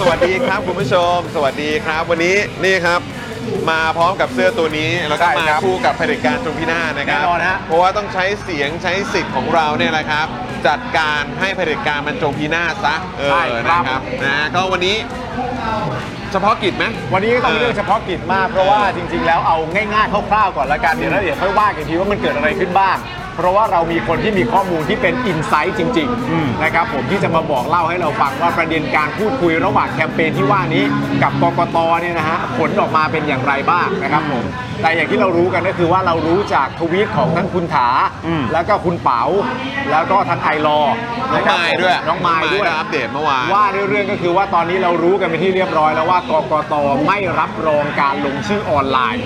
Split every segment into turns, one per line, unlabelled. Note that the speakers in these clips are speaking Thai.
สวัสดีครับคุณผู้ชม สวัสดีครับ วันนี้นี่ครับ มาพร้อมกับเสื้อตัวนี้ แล้วก็
ใช่
มา
ครับ
คู่กับเผด็จการตรงพินาศนะครับ
แน่นอนฮะ
เพราะว่าต้องใช้เสียงใช้สิทธิ์ของเราเนี่ยแหละครับ จัดการให้เผด็จการมันจงพินาศซะเออนะครับนะก็วันนี้เฉพาะกิจไหม
วันนี้ก็ต้องเป็นเรื่องเฉพาะกิจมากเพราะว่าจริง ๆ แล้วเอาง่ายๆคร่าวๆก่อนละกันเดี๋ยวละเอียดค่อยว่ากันอีกทีว่ามันเกิดอะไรขึ้นบ้าง เพราะว่าเรามีคนที่มีข้อมูลที่เป็นอินไซต์จริงๆนะครับผมที่จะมาบอกเล่าให้เราฟังว่าประเด็นการพูดคุยระหว่างแคมเปญที่ว่านี้กับกกตเนี่ยนะฮะผลออกมาเป็นอย่างไรบ้างนะครับผมแต่อย่างที่เรารู้กันก็คือว่าเรารู้จากทวีตของทั้งคุณถาแล้วก็คุณเป๋าแล้วก็ทางไอรอว์นะครับ
น้องมายด้วย
น้องมาย
น้องมาย
ด้วย
ได้อัปเดตเมื่อวาน
ว่า ว่าด้วยเรื่องก็คือว่าตอนนี้เรารู้กันเป็นที่เรียบร้อยแล้วว่ากกตไม่รับรองการลงชื่อออนไลน์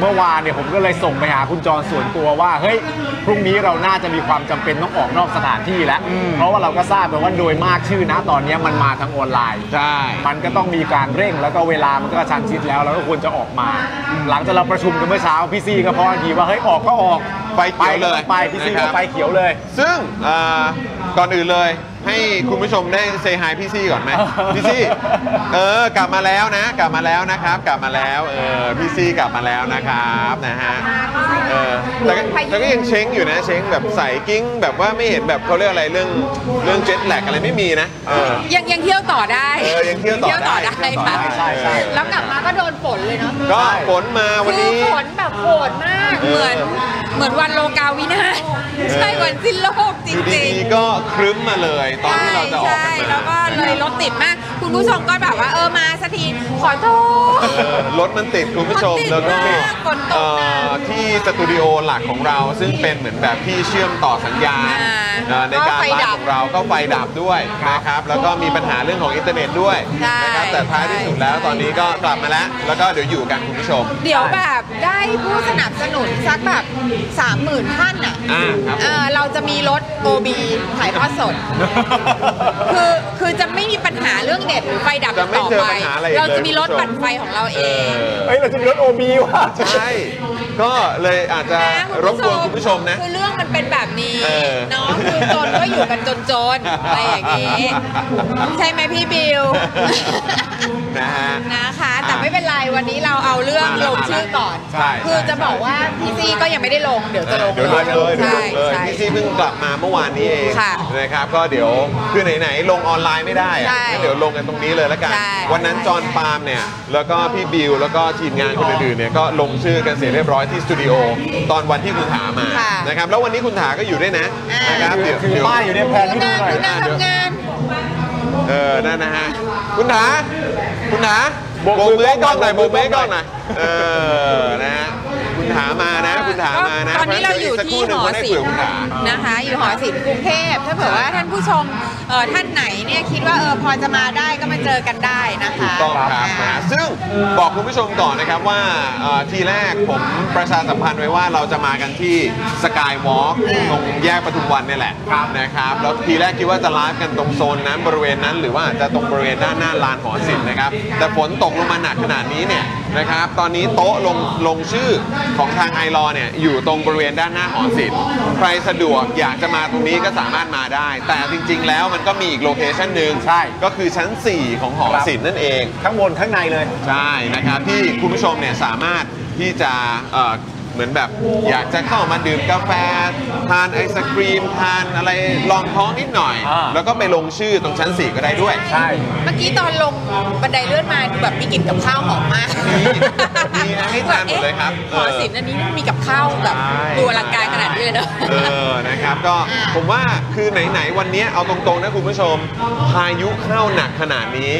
เมื่อวานเนี่ยผมก็เลยส่งไปหาคุณจรส่วนตัวว่าเฮ้ยพรุ่งนี้เราน่าจะมีความจำเป็นต้องออกนอกสถานที่แล้ว เพราะว่าเราก็ทราบกันว่าโดยมากชื่อนะตอนนี้มันมาทางออนไลน์
ใช่
มันก็ต้องมีการเร่งแล้วก็เวลามันก็กระชันชิดแล้วเราก็ควรจะออกมา หลังจากเราประชุมกันเมื่อเช้าพี่ซี่ก็พอทีว่าเฮ้ยออกก็ออก
ไฟเขียวเลย
ไปพี่ซี่
นะครั
ก็
บ
ไฟเขียวเลย
ซึ่งเอ่อก่อนอื่นเลย ให้คุณผู้ชมได้เซฮายพี่ซี่ก่อนไหม พี่ซี่เออกลับมาแล้วนะ กลับมาแล้วนะครับ กลับมาแล้วเออพี่ซี่กลับมาแล้วนะครับนะฮะเออแต่ก็แต่ก็ยังเช้งอยู่นะเช้งแบบใส่กิ้ง แบบว่าไม่เห็นแบบเขาเรียกอะไรเรื่องเรื่องเจ็ตแลกอะไรไม่มีนะเออ
ยังยังเที่ยวต่อได้
เออยังเที่ยวต่อได้
ยังเที่ยวต่อได้
ใช่
ค่ะ
ใช่
แล้วกลับมาก็โดนฝนเลยเนาะ
ก็ฝนมาวัน
คือ
นี้
ฝนแบบโหดมาก
เออ
เหมือนเหมือนวันโลกาวินาศใช่วันสิ้นโลกจ
อยู่
ริง
ดี
ๆ
ๆก็ครึ้มมาเลยตอนที่เราจะออก
ใช่
กัน
ใช่
มา
แล้วก็เลยรถติดมาก คุณผู้ชมก็แบบว่าเออมาสักทีขอโทษ
เออรถมันติดคุณผู้ชม
รถติด
แล้
มาก
วก็
ฝนตกหนัก
เอ่อที่สตูดิโอหลักของเราซึ่งเป็นเหมือนแบบที่เชื่อมต่อสัญญาณเอ่อในการไลฟ์ของเราก็ไฟดับด้วยนะครับแล้วก็มีปัญหาเรื่องของอินเทอร์เน็ตด้วย
ใช่
นะครับแต่ท้ายที่สุดแล้วตอนนี้ก็กลับมาแล้ว แล้วก็เดี๋ยวอยู่กันคุณผู้ชม
เดี๋ยวแบบได้ผู้สนับสนุนสักแบบสามหมื่นท่านอ่ะ
อ่าครับผม
เออเราจะมีรถ OB ถ่ายทอดส ด คือคือจะไม่มีปัญหาเรื่องเน็ตหรือไฟดับ
จะไม่
ต่อ
เจอ
ไป
ปัญหาอะไรอีกเลย
เราจะมีรถ
คุณผู้ชม
ปั่นไฟของเราเอง
เฮ้ยเราจะมีรถโอบีว่ะ
ใช่ก็เลยอาจจะ
นะ
รบกวนคุณผู้ชมนะ
คือเรื่องมันเป็นแบบนี้
เออ
เนาะคือจนก็อยู่กันจนจนๆอะไรอย่างนี้ ใช่ไหมพี่บิว
นะฮะ
นะคะ แต่ไม่เป็นไรวันนี้เราเอาเรื่องลงชื่อก่อน
ใช่
คือจะ
ใช่
บอกว่าพี่ซี่ก็ยังไม่ได้ลง เดี๋ยวจะลง
เดี๋ยวลงเลยเดี๋ยวล
ใช่
งเลย
ใช่
พี่ซี่เพิ่งกลับมาเมื่อวานนี้เอง
ค่ะ
นะครับก็เดี๋ยวคือไหนๆลงออนไลน์ไม่ได้อะ
ใช่
งั้นเดี๋ยวลงกันตรงนี้เลยละกัน
ใช่
วันนั้นจอห์นปาล์มเนี่ยแล้วก็พี่บิวแล้วก็ทีมงานคนอื่นๆเนี่ยก็ลงชื่อกันเสร็จเรียบร้อยที่สตูดิโอตอนวันที่คุณถามา
ค่ะ
นะครับแล้ววันนี้คุณถาก็อยู่ด้วยนะนะครับเดี๋ยว
ถือ
เดี๋ยว
ป้ายอยู่ในแพลน
ดู
ที่ดู
นาง
ห
ดูนาง
น่อย
ทำงาน
เออนั่นนะฮะคุณถาคุณถา
โบกมือ
ให้กล้องหน่อยโบกมือให้กล้องหน่อยเออนะฮะคุณ ถามมานะ คุณถามมานะ
ตอนนี้เราอยู่ที่หอศิลป์
เพราะฉะนั้นเดี๋ยวอีกสักครู่หนึ่งก็ได้คุยกับคุณถา
นะคะ อยู่หอศิลป์กรุงเทพถ้าเผื่อว่าท่านผู้ชมเอ่อท่านไหนเนี่ยคิดว่าเออพอจะมาได้ก็มาเจอกันได้นะคะ
ถูกต้องครับนะฮะซึ่งบอกคุณผู้ชมก่อนนะครับว่าเอ่อทีแรกผมประชาสัมพันธ์ไว้ว่าเราจะมากันที่สกายวอล์กตรงแยกปทุมวันเนี่ยแหละนะครับแล้วทีแรกคิดว่าจะไลฟ์กันตรงโซนนั้นบริเวณนั้น หรือว่าอาจจะตรงบริเวณด้านหน้าลานหอศิลป์นะครับ แต่ฝนตกลงมาหนักขนาดนี้เนี่ยนะครับ ตอนนี้โต๊ะลงลงชื่อของทางไอรอเนี่ยอยู่ตรงบริเวณด้านหน้าหอศิลป์ใครสะดวกอยากจะมาตรงนี้ก็สามารถมาได้ แต่จริง ๆ แล้วมันก็มีอีกโลเคชันหนึ่ง
ใช่
ก็คือชั้น 4 ของหอศิลป์นั่นเอง
ข้างบนข้างในเลย
ใช่นะครับที่คุณผู้ชมเนี่ยสามารถที่จะเอ่อเหมือนแบบอยากจะเข้ามาดื่มกาแฟ ทานไอศครีม ทานอะไรลองท้องนิดหน่อย
อ่า
แล้วก็ไปลงชื่อตรงชั้น 4 ก็ได้ด้วย
ใช่
เมื่อกี้ตอนลงบันไดเลื่อนมาดูแบบมีกลิ่นกับข้าวหอมมาก
มีนะให้ทานหมดเลยครับ
หอศิลป์อันนี้มีกับข้าวแบบดูอลังการขนาดนี้เลยเนาะ
เออนะครับก็ผมว่าคือไหน ๆ วันนี้เอาตรง ๆ นะคุณผู้ชม พายุเข้าหนักขนาดนี้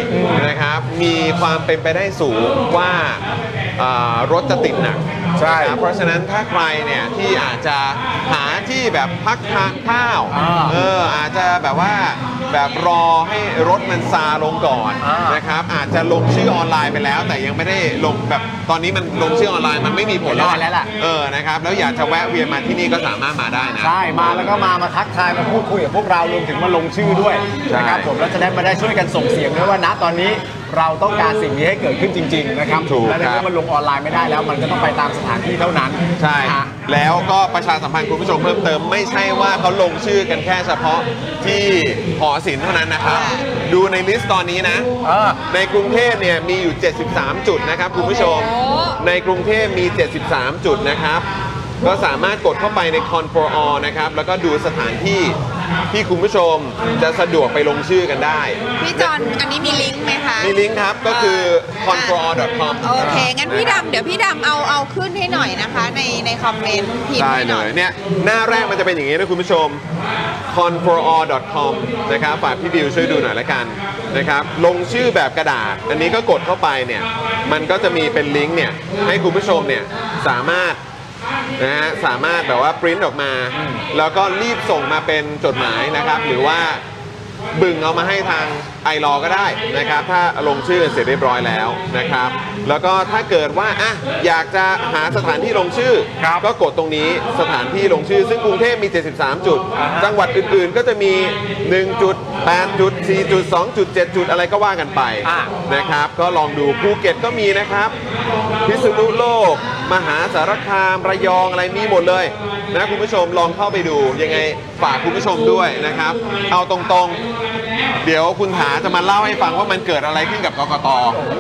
นะครับ มีความเป็นไปได้สูงว่าเอ่อรถจะติดหนัก
ใช่
นะครับเพราะฉะนั้นถ้าใครเนี่ยที่อาจจะหาที่แบบพักทานข้าวเอออาจจะแบบว่าแบบรอให้รถมันซาลงก่อนนะครับอาจจะลงชื่อออนไลน์ไปแล้ว แต่ยังไม่ได้ลงแบบตอนนี้มันลงชื่อออนไลน์มันไม่มีผล
ได้แล้วล่ะ
เออ นะครับ แล้วอยากจะแวะเวียนมาที่นี่ก็สามารถมาได้นะ
ใช่ มาแล้วก็มา มาทักทาย มาพูดคุยกับพวกเรารวมถึงมาลงชื่อด้วย
ใช่
นะครับผมแล้วจะได้มาได้ช่วยกันส่งเสียงด้วยว่าณตอนนี้เราต้องการสิ่งนี้ให้เกิดขึ้นจริง ๆ นะครับและในเมื่อมันลงออนไลน์ไม่ได้แล้วมันก็ต้องไปตามสถานที่เท่านั้น
ใช่
ฮะ
แล้วก็ประชาสัมพันธ์คุณผู้ชมเพิ่มเติม ไม่ใช่ว่าเขาลงชื่อกันแค่เฉพาะที่หอศิลป์เท่านั้นนะครับ ดูในลิสต์ตอนนี้นะ
เออ
ในกรุงเทพเนี่ยมีอยู่ 73 จุดนะครับคุณผู้ชม
โอ้โห
ในกรุงเทพมี 73 จุดนะครับ ก็สามารถกดเข้าไปใน c o n f o r all นะครับ แล้วก็ดูสถานที่ที่คุณผู้ชมจะสะดวกไปลงชื่อกันได้
พี่จอนอันนี้มีลิงก์ไหมคะ
มีลิงก์ครับก็คือ c o n f o r all com
โอเค งั้นพี่ดำเดี๋ยวพี่ดำเอาเอาขึ้นให้หน่อยนะคะ ในในคอมเมนต์พิมพ์
ได้
ให้ห
เล
น่อย ย
เนี่ยหน้าแรกมันจะเป็นอย่างนี้นะคุณผู้ชม conforall.com นะครับฝากพี่บิวช่วยดูหน่อยละกันนะครับลงชื่อแบบกระดาษ อันนี้ก็กดเข้าไปเนี่ยมันก็จะมีเป็นลิงก์เนี่ยให้คุณผู้ชมเนี่ยสามารถนะฮะสามารถแบบว่าปริ้นออกมา แล้วก็รีบส่งมาเป็นจดหมายนะครับ หรือว่าบึงเอามาให้ทางไอรอก็ได้นะครับ ถ้าลงชื่อเสร็จเรียบร้อยแล้วนะครับ แล้วก็ถ้าเกิดว่าอ่ะอยากจะหาสถานที่ลงชื่อ
ครับ
ก็กดตรงนี้สถานที่ลงชื่อ ซึ่งกรุงเทพมี 73 จุด จังหวัดอื่นๆ ก็จะมี 1 จุด 8 จุด 4 จุด 2 จุด 7 จุด อะไรก็ว่ากันไป
อ่ะ
นะครับ ก็ลองดูภูเก็ตก็มีนะครับ พิษณุโลก มหาสารคาม ระยองอะไรมีหมดเลยนะคุณผู้ชมลองเข้าไปดูยังไงฝากคุณผู้ชมด้วยนะครับ เอาตรงๆ เดี๋ยวคุณหาจะมาเล่าให้ฟังว่ามันเกิดอะไรขึ้นกับกกต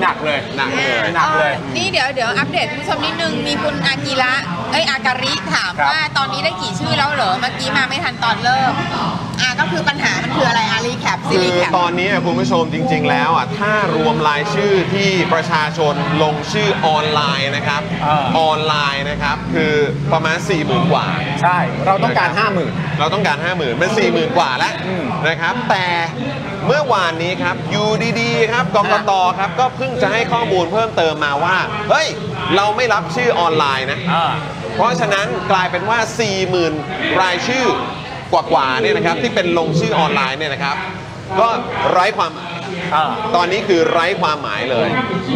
หนักเลย
หนักเลย
หนักเลย
ออนี่เดี๋ยวเดี๋ยวอัปเดตคุณผู้ชมนิดนึง มีคุณอากิระ เอ้ยอาการิถาม
ครับ
ว่าตอนนี้ได้กี่ชื่อแล้วเหรอ เมื่อกี้มาไม่ทันตอนเริ่ม อ่ะก็คือปัญหามันคืออะไรอารีแคปซี
คื
รี
อ
แคป
ตอนนี้อะคุณผู้ชมจริง ๆ แล้วอ่ะถ้ารวมรายชื่อที่ประชาชนลงชื่อออนไลน์นะครับ
อ่า
ออนไลน์นะครับ คือประมาณ4ี่หมื่นกว่า
ใช่ เราต้องการ 5 0,000
เราต้องการ 5 0,000มัน4 0,000 กว่าแล้ว
อืม
นะครับ แต่เมื่อวานนี้ครับอยู่ดีๆครับกกตครับก็เพิ่งจะให้ข้อมูลเพิ่มเติมมาว่า เฮ้ย เราไม่รับชื่อออนไลน์นะ
อ่า
เพราะฉะนั้นกลายเป็นว่า 40,000 รายชื่อกว่าๆเนี่ยนะครับที่เป็นลงชื่อออนไลน์เนี่ยนะครับ ก็ไร้ความหมาย
อ่า
ตอนนี้คือไร้ความหมายเลย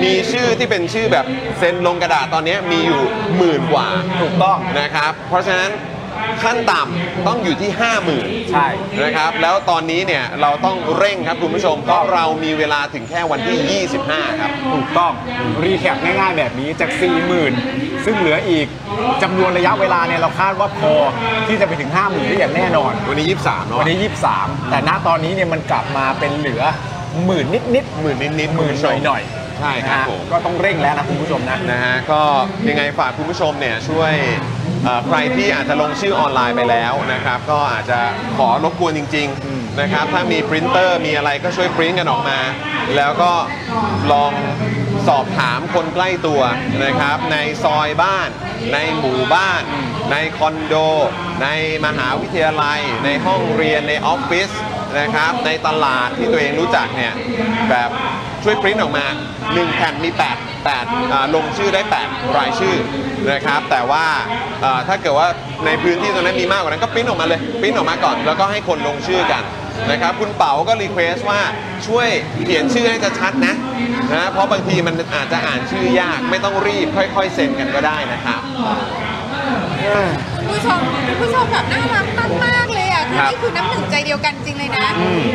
มีชื่อที่เป็นชื่อแบบเซ็นลงกระดาษตอนนี้มีอยู่หมื่นกว่า
ถูกต้อง
นะครับ เพราะฉะนั้นขั้นต่ำต้องอยู่ที่ 50,000
ใช่
นะครับ แล้วตอนนี้เนี่ยเราต้องเร่งครับคุณผู้ชมเพราะเรามีเวลาถึงแค่วันที่ 25 ครับ
ถูกต้อง รีแคปง่ายๆแบบนี้จาก 40,000 ซึ่งเหลืออีกจำนวนระยะเวลาเนี่ยเราคาดว่าพอที่จะไปถึง 50,000ได้อย่างแน่นอน
วันนี้ 23เนาะ
วันนี้ 23 แต่ณตอนนี้เนี่ยมันกลับมาเป็นเหลือหมื่นนิด
หมื่นนิด
ๆ
ๆ
หมื่นหน่อยหน่อย
ใช่ครับผม
ก็ต้องเร่งแล้วนะคุณผู้ชมนะ
นะฮะก็ยังไงฝากคุณผู้ชมเนี่ยช่วยเอ่อใครที่อาจจะลงชื่อออนไลน์ไปแล้วนะครับ ก็อาจจะขอรบกวนจริง ๆ นะครับ ถ้ามีปรินเตอร์มีอะไรก็ช่วยปริ้นกันออกมา แล้วก็ลองสอบถามคนใกล้ตัวนะครับ ในซอยบ้าน ในหมู่บ้าน ในคอนโด ในมหาวิทยาลัย ในห้องเรียนในออฟฟิศนะครับ ในตลาดที่ตัวเองรู้จักเนี่ยแบบช่วยปริ้นออกมา 1 แผ่นมี 8 8อ่าลงชื่อได้ 8 รายชื่อนะครับ แต่ว่าอ่าถ้าเกิดว่าในพื้นที่ตรงนั้นมีมากกว่านั้นก็ปริ้นออกมาเลยปริ้นออกมาก่อนแล้วก็ให้คนลงชื่อกันนะครับ คุณเป๋าก็รีเควสว่าช่วยเขียนชื่อให้จะชัดๆนะนะเพราะบางทีมันอาจจะอ่านชื่อยากไม่ต้องรีบค่อยๆเซ็นกันก็ได้นะครับ
ผู้ชมผู้ชมแบบน่ารักมากมากๆเลยอ่ะคือ
ครับ
นี่คือน้ำหนึ่งใจเดียวกันจริงเลยนะ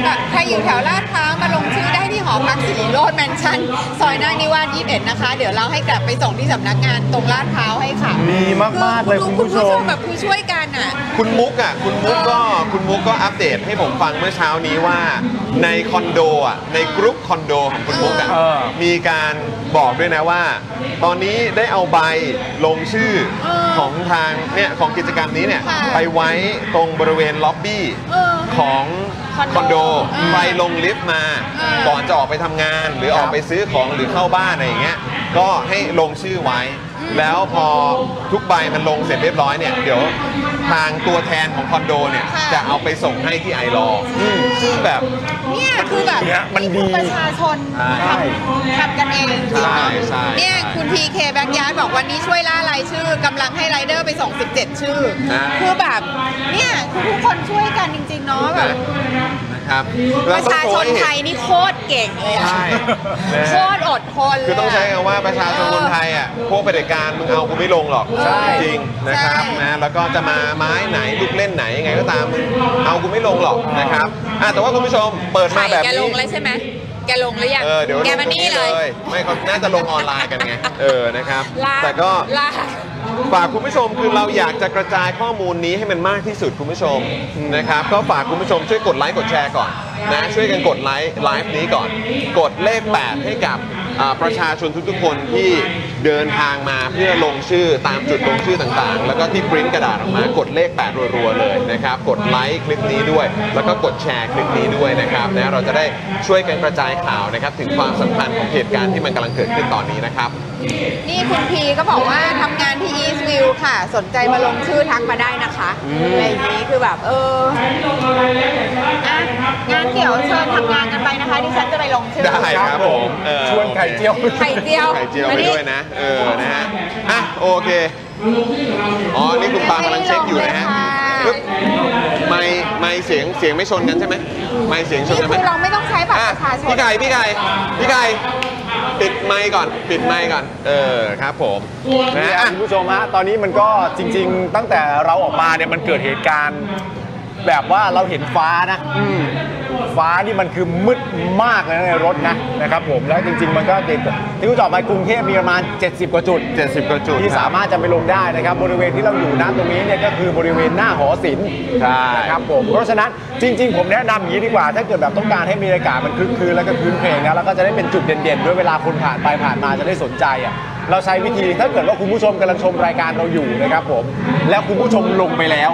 แบบใครอยู่แถวลาดพร้าวมาลงชื่อได้ที่หอพักสิริโรจน์แมนชั่นซอยนาคนิวาส21 นะคะ เดี๋ยวเราให้กลับไปส่งที่สำนักงานตรงลาดพร้าวให้ค่ะ
ดีมากๆเลยคุณผู้ชม
แบบคือช่วยกันอ่ะ
คุณมุกอ่ะคุณมุกก็คุณมุกก็อัปเดตให้ผมฟังเมื่อเช้านี้ว่าในคอนโดอ่ะในกรุ๊ปคอนโดของคุณมุกอ่ะ
เออ
มีการบอกด้วยนะว่า ตอนนี้ได้เอาใบลงชื่อ
เออ
ของทางเนี่ยของกิจกรรมนี้เนี่ย
ค่ะ
ไปไว้ตรงบริเวณล็อบบี้
เออ
ของค
ค
อ
อนน
โด
โดเออ
ใครลงลิฟต์มา
เออ
ก่อนจะออกไปทำงานหรือออกไปซื้อของหรือเข้าบ้านอะไรอย่างเงี้ยก็ให้ลงชื่อไว้ แล้วพอทุกใบมันลงเสร็จเรียบร้อยเนี่ยเดี๋ยวทางตัวแทนของคอนโดเนี่ย
ค่ะ
จะเอาไปส่งให้ที่ไอรอว์ซึ่งแบบ
เนี่ยคือแบบ
เนี่ยมันดี
คือประชาชน
ใช่
ทำทำกันเองจริง
ใช่
ๆ
ใช่
เนี่ย
ใช่
คุณทีเคแบงค์ยาร์ดบอกวันนี้ช่วยล่ารายชื่อกำลังให้ไรายเดอร์ไปส่ง 17 ชื่อ
อ่า
คือแบบเนี่ยคือทุกคนช่วยกันจริง ๆ เนาะแบบ
นะครับ
ป
เต้อง
ระชาชนไทยนี่โคตรเก่งเลยอะ
ใช่นะ
โค
ฮะ
ตรอดทนเลยะ
คือต้องใช้คำว่าประชาชนคนไทยอ่ะพวกเผด็จการมึงเอากูไม่ลงหรอก
ใช่
จริงนะครับ
ใช่
นะแล้วก็จะมาไม้ไหนลูกเล่นไหนยังไงก็ตามมึงเอากูไม่ลงหรอกนะครับอ่ะแต่ว่าคุณผู้ชมเปิดมา
ไข่
แบบ
แกล
นี้
งแล้วใช่ไหม แกลงหรือยัง
เออเดี๋ยว
แกมานี่เลย
ไม่เขาน่าจะลงออนไลน์กันไง เออนะครับ
ลาก
แต่ก็
ลาก
ฝากคุณผู้ชมคือเราอยากจะกระจายข้อมูลนี้ให้มันมากที่สุดคุณผู้ชมนะครับก็ฝากคุณผู้ชมช่วยกดไลค์กดแชร์ก่อนนะช่วยกันกดไลค์ไลฟ์นี้ก่อน กดเลข 8 ให้กับอ่าประชาชนทุกๆคนที่เดินทางมาเพื่อลงชื่อตามจุดลงชื่อต่างๆ แล้วก็ที่ปริ้นกระดาษออกมากดเลข 8 รัวๆเลยนะครับกดไลค์คลิปนี้ด้วย แล้วก็กดแชร์คลิปนี้ด้วยนะครับนะเราจะได้ช่วยกันกระจายข่าวนะครับถึงความสำคัญของเหตุการณ์ที่มันกำลังเกิดขึ้นตอนนี้นะครับ
นี่คุณพีก็บอกว่าทำงานที่ East View ค่ะ สนใจมาลงชื่อทักมาได้นะคะอะไรอย่างนี้คือแบบเอออ่ะงานเกี่ยวเชิญทำงานกันไปนะคะดิฉันจะไปลงชื่อ
ได้ครับผมเออ
ชวนไข่เจียว
ไข่เจียว
ไข่เจียวไปด้วยนะ เออ นะฮะ อ่ะ โอเค อ๋อ นี่คุณปากำลังเช็คอยู่นะฮะปึ๊บไม่ไม่เสียง เสียงไม่ชนกันใช่ไหมไม่เสียงชน
นี่
กันไหม
คือเราไม่ต้องใช้บัตร
อ่ะ
ประชาชน
พี่ไก่ พี่ไก่ พี่ไก่ ปิดไมค์ก่อน ปิดไมค์ก่อน เออ ครับผม นะ
นะ
อ่ะ
คุณผู้ชมฮะตอนนี้มันก็จริง ๆ ตั้งแต่เราออกมาเนี่ยมันเกิดเหตุการณ์ แบบว่าเราเห็นฟ้านะฟ้านี่มันคือมืดมากเลยนะในรถนะนะครับผมแล้วจริง ๆ มันก็ติดที่คุณจอดไปกรุงเทพมีประมาณ 70 กว่าจุด
70กว่าจุด
ที่
ครับ
สามารถจะไปลงได้นะครับ บริเวณที่เราอยู่นะตรงนี้เนี่ยก็คือบริเวณหน้าหอศิลป์
ใช่
นะครับผม เพราะฉะนั้นจริง ๆ ผมแนะนำอย่างนี้ดีกว่า ถ้าเกิดแบบต้องการให้มีอากาศมันคลึกคืนแล้วก็คืนเพลงนะแล้วก็จะได้เป็นจุดเด่นๆ ด้วยเวลาคนผ่านไปผ่านมาจะได้สนใจอ่ะเราใช้วิธีถ้าเกิดว่าคุณผู้ชมกำลังชมรายการเราอยู่นะครับผม แล้วคุณผู้ชมลงไปแล้ว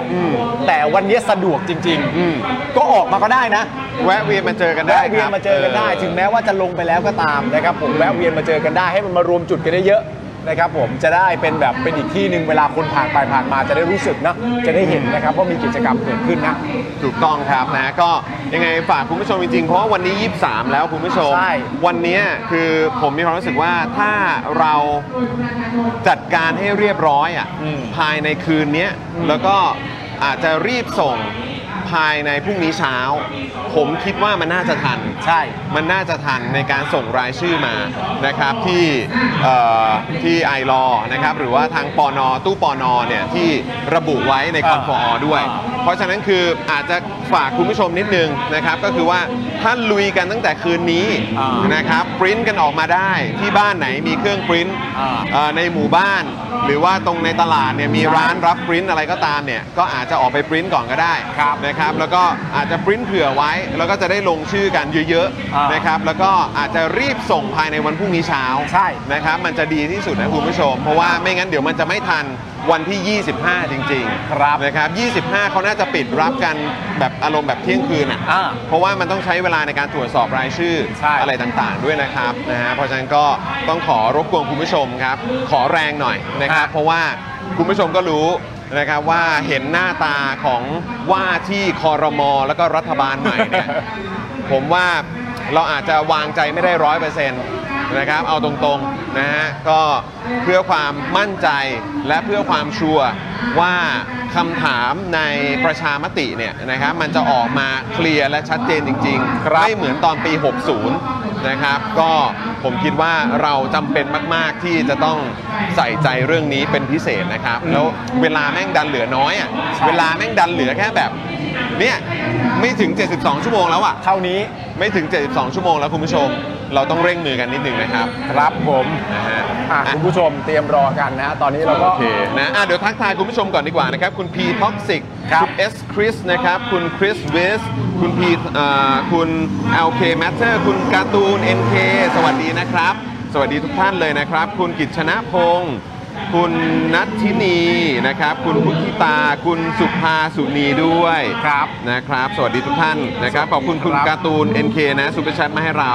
แต่วันนี้สะดวกจริงๆก็ออกมาก็ได้นะ
แวะเวียนมาเจอกันได้
แวะเวียนมาเจอกันได้ ถึง
แม้
แม้ว่าจะลงไปแล้วก็ตามนะครับผมแวะเวียนมาเจอกันได้ให้มันมารวมจุดกันได้เยอะนะครับผมจะได้เป็นแบบเป็นอีกที่หนึ่งเวลาคนผ่านไปผ่านมาจะได้รู้สึกนะจะได้เห็นนะครับว่ามีกิจกรรมเกิดขึ้นนะ
ถูกต้องครับนะก็ยังไงฝากคุณผู้ชมจริงๆ เพราะว่าวันนี้ 23 แล้วคุณผู้ชม
ใช่
วันเนี้ยคือผมมีความรู้สึกว่าถ้าเราจัดการให้เรียบร้อยอ่ะ
อืม
ภายในคืนเนี้ยแล้วก็อาจจะรีบส่งภายในพรุ่งนี้เช้า ผมคิดว่ามันน่าจะทัน
ใช่
มันน่าจะทันในการส่งรายชื่อมานะครับที่เอ่อที่ไอรอนะครับหรือว่าทางปอนอตู้ปอนอเนี่ยที่ระบุไว้ในคอนฟอด้วย เพราะฉะนั้นคืออาจจะฝากคุณผู้ชมนิดนึงนะครับ ก็คือว่าถ้าลุยกันตั้งแต่คืนนี้
อ่าน
นะครับปริ้นกันออกมาได้ที่บ้านไหนมีเครื่องปริ้น
อ่า
เอ่อในหมู่บ้าน หรือว่าตรงในตลาดเนี่ยมีร้านรับปริ้นอะไรก็ตามเนี่ยก็อาจจะออกไปปริ้นก่อนก็ได้
ครับ
นะครับ แล้วก็อาจจะปริ้นเผื่อไว้ แล้วก็จะได้ลงชื่อกันเยอะ
อ่า
ๆนะครับแล้วก็อาจจะรีบส่งภายในวันพรุ่งนี้เช้า
ใช่
นะครับมันจะดีที่สุดนะคุณผู้ชม เพราะว่าไม่งั้นเดี๋ยวมันจะไม่ทันวันที่ 25 จริงๆ
ครับ
นะครับ 25 เขาน่าจะปิดรับกันแบบอารมณ์แบบเที่ยงคืนอ่ะ
อ่า
เพราะว่ามันต้องใช้เวลาในการตรวจสอบรายชื่อ
ใช่
อะไรต่างๆ ด้วยนะครับนะฮะ เพราะฉะนั้นก็ต้องขอรบกวนคุณผู้ชมครับ ขอแรงหน่อยนะครับ เพราะว่าคุณผู้ชมก็รู้นะครับว่าเห็นหน้าตาของว่าที่คอรมอแล้วก็รัฐบาลใหม่เนี่ย ผมว่าเราอาจจะวางใจไม่ได้ร้อยเปอร์เซ็นต์นะครับ เอาตรงๆ นะฮะก็เพื่อความมั่นใจและเพื่อความชัวร์ว่าคำถามในประชามติเนี่ยนะครับมันจะออกมาเคลียร์และชัดเจนจริงๆไม่เหมือนตอนปี 60 นะครับก็ผมคิดว่าเราจำเป็นมาก ๆ ที่จะต้องใส่ใจเรื่องนี้เป็นพิเศษนะครับ แล้วเวลาแม่งดันเหลือน้อยอ่ะเวลาแม่งดันเหลือแค่แบบเนี่ยไม่ถึง 72 ชั่วโมงแล้วอ่ะ
เท่านี้
ไม่ถึง 72 ชั่วโมงแล้วคุณผู้ชม เราต้องเร่งมือกันนิดหนึงนะครับ
ครับผม
นะฮะ
อ่ะ
อ่ะ
คุณผู้ชมเตรียมรอกันนะฮะตอนนี้เราก็
โอเคนะอ่ะเดี๋ยวทักทายคุณผู้ชมก่อนดีกว่านะครับ คุณ P Toxic
ครับ
ณ S Chris นะครับ คุณ Chris w i s คุณ P เอ่อคุณ LK Matter คุณการ์ตูน NK สวัสดีนะครับ สวัสดีทุกท่านเลยนะครับ คุณกิจชนะพงศ์คุณนัทธินีนะครับ คุณพุทธิตา คุณสุภาสุนีด้วย
ครับ
นะครับ สวัสดีทุกท่านนะครับขอบคุณคุณ
ครับ
การ์ การ์ตูน NK นะซูเปอร์แชทมาให้เรา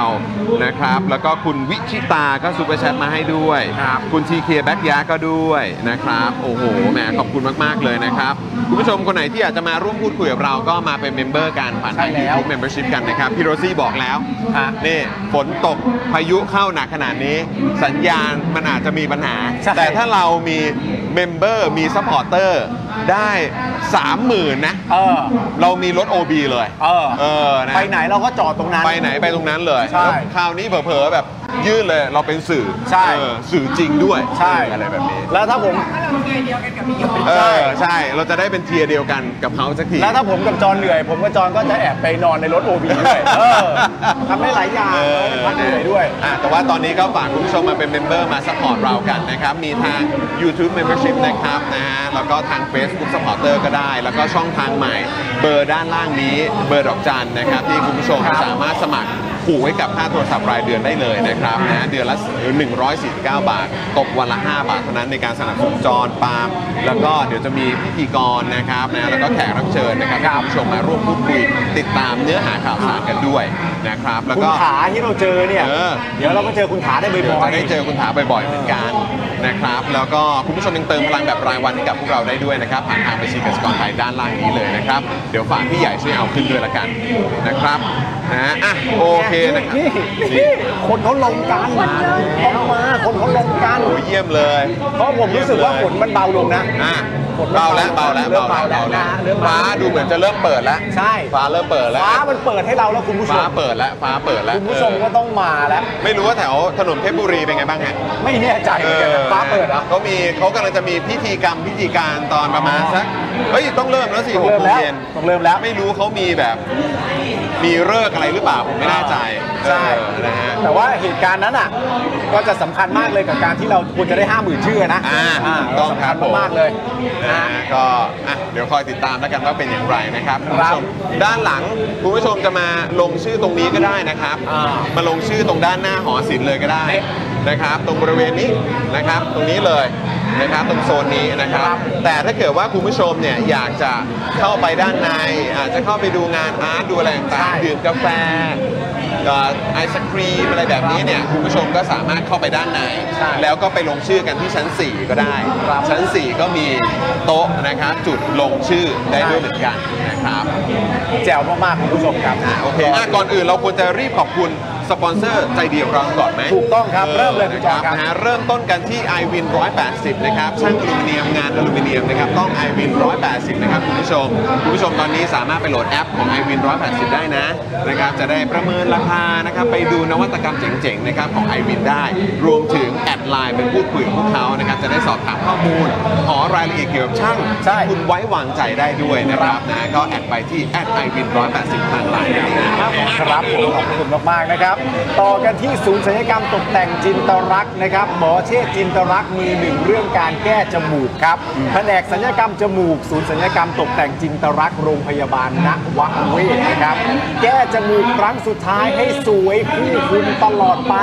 นะครับ แล้วก็คุณวิชิตาก็ซูเปอร์แชทมาให้ด้วย
ครับ
คุณ TK แบ็กยาก็ด้วยนะครับ โอ้โหแหมขอบคุณมาก ๆ เลยนะครับ คุณผู้ชมคนไหนที่อยากจะมาร่วมพูดคุยกับเราก็มาเป็นเมมเบอร์กันผ่านทาง
ใช่แล้ว
YouTube Membership กันนะครับ พี่โรซี่บอกแล้ว
ฮะ
นี่ฝนตกพายุเข้าหนักขนาดนี้ สัญญาณมันอาจจะมีปัญหา
ใช่
แต่ถ้าเรามีเมมเบอร์มีซัพพอร์เตอร์ได้ 30,000นะ
เออ
เรามีรถ OB เลย
เออ
เออนะ
ไปไหนเราก็จอดตรงนั้น
ไปไหนไปตรงนั้นเลย
ใช่
แล้วคราวนี้เผลอๆแบบยื่นเลยเราเป็นสื่อ
ใช่
เออสื่อจริงด้วย
ใช่
อะไรแบบนี้
แล้วถ้าผม
เอ
ใช่
อใช่เราจะได้เป็นเทียร์เดียวกันกับเขาสักที
แล้วถ้าผมกับจอนเหนื่อย ผมกับจอนก็จะแอบไปนอนในรถโอบีด้วยเออทำได้หลายอย่าง
เออ
พักเหนื่อยด้วย
อ่ะแต่ว่าตอนนี้ก็ฝากคุณผู้ชมมาเป็นเมมเบอร์มาสปอร์ตเรากันนะครับ มีทาง YouTube Membership นะครับนะฮะแล้วก็ทาง Facebook Supporter ก็ได้ แล้วก็ช่องทางใหม่ เบอร์ด้านล่างนี้เบอร์ดอกจันนะครับ ที่คุณผู้ชมสามารถสมัคร ผูกไว้กับค่าโทรศัพท์รายเดือนได้เลยนะครับนะเดือนละ 149 บาท ตกวันละ 5 บาทเท่านั้นในการสนับสนุนจอนปาล์มแล้วก็เดี๋ยวจะมีพิธีกรนะครับนะแล้วก็แขกรับเชิญนะครับที่คุณผู้ชมมาร่วมพูดคุยติดตามเนื้อหาข่าวสารกันด้วยนะครับ แล้ว
คุณ
ก็
ขาที่เราเจอเนี่ย
เออ
เดี๋ยวเราก็เจอคุณขาได้บ่
เดี๋ยว
อย
จะได้เจอคุณถาบ่อยๆเหมือนกันนะครับ แล้วก็คุณผู้ชมยังเติมพลังแบบรายวันให้กับพวกเราได้ด้วยนะครับ ผ่านทางบัญชีกสิกรไทยด้านล่างนี้เลยนะครับ เดี๋ยวฝากพี่ใหญ่ช่วยเอาขึ้นด้วยละกันนะครับนะอ่ะโอ
ๆ
เคนะครับ
นี่
นี่
คนเขาลงกันคนเยอะมาคนเขาลงกัน
โอ้ยเยี่ยมเลย
เพราะผมรู้สึกว่าฝนมันเบาลงนะ
อ่ะ
ฝน
เบาแล้วเบาแล้ว
เริ่มเบาแล้วนะเริ่มเบา
ฟ้าดูเหมือนจะเริ่มเปิดแล้ว
ใช่
ฟ้าเริ่มเปิดแล้ว
ฟ้ามันเปิดให้เราแล้วคุณผู้ช
ฟ้าม เปิดแล้วฟ้าเปิดแล้ว
คุณผู้ชมก็
เออ
ต้องมาแล้ว
ไม่รู้ว่าแถวถนนเพชรบุรีเป็นไงบ้างฮะ
ไม่แน่ใจเหมือนกันนะฟ้าเปิดเหรอ่ะ
เขามีเขากำลังจะมีพิธีกรรมพิธีการตอนประมาณสักเฮ้ยต้องเริ่มแล้วสิ
ต้อง
หก
เริ่ม
โมง
แล้ว
เย็น
ต้องเริ่มแล้ว
ไม่รู้เขามีแบบ มีเลิกษ์อะไรหรือเปล่าผมไม่แน่ใจ
ใช่
เออนะฮะ
แต่ว่าเหตุการณ์นั้นอ่ะ ก็จะสำคัญมากเลยกับการที่เราควรจะได้ 5 0,000 ชื่อนะ
อ่าถูกต้อง
สำ
ค
คั
รั
ญ
บผม
มากๆเลย
นะ
นะ
ฮะก็อ่ะเดี๋ยวคอยติดตามแล้วกันว่าเป็นอย่างไรนะครับคุณ
ครั
ผู้
บ
ชมด้านหลังคุณผู้ชมจะมาลงชื่อตรงนี้ก็ได้นะครับ
อ่า
มาลงชื่อตรงด้านหน้าหอศิลป์เลยก็ได้
เอ๊ะ
นะครับ ตรงบริเวณนี้นะครับ ตรงนี้เลยนะครับตรงโซนนี้นะครับ
ครับ
แต่ถ้าเกิดว่าคุณผู้ชมเนี่ยอยากจะเข้าไปด้านในอาจจะเข้าไปดูงานอาร์ตดูอะไร
ใช่
ต่างๆดื่มกาแฟเอ่อไอศครีมอะไรแบบนี้เนี่ยคุณผู้ชมก็สามารถเข้าไปด้านใน
ใช่
แล้วก็ไปลงชื่อกันที่ชั้น 4 ก็ได้
ครับ
ชั้น 4 ก็มีโต๊ะนะครับ จุดลงชื่อได้ด้วย
ใช่
เหมือนกันนะครับ
แจ๋วมากๆคุณผู้ชมครับ
อ่ะโอเคอ่ะก่อนอื่นเราควรจะรีบขอบคุณ สปอนเซอร์ใจดีของเราก่อนไหม
ถูกต้องครับ เริ่มเลยคุณ
นะค
จ
รั
อ
บ
มครับ
นะฮะเริ่มต้นกันที่ i w i n 180 นะครับ ช่างอลูมิเนียมงานอลูมิเนียมนะครับ ต้อง i w i n 180 นะครับ คุณผู้ชม คุณผู้ชมตอนนี้สามารถไปโหลดแอปของ i w i n 180 ได้นะนะครับ จะได้ประเมินราคานะครับ ไปดูนวัตกรรมเจ๋งๆนะครับของ i w i n ได้ รวมถึงแอดไลน์ไปพูดคุยกับพวกเขานะครับ จะได้สอบถามข้อมูล ขอรายละเอียดเกี่ยวกับช่าง
ใช่
ที่คุณไว้วางใจได้ด้วยนะครับนะ ก็แอดไปที่แอด i w i n 180ทางไลน์นะครับ
ครับผมขอบคุณมากๆนะครับ ต่อกันที่ศูนย์ศัลยกรรมตกแต่งจินตรักษณ์นะครับหมอเชษฐ์จินตรักษณ์มือหนึ่งเรื่องการแก้จมูกครับแผนกศัลยกรรมจมูก ศูนย์ศัลยกรรมตกแต่งจินตรักษณ์โรงพยาบาลนวเวศนะครับ แก้จมูกครั้งสุดท้ายให้สวยคู่คุณตลอดไป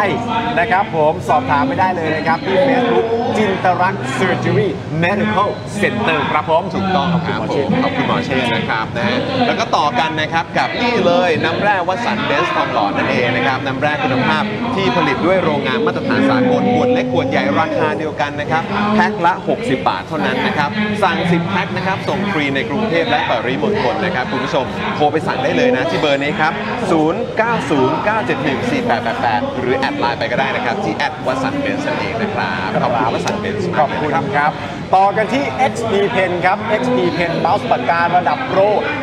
นะครับ ผมสอบถามไปได้เลยนะครับที่เฟซบุ๊กจินตรักเซอร์เจอรี่เมดิคอลเซ็นเตอร์ครับผม
ถูกต้อง
ขอบ
ค
คุณ
รับ
ห
ผมขอบ
มอเชษฐ์
คุณหมอเชษฐ์นะครับนะฮะแล้วก็ต่อกันนะครับกับนี่เลยน้ำแร่วัดสันเบสทองหล่อนั่นเองนะครับ น้ำแร่คุณภาพ ที่ผลิตด้วยโรงงานมาตรฐานสากลขวดเล็กขวดใหญ่ราคาเดียวกันนะครับแพ็คละ 60 บาทเท่านั้นนะครับ สั่ง 10 แพ็คนะครับ ส่งฟรีในกรุงเทพและปริมณฑลนะครับ คุณผู้ชมโทรไปสั่งได้เลยนะที่เบอร์นี้ครับ 0909714888 หรือแอดไลน์ไปก็ได้นะครับ ที่แอดวัสันเบนซ์นั่นเองนะครับขอบคุณวัสันเบนซ์
ขอบคุณครับ ต่อกันที่ XP Pen ครับ XP Pen เมาส์ปากการะดับโปร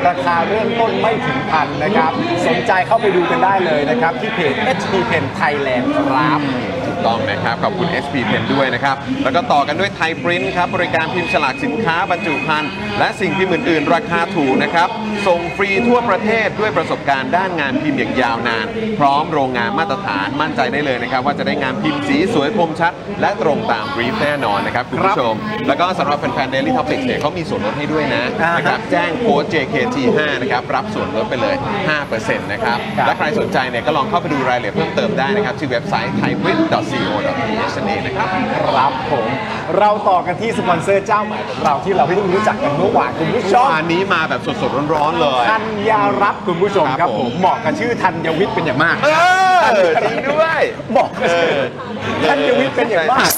ราคาเริ่มต้นไม่ถึงพันนะครับ สนใจเข้าไปดูกันได้เลยนะครับ ที่เพจ XP Pen Thailand ครับ
ถูกต้องนะครับ ขอบคุณ SP Pen ด้วยนะครับ แล้วก็ต่อกันด้วยไทยปริ้นครับ บริการพิมพ์ฉลากสินค้าบรรจุภัณฑ์และสิ่งพิมพ์อื่นๆ ราคาถูกนะครับ ส่งฟรีทั่วประเทศด้วยประสบการณ์ด้านงานพิมพ์อย่างยาวนาน พร้อมโรงงานมาตรฐานมั่นใจได้เลยนะครับ ว่าจะได้งานพิมพ์สีสวยคมชัด และตรงตามบรีฟแน่นอนนะครับคุณผู้ชม แล้วก็สำหรับแฟนๆ Daily Topics เนี่ยเขามีส่วนลดให้ด้วยนะ
อ่าฮะ
นะครับ แจ้งโค้ด JKT5 นะครับ รับส่วนลดไปเลย 5%นะครับ
ครับ
และใครสนใจเนี่ยก็ลองเข้าไปดูรายละเอียดเพิ่มเติมได้นะครับ ที่เว็บไซต์ thaiwin.co.th นั่นเองนะครับ
ครับผม เราต่อกันที่สปอนเซอร์เจ้าใหม่ของเราที่เราเพิ่งรู้จักกันเมื่อวานคุณผู้ช
เมื่อ
ม
วานนี้มาแบบสดๆ ร้อนๆ เลย
ธัญารัตน์คุณผู้ชม
ค
ค
รั
รั
บบ ผ
ผม มเหมาะกับชื่อธัญวิทย์เป็นอย่างมาก
เออจริงด้วย
เหมาะกับชื่อธัญวิทย์เป็นอย่างมาก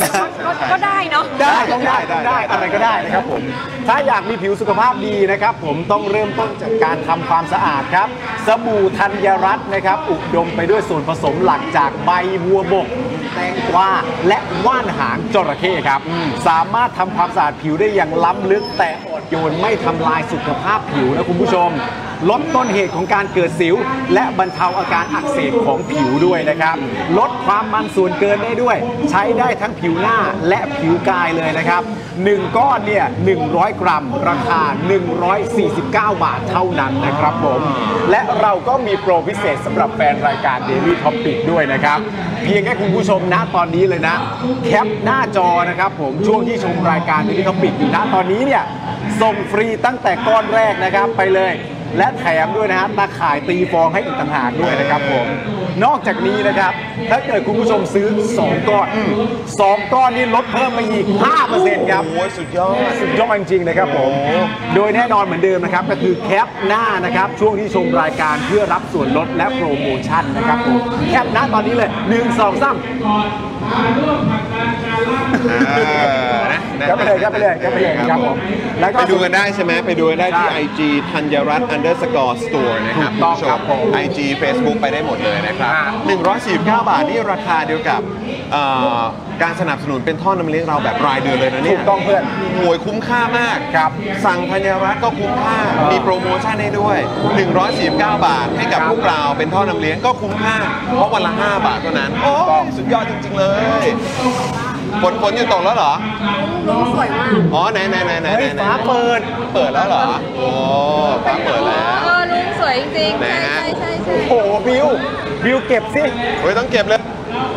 ก็ก็ได้เนาะ
ได้ต้องได้ต้องได้อะไรก็ได้นะครับผม ถ้าอยากมีผิวสุขภาพดีนะครับ ผมต้องเริ่มต้นจากการทำความสะอาดครับ สบู่ธัญรัตน์นะครับ อุดมไปด้วยส่วนผสมหลักจากใบบัวบก แตงกวาและว่านหางจระเข้ครับ สามารถทำความสะอาดผิวได้อย่างล้ำลึกแต่อ่อนโยนไม่ทำลายสุขภาพผิวนะคุณผู้ชม ลดต้นเหตุของการเกิดสิว และบรรเทาอาการอักเสบของผิวด้วยนะครับ ลดความมันส่วนเกินได้ด้วย ใช้ได้ทั้งผิวหน้าและผิวกายเลยนะครับ 1 ก้อนเนี่ย 100 กรัม ราคา 149 บาทเท่านั้นนะครับผม และเราก็มีโปรพิเศษสำหรับแฟนรายการ Daily Topic ด้วยนะครับ เพียงแค่คุณผู้ชมนะตอนนี้เลยนะ แคปหน้าจอนะครับผมช่วงที่ชมรายการ Daily Topic อยู่นะตอนนี้เนี่ย ส่งฟรีตั้งแต่ก้อนแรกนะครับไปเลย และแถมด้วยนะฮะตาข่ายตีฟองให้อีกต่างหากด้วยนะครับผม นอกจากนี้นะครับ ถ้าเกิดคุณผู้ชมซื้อ 2 ก้อน 2 ก้อนนี้ลดเพิ่มไปอีก 5%ครับ
โอ้ยสุดยอด
สุดยอดจริงๆนะครับผม โดยแน่นอนเหมือนเดิมนะครับ ก็คือแคปหน้านะครับ ช่วงที่ชมรายการเพื่อรับส่วนลดและโปรโมชั่นนะครับผม แคปหน้าตอนนี้เลย 1 2 3
เออนะนะ
แคปไปเลยแคปไปเลยแคปไปเลยครับผมแล้วก็
ไปดูกันได้ใช่ไหมไปดูกันได้ที่
ใช่
IG ธัญรัตน์ underscore store นะครับ
ถูกต้อง
ณผู้ช
ครับผม
IG Facebook ไปได้หมดเลยนะครับ
อ่า
149 บาท นี่ราคาเดียวกับเอ่อการสนับสนุนเป็นท่อนำเลี้ยงเราแบบรายเดือนเลยนะเนี่ย
ถูกต้องเพื่อน
หวยคุ้มค่ามาก
ครับ
สั่งธัญรัตน์ก็คุ้มค่า
อ่ามี
มีโปรโมชั่นให้ด้วย 149 บาทให้กับ
ครับ
พวกเราเป็นท่อนำเลี้ยงก็คุ้มค่า เพราะวันละ 5 บาทเท่านั้น โอ้ยสุดยอดจริง ๆ เลย ฝนฝนอยู่ตกแล้วเหรอ อ๋อ ไหนไหนไหนไหน
เฮ้ย
ไหน
ฟ้าเปิด
เปิดแล้วเหรอ โอ้ฟ้าเปิดแล้ว
เออลุงสวยจริงๆ
นะ
ใช่
ฮะ
ใช่ใช่ใช่
โอ้โหบิวบิวเก็บสิ
โอ้ยต้องเก็บเลย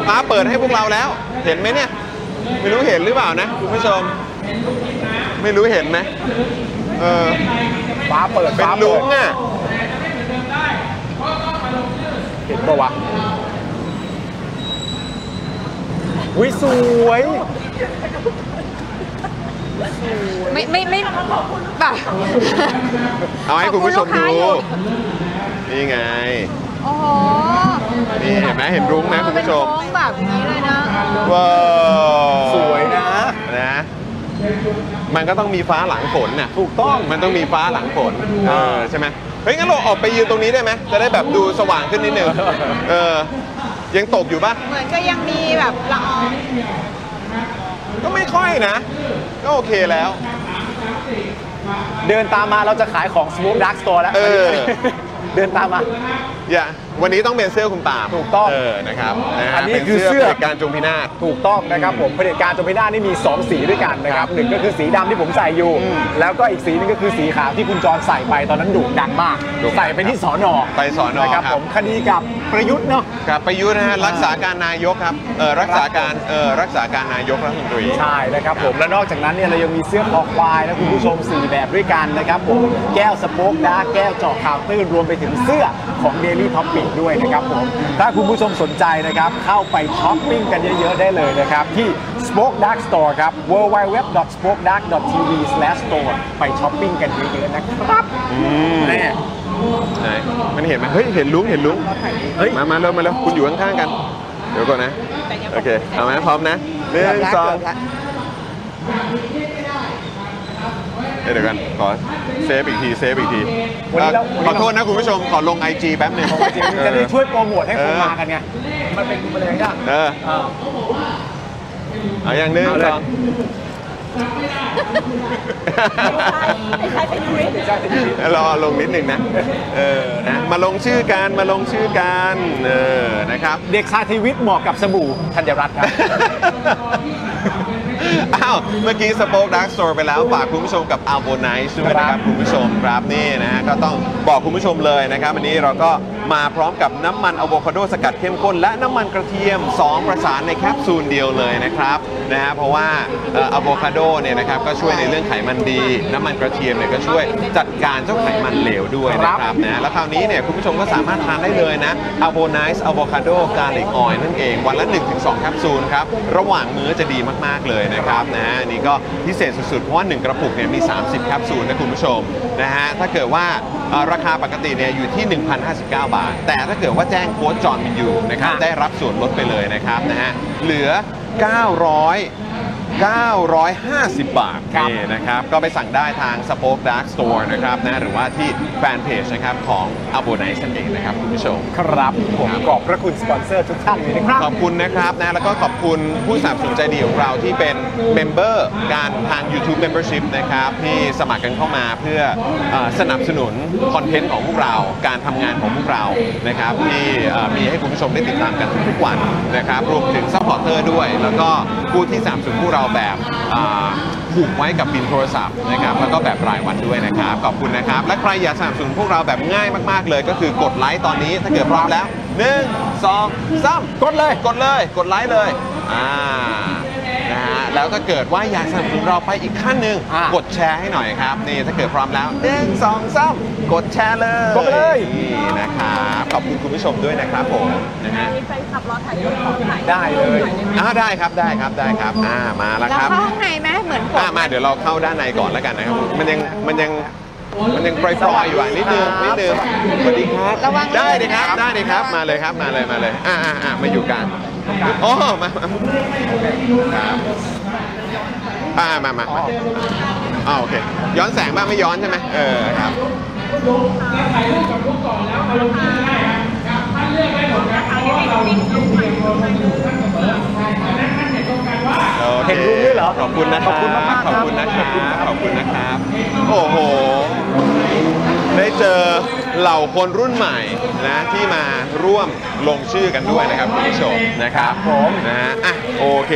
ฟ้าเปิดให้พวกเราแล้ว เห็นไหมเนี่ย ไม่รู้เห็นหรือเปล่านะคุณผู้ชม ไม่รู้เห็นไหมเออ
ฟ้าเปิด
เป็น
ฟ้า
ลุ
เปิด
งอ่ะ
เห็นปะวะวิสวย
ไม่ไม่ไม่แบบ
เอาให้คุณผู้ชม
ขอบคุณลูกค้า
ดู
อยู่
นี่ไง
โอ้โห
นี่เห็นไหมเห็นรุ้งไหมคุณผู้ชม
เออเป็นโค้งแบบนี้เลยนะ
ว้าว
สวยนะ
นะ มันก็ต้องมีฟ้าหลังฝนน่ะ
ถูกต้อง
มันต้องมีฟ้าหลังฝนเออใช่ไหมเฮ้ยงั้นเราออกไปยืนตรงนี้ได้ไหม จะได้แบบดูสว่างขึ้นนิดนึง เออ ยังตกอยู่ปะ
เหมือนก็ยังมีแบบละออง
ก็ไม่ค่อยนะ ก็โอเคแล้ว
เดินตามมาเราจะขายของ Smoke Dark Store แล้ว
เออ
เดินตามมา
อย่า วันนี้ต้องเป็นเสื้อคุณปาล์ม
ถูกต้อง
เออ นะครับะฮะ
อันนี้
ป็
คือเสื้อ
ผด็จการจงพินาศ
ถูกต้องนะครับผมเผด็จการจอมพินาศนี่มี 2 สีด้วยกันนะครับหนึ่งก็คือสีดำที่ผมใส่อยู่ แล้วก็อีกสีหนึงก็คือสีขาวที่คุณจรใส่ไปตอนนั้นโดุดังมาก
โด่งดัง
ใส่ไปที่สอนอ
ไปสอนอ
นะครับ
ครับ
ผมคดีกับประยุทธ์เนาะ
ครับประยุทธ์นะฮะรักษาการนายกครับเออรักษาการเออรักษาการนายกรัฐมนตรี
ใช่นะครับผมและนอกจากนั้นเนี่ยเรายังมีเสื้อคอควายนะคุณผู้ชม 4 แบบด้วยกันนะครับผมแก้วสโป๊กดาร์กแก้วเจาะข่าวตื้นรวมไปถึงเสื้อของ Daily t o p i c ด้วยนะครับผมถ้าคุณผู้ชมสนใจนะครับ เข้าไปช้อปปิ้งกันเยอะๆได้เลยนะครับ ที่ Spoke Dark Store ครับ w w w s p o k e d a r k t v s t o r e ไปช้อปปิ้งกันเยอะๆนะครับ
ม
แน่
ไหนมันเห็นไหมเฮ้ยเห็นลุงเห็นลุงเฮ้ยมามาเร็วมาเร็วคุณอยู่ข้างๆกัน เดี๋ยวก่อนนะ โอเคเอาไหมพร้อมนะหนึ่งสองเอ้ยเดี๋ยวกันขอเซฟอีกทีเซฟอีกที
วันนี้เรา
เอ่อขอโทษนะคุณผู้ชมขอลง IG แป๊บหนึง
จริงๆจะได้ช่วยโปรโมทให้คนมากันไง มันเป็นอะไรยาก
เออเอาอย่างหนึ่งสองรอลงนิดหนึ่งนะ เออ นะ มาลงชื่อกัน มาลงชื่อกัน เออ นะครับ
เด็กชาติวิทย์เหมาะกับสบู่ธัญรัตน์ครับ
อ้าว เมื่อกี้สป o อ e ดักสโตร์ไปแล้ว ฝากคุณผู้ชมกับอัลโบไนซ์ด้วยนะครับ คุณผู้ชมครับนี่นะฮะก็ต้องบอกคุณผู้ชมเลยนะครับวันนี้เราก็มาพร้อมกับน้ำมันอะโวคาโดสกัดเข้มข้น และน้ำมันกระเทียม 2 ประสานในแคปซูลเดียวเลยนะครับนะฮะเพราะว่าเอ่อะโวคาโดเนี่ยนะครับก็ช่วยในเรื่องไขมันดี น้ำมันกระเทียมเนี่ยก็ช่วยจัดการเจ้าไขมันเหลวด้วยนะครับ ครับนะแล้วคราวนี้เนี่ยคุณผู้ชมก็สามารถทานได้เลยนะอ v o n i c e Avocado Garlic Oil นั่นเอง วันละ 1-2 แคปซูลครับ ระหว่างมื้อจะดีมาก ๆ เลยนะครับนะฮะอันนี่ก็พิเศษสุด ๆ เพราะว่า 1 กระปุกเนี่ยมี 30 แคปซูลนะคุณผู้ชมนะฮะถ้าเกิดว่าเอ่อราคาปกติเนี่ยอยู่ที่ 1,059 บาท แต่ถ้าเกิดว่าแจ้งโค้ดจอห์นวินยูนะครับ ได้รับส่วนลดไปเลยนะครับนะฮะเหลือ 900 950 บาท
ครับ
นี่นะครับ ก็ไปสั่งได้ทาง Spoke Dark Store นะครับนะหรือว่าที่แฟนเพจนะครับของ a b o n i c e นั่นเองนะครับ คุณผู้ชม
ครับผมขอบพระคุณสปอนเซอร์ทุกท่านเลยนะครับ
ขอบคุณนะครับนะแล้วก็ขอบคุณผู้สนับสนุนใจดีของเราที่เป็นเมมเบอร์การทาง YouTube Membership นะครับ ที่สมัครกันเข้ามาเพื่อเออสนับสนุนคอนเทนต์ของพวกเรา การทำงานของพวกเรานะครับที่เอ่อมีให้คุณผู้ชมได้ติดตามกันทุกๆวันนะครับรวมถึงซัพพอร์เตอร์ด้วย แล้วก็ผู้ที่สนับสนุนพวกเราแบบอ่าผูกไว้กับบินโทรศัพท์นะครับแล้วก็แบบรายวันด้วยนะครับขอบคุณนะครับ และใครอยากสนับสนุนพวกเราแบบง่ายมากๆเลย ก็คือกดไลค์ตอนนี้ถ้าเกิดพร้อมแล้วหนึ่งสองสาม
กดเลย
กดเลยกดไลค์เลยอ่านะฮะแล้วถ้าเกิดว่าอยากสนับสนุนเราไปอีกขั้นหนึ่ง
อ่ะ
กดแชร์ให้หน่อยครับ นี่ถ้าเกิดพร้อมแล้วหนึ่งสองสามกดแชร์เลย
กดไปเลย
นี่นะครับขอบคุณคุณผู้ชมด้วยนะครับผมนะฮะ
ได้เลย
อ่าได้ครับได้ครับได้ครับอ่ามาแล้ว
เรา
ครับ
เข้าข้างในไหมเหมือนผม
อ่ามาเดี๋ยวเราเข้าด้านในก่อนแล้วกันนะครับมันยังมันยังมันยังปล่อยๆอยู่อ่ะนิดนึงนิดนึงสวัสดีครับ
ระวัง
ได้เลยครับ
ระวัง
ได้เลยครับมาเลยครับมาเลยมาเลยอ่าอ่าอ่ามาอยู่กันอ๋อมามา อ่ามามามาอ่าโอเค ย้อนแสงบ้างไม่ย้อนใช่ไหมเออครับโอค
เห็นรูปด้วยเหรอ
ขอบคุณนะครับ
ขอบคุณมากๆค
ข
รั
อบบ คุณนะครับขอบคุณนะครับ โอ้โห ได้เจอเหล่าคนรุ่นใหม่นะที่มาร่วมลงชื่อกันด้วยนะครับคุณผู้ชมนะครับผมนะฮะอ่ะโอเค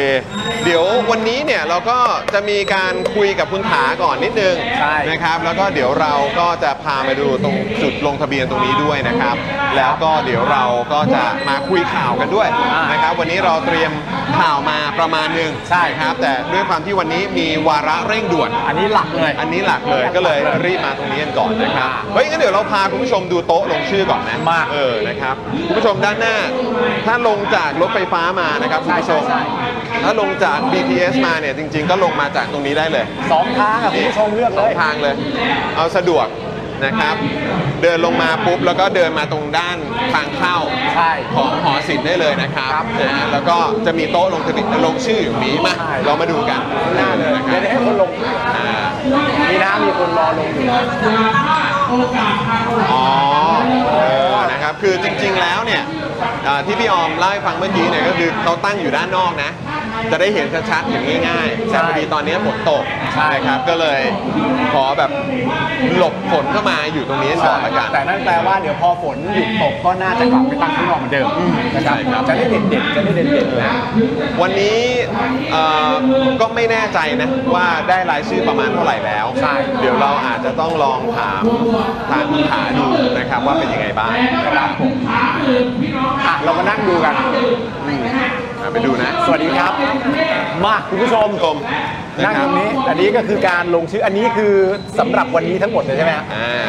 เดี๋ยววันนี้เนี่ยเราก็จะมีการคุยกับคุณถาก่อนนิดนึง
ใช่
นะครับแล้วก็เดี๋ยวเราก็จะพามาดูตรงจุดลงทะเบียนตรงนี้ด้วยนะครับ แล้วก็เดี๋ยวเราก็จะมาคุยข่าวกันด้วยนะครับวันนี้เราเตรียมข่าวมาประมาณหนึงใช่ครับ แต่ด้วยความที่วันนี้มีวาระเร่งด่วน
อันนี้หลักเลย
อันนี้หลักเลยก็เลยรีบมาตรงนี้กันก่อนนะครับ เฮ้ยงั้นเดี๋ยวเราพาคุณผู้ชมดูโต๊ะลงชื่อก่อนนะ
มา
เออนะครับคุณผู้ชมด้านหน้า ถ้าลงจากรถไฟฟ้ามานะครับคุณผู้ชม ถ้าลงจาก BTS มาเนี่ยจริง ๆ ก็ลงมาจากตรงนี้ได้เลย
สองทางอ่ะคุณผู้ชมเลือก
ส
เล
อง
ย
ทางเลย เอาสะดวกนะครับ เดินลงมาปุ๊บแล้วก็เดินมาตรงด้านทางเข้า
ใช่
ของหอศิลป์ได้เลยนะครับนะฮะแล้วก็จะมีโต๊ะลงทะเบียนลงชื่ออยู่ตรงนี้มา
ใช่
เรามาดูกันข้างหน้าเลยนะค
เดี๋
รับ
ยวได้ให้คนลง
อ่า
มีนะมีคนรอลงอยู่
อ๋อเออนะครับ คือจริงๆ แล้วเนี่ยอ่าที่พี่ออมเล่าให้ฟังเมื่อกี้เนี่ยก็คือเขาตั้งอยู่ด้านนอกนะ จะได้เห็นชัดๆอย่างง่ายๆแต่พอดีตอนนี้ฝนตก
ใช่
ครับ ก็เลยขอแบบหลบฝนเข้ามาอยู่ตรงนี้ก่อนละกัน
แต่นั่นแปลว่าเดี๋ยวพอฝนหยุดตกก็น่าจะกลับไปตั้งข้างนอกเหมือนเดิมนะครับ
ใช่ครับ
จะได้เด็ดเด็ดๆจะได้เด็ดเด็ดๆนะ
วันนี้เอ่อก็ไม่แน่ใจนะว่าได้รายชื่อประมาณเท่าไหร่แล้ว
ใช่
เดี๋ยวเราอาจจะต้องลองถามทางคุณถาดูนะครับว่าเป็นยังไงบ้าง
ครับผมอ่ะเรามานั่งดูกัน
อ่ะไปดูนะ
สวัสดีครับ มาคุณผู้ชม
ชม
นั่ง
นะครับ
ตรงนี้ อันนี้ก็คือการลงชื่อ อันนี้คือสำหรับวันนี้ทั้งหมดเลยใช่ไหมฮะ
อ่า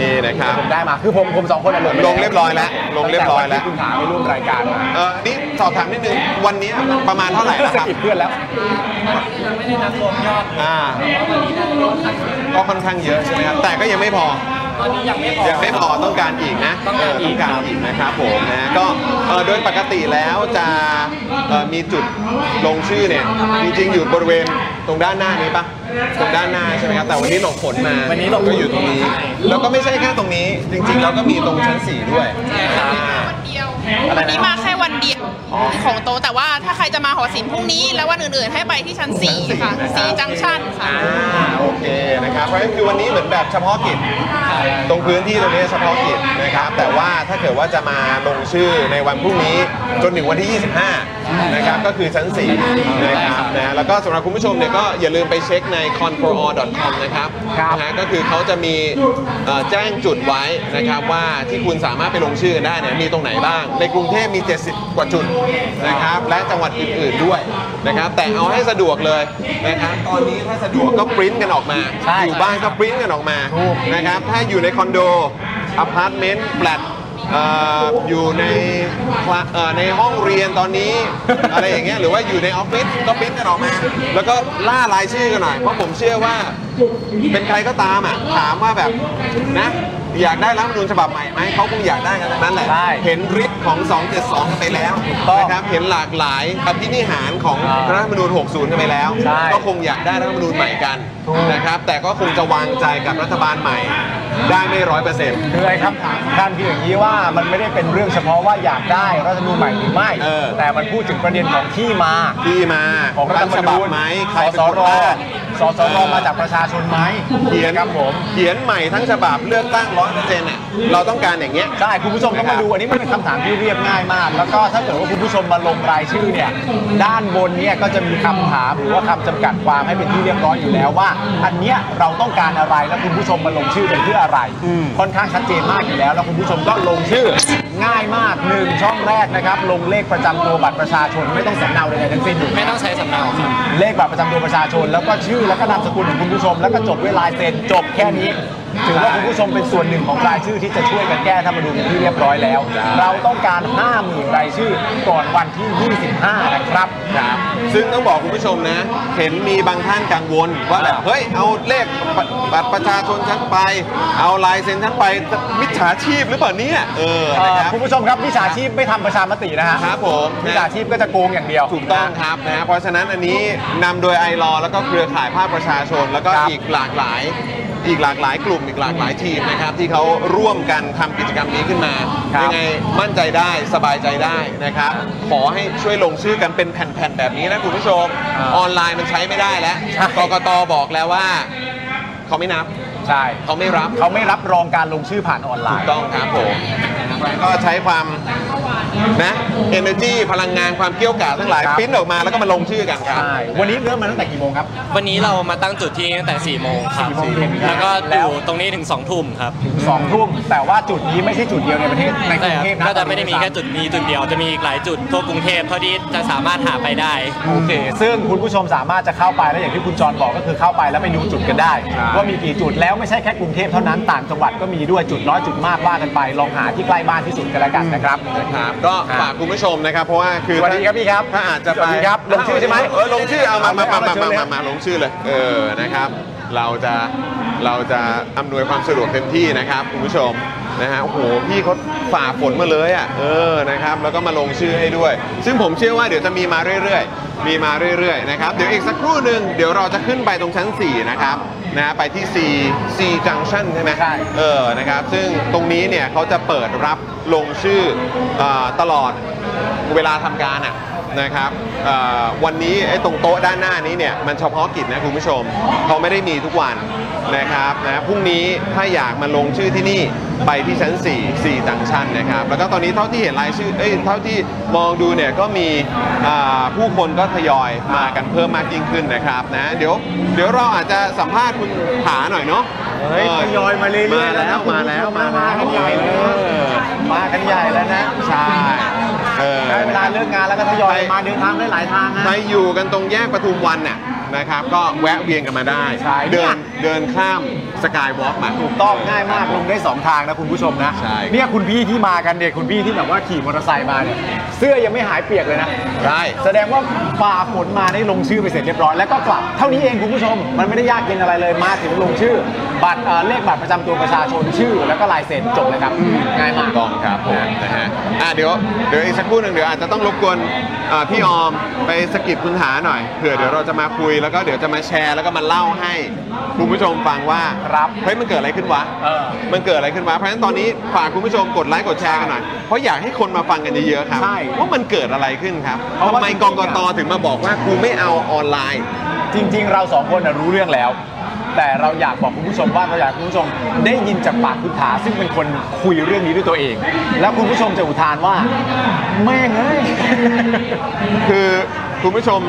นี่นะครับ
ผมได้มา คือผมผมสองคนอะลงไป
ลงเรียบร้อยแล้วลงเรียบร้อยแล้ว
ตั้งต่นที่คุณถามไปร่วมรายการมา
เออนี่สอบถามนิดนึง วันนี้ประมาณเท่าไหร่แล้วค
สะ
รับ
กิดเพื่อนแล้ว
อ่า ก็ค่อนข้างเยอะใช่ไหมครับ แต่ก็ยังไม่พอ
ตอนนี้ยังไม่พอ
ยังไม่พอต้องการอีกนะ
ต้องการอีก
เต้องการอีกนะครับผมนะก็เอ่อโดยปกติแล้วจะเอ่อมีจุดลงชื่อเนี่ยจริงๆอยู่บริเวณตรงด้านหน้านี้ปะตรงด้านหน้าใช่ไหมครับแต่วันนี้หลงผลมา
วันนี้หลบฝน
ก็อยู่ตรงนี้
ใช่
แล้วก็ไม่ใช่แค่ตรงนี้ จริงๆแล้วก็มีตรงชั้นสี่ด้วย
ใช่ครับ
อ่า
เดียว
อะไร
วั
นะ
นนี้มาแค่วันเดียวของโตะแต่ว่าถ้าใครจะมาหอศิลป์พรุ่งนี้ แล้ววันอื่นๆ ให้ไปที่ชั้น 4 ค่ะ
นะรับ
4จังชันค่ะ
อ่าโอเคนะครับเพราะฉะนั้นคือวันนี้เหมือนแบบเฉพาะกิจ ตรงพื้นที่ตรงนี้เฉพาะกิจนะครับ แต่ว่าถ้าเกิดว่าจะมาลงชื่อในวันพรุ่งนี้จนถึงวันที่ 25 นะครับ ก็คือชั้น 4 นะครับนะแล้วก็สำหรับคุณผู้ชมเนี่ยก็อย่าลืมไปเช็คใน c o n p r o c o m นะครับ
ครับ
นะฮะก็คือเขาจะมีเอ่อแจ้งจุดไว้นะครับว่าที่คุณสามารถไปลงชื่อกันได้เนี่ยมีตรงไหนบ้าง ในกรุงเทพมี 70 กว่าจุดนะครับและจังหวัดอื่นๆด้วยนะครับแต่เอาให้สะดวกเลยนะครับตอนนี้ถ้าสะดวกก็ปริ้นกันออกมา
ใช่
อยู่บ้านก็ปริ้นกันออกมานะครับ ถ้าอยู่ในคอนโดอพาร์ตเมนต์แฟลตเอ่ออยู่ในคลาเอ่อในห้องเรียนตอน นี้ อะไรอย่างเงี้ยหรือว่าอยู่ในออฟฟิศก็ปริ้นกันออกมา แล้วก็ล่ารายชื่อกันหน่อยเพราะผมเชื่อว่า เป็นใครก็ตามอ่ะถามว่าแบบนะ อยากได้รัฐธรรมนูญฉบับใหม่ไหมเขาคงอยากได้กันทั้งนั้นแหละ
ใช่
เห็นฤทธิ์ของ 272กันไปแล้ว
ถูกต้อง
นะครับเห็นหลากหลายอภินิหารของ
อ่า
รัฐธรรมนูญ 60 กันไปแล้ว
ใช่
ก็คงอยากได้รัฐธรรมนูญใหม่กัน
ถูก
นะครับ แต่ก็คงจะวางใจกับรัฐบาลใหม่ ได้ไม่ร้อยเปอร์เซ็นต์
คือไอ้คำถามท่านคืออย่างนี้ว่ามันไม่ได้เป็นเรื่องเฉพาะว่าอยากได้รัฐธรรมนูญใหม่หรือไม่
เออ
แต่มันพูดถึงประเด็นของที่มา
ที่มา
ของรัฐ
รั
ธ
ฐ
รรม
ฉบั
นู
บ
ญ
ไหมใครเป็น
ส
ค
ส
น
ร
ร่าง
สสรมาจากประชาชนไหม
เขียน
ครับผม
เขียนใหม่ทั้งฉบับเลือกตั้งร้อยเปอร์เซ็นต์เนี่ยเราต้องการอย่างเงี้ย
ใช่คุณผู้ชมต้องมาดูอันนี้มันเป็นคำถามที่เรียบง่ายมาก แล้วก็ถ้าเกิดว่าคุณผู้ชมมาลงรายชื่อเนี่ยด้านบนเนี่ยก็จะมีคำถามหรือว่าคำจำกัดความให้เป็นที่เรียบร้อยอยู่แล้วว่า อันเนี้ยเราต้องการอะไรและคุณผู้ชมมาลงชื่อกันเพื่ออะไรค่อนข้างชัดเจนมากอยู่แล้ว แล้วคุณผู้ชมก็ลงชื่อ ง่ายมากหนึ่งช่องแรกนะครับ ลงเลขประจำตัวบัตรประชาชนไม่ต้องสำเนาใดๆทั้งสิ้นอยู่
ไม่ต้องใช้สำเนาครับ
เลขบัตรประจำตัวประชาชน แล้วก็ชื่อแล้วก็นามสกุลของคุณผู้ชม แล้วก็จบด้วยลายเซ็นจบแค่นี้ถือว่าคุณผู้ชมเป็นส่วนหนึ่งของรายชื่อที่จะช่วยกันแก้ธรรมนูญเป็นที่เรียบร้อยแล้ว เราต้องการ 50,000 รายชื่อก่อนวันที่ 25 นะครับ
ซึ่งต้องบอกคุณผู้ชมนะ เห็นมีบางท่านกังวลว่าแบบ
อ่า
เฮ้ย เอาเลขบัตรบัตรประชาชนฉันไป เอาลายเซ็นฉันไป มิจฉาชีพหรือเปล่าเนี่ย เออ
เอ่
นะค
อ
รับ
คุณผู้ชมครับวิชาชีพไม่ทำประชามตินะฮะ
ครับผม
วิ
นะ
ชาชีพก็จะโกงอย่างเดียว
ถูกต้องครับนะ เพราะฉะนั้นอันนี้นำโดยไอรอแล้วก็เครือข่ายภาคประชาชน แล้วก็
ครับ
อีกหลากหลาย อีกหลากหลายกลุ่ม อีกหลากหลายทีมนะครับ ที่เขาร่วมกันทำกิจกรรมนี้ขึ้นมา
ครับ
ยัไงมั่นใจได้สบายใจได้นะครับ ขอให้ช่วยลงชื่อกันเป็นแผ่นๆแบบนี้นะคุณผู้ชม ออนไลน์มันใช้ไม่ได้แล้วกกตบอกแล้วว่า เขาไม่นับ
ใช่
เขาไม่รับ
เขาไม่รับรองการลงชื่อผ่านออนไล
ถูก
น์
ต้องครับผมก็ใช้ความนะ energy พลังงานความเกี้ยวกาดทั้งหลาย
ครับ
ปริ้นออกมาแล้วก็มาลงชื่อกันครับ
ใช่วันนี้เริ่มมาตั้งแต่กี่โมงครับ
วันนี้เรามาตั้งจุดที่นี่ตั้งแต่4ี่โมงครับ
สี่โมงเย็นครับ
แล้วก็
แล้
อยู่
ว
ตรงนี้ถึง2องทุ่มครับ
สองทุ่มแต่ว่าจุดนี้ไม่ใช่จุดเดียวในประเทศในกรุ
แต่
งเทพนะ
ก็จะไม่ได้มีแค่จุดนี้จุดเดียวจะมีอีกหลายจุดทั่วกรุงเทพเท่าที่จะสามารถหาไปได้
โอเค ซึ่งคุณผู้ชมสามารถจะเข้าไปแล้วอย่างที่คุณจรบอกก็คือเข้าไปแล้วไปดูจุดกันได้ ว่ามีกี่จุดแล้วไม่ใช่แค่กรุงเทพเท่านั้นต่างจังหวัดก็มีด้วยจุดน้อยจุดมากว่ากันไป ลองหาที่ใกล้บ้านที่สุดกันแล้วกันนะครับ
ครับก็ฝากคุณผู้ชมนะครับ เพราะว่าคือ
สวัสดีครับพี่ครับ
ถ้าอาจจะไป
สวัสดีครับลงชื่อใช่ไหม
เออลงชื่อเอามามามามามา
เอาเลย
มามาลงชื่อเลยเออนะครับ เราจะเราจะอำนวยความสะดวกเต็มที่นะครับคุณผู้ชมนะฮะโอ้โหพี่เขาฝ่าฝนมาเลยอ่ะเออนะครับ แล้วก็มาลงชื่อให้ด้วย ซึ่งผมเชื่อว่าเดี๋ยวจะมีมาเรื่อยๆ มีมาเรื่อยๆนะครับเดี๋ยวอีกสักครู่หนึ่งเดี๋ยวเราจะขึ้นไปตรงชั้น 4 นะครับนะไปที่ C C Junction ใช่ไหม
ใช่
เออ นะครับ ซึ่งตรงนี้เนี่ยเขาจะเปิดรับลงชื่อเออตลอดเวลาทำการอ่ะนะครับเอ่อวันนี้ไอ้ตรงโต๊ะด้านหน้านี้เนี่ยมันเฉพาะกิจนะคุณผู้ชมเขาไม่ได้มีทุกวันนะครับนะพรุ่งนี้ถ้าอยากมาลงชื่อที่นี่ไปที่ชั้น 4 4ต่างชั้นนะครับ แล้วก็ตอนนี้เท่าที่เห็นรายชื่อเอ้ยเท่าที่มองดูเนี่ยก็มีอ่าผู้คนก็ทยอยมากันเพิ่มมากยิ่งขึ้นนะครับนะเดี๋ยวเดี๋ยวเราอาจจะสัมภาษณ์คุณผาหน่อยเนาะ
เฮ้ยทยอยมาเรื่อยๆ
มา
แล้
แล้ว วมา
นะคุณผู้
แล้ว
ชม
มาแล้ว
มากันใหญ่เลย
เออ
มากันใหญ่แล้วนะ
ใช่เออ
ได้เวลาเลิกงานแล้วก็ทยอยมาเดินทางได้หลายทาง
ไป
นะ
อยู่กันตรงแยกปทุมวันน่ะ นะครับ ก็แวะเวียนกันมาได้
ใช่
เดินเดินข้ามสกายวอล์กมา
ถูกต้องง่ายมากลงได้ 2 ทางนะคุณผู้ชมนะ
ใช่
เนี่ยคุณพี่ที่มากันเนี่ยคุณพี่ที่แบบว่าขี่มอเตอร์ไซค์มาเนี่ยเสื้อยังไม่หายเปียกเลยนะ
ได้
แสดงว่าฝ่าฝนมาได้ลงชื่อไปเสร็จเรียบร้อยแล้วก็กลับเท่านี้เองคุณผู้ชม มันไม่ได้ยากเย็นอะไรเลยมาถึงลงชื่อ บัตรเอ่อเลขบัตรประจำตัวประชาชนชื่อ แล้วก็ลายเซ็นจบเลยครับง่ายมาก
ต้องครับผมนะฮะอ่ะเดี๋ยวเดี๋ยวอีกสักครู่หนึ่งเดี๋ยวอาจจะต้องรบกวนเอ่อพี่ออมไปสกิปคุณหาหน่อยเผื่อเดี๋ยวเราจะมาคุยแล้วก็เดี๋ยวจะมาแชร์แล้วก็มาเล่าให้คุณผู้ชมฟังว่า
ครับ
เฮ้ยมันเกิดอะไรขึ้นวะ
เออ
มันเกิดอะไรขึ้นวะเพราะฉะนั้นตอนนี้ฝากคุณผู้ชมกดไลค์กดแชร์กันหน่อยเพราะอยากให้คนมาฟังกันเยอะๆครับ
ใช่
ว่ามันเกิดอะไรขึ้นครับ
เพราะ
ทำ
ว่า
ไม
จริงๆ
ก
อ่ะ
กตถึงมาบอกว่ากูไม่เอาออนไลน์
จริง ๆ เราสองคนน่ะรู้เรื่องแล้ว แต่เราอยากบอกคุณผู้ชมว่าเราอยากให้คุณผู้ชมได้ยินจากปากคุณถาซึ่งเป็นคนคุยเรื่องนี้ด้วยตัวเอง แล้วคุณผู้ชมจะอุทานว่าแม่งเอ้ย
คือคุณผู้ชม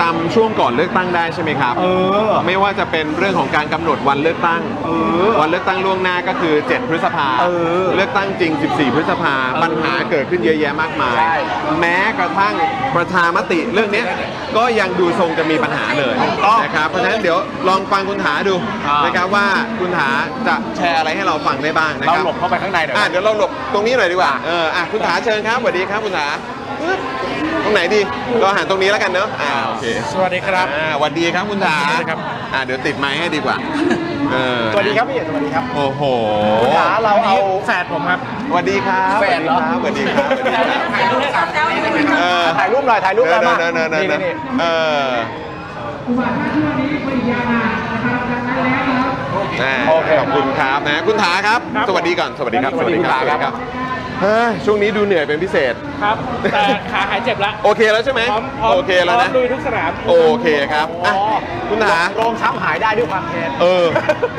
จำช่วงก่อนเลือกตั้งได้ใช่ไหมครับ
เออ
ไม่ว่าจะเป็นเรื่องของการกำหนดวันเลือกตั้ง
เออ
วันเลือกตั้งล่วงหน้าก็คือ 7 พฤษภา
เออ
อกตั้งจริง 14 พฤษภา
เออ
ปัญหาเกิดขึ้นเยอะแยะมากมาย
ใช่
แม้กระทั่งประชามติเรื่องเนี้ยก็ยังดูทรงจะมีปัญหาเลยนะครับ เพราะฉะนั้นเดี๋ยวลองฟังคุณถาดูนะครับว่าคุณถาจะแชร์อะไรให้เราฟังได้บ้างนะ
เรา
ครั
หลบเข้าไปข้างในหน่อย
อ่ะเดี๋ยวเราหลบตรงนี้หน่อยดีกว่า เอออ่ะคุณถาเชิญครับสวัสดีครับคุณถาปึ๊บตรงไหนดี เราหันตรงนี้แล้วกันเนอะอ่าโอเค
สวัสดีครับ
อ่าสวัสดีครับคุณถา
สวัสดีครับ
อ่าเดี๋ยวติดไม้ให้ดีกว่า เออ
สวัสดีครับพี่เอกสวัสดีครับ
โอ้โห
คุณถาเราเอา
แฝดผมครับ
สวัสดีครับ
แฟนเหรอ
สวัสดีครับสวัสดีครับเออ
ถ่ายรูปหน่อยถ่ายรูปหน่อย
เดิ
มาน
เดินเดินเดินเดิน
นี่ๆๆ
เอออ่า
โอเค
ขอบคุณครับนะคุณถาครับ
ครับผม
สวัสดีก่อนสวัสดีครับ
สวัสดีคุณถาครับ
เฮ้ยช่วงนี้ดูเหนื่อยเป็นพิเศษ
ครับ แต่ขาหายเจ็บละ
โอเคแล้วใช่ไหม
พร้อมพร้อม
โอเคแล้ว
พร้
นะ
อมลุยทุกสนาม
โอเคครับอ่ะคุณถา
โรงช้ำหายได้ด้วยความแค้น
เออ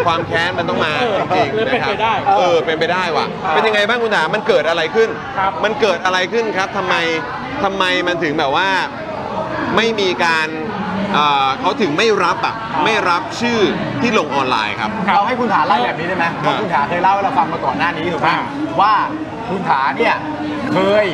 ความแค้นมันต้องมา
เออ
จริงๆ
เป็น
นะครับ
ไปได้
เออเป็นไปได้ว่ะ
ครับ
เป็นยังไงบ้างคุณหนามันเกิดอะไรขึ้น
ครับ
มันเกิดอะไรขึ้นครับทำไมทำไมมันถึงแบบว่าไม่มีการเอ่อเขาถึงไม่รับอ่ะ
ครับ
ไม่รับชื่อที่ลงออนไลน์ครับ
เราให้คุณถาไล่แบบนี้ได้ไหมเพราะคุณถาเคยเล่าให้เราฟังมาก่อนหน้านี้ถูกไหม
อ่า
ว่าคุณถาเนี่ยเคย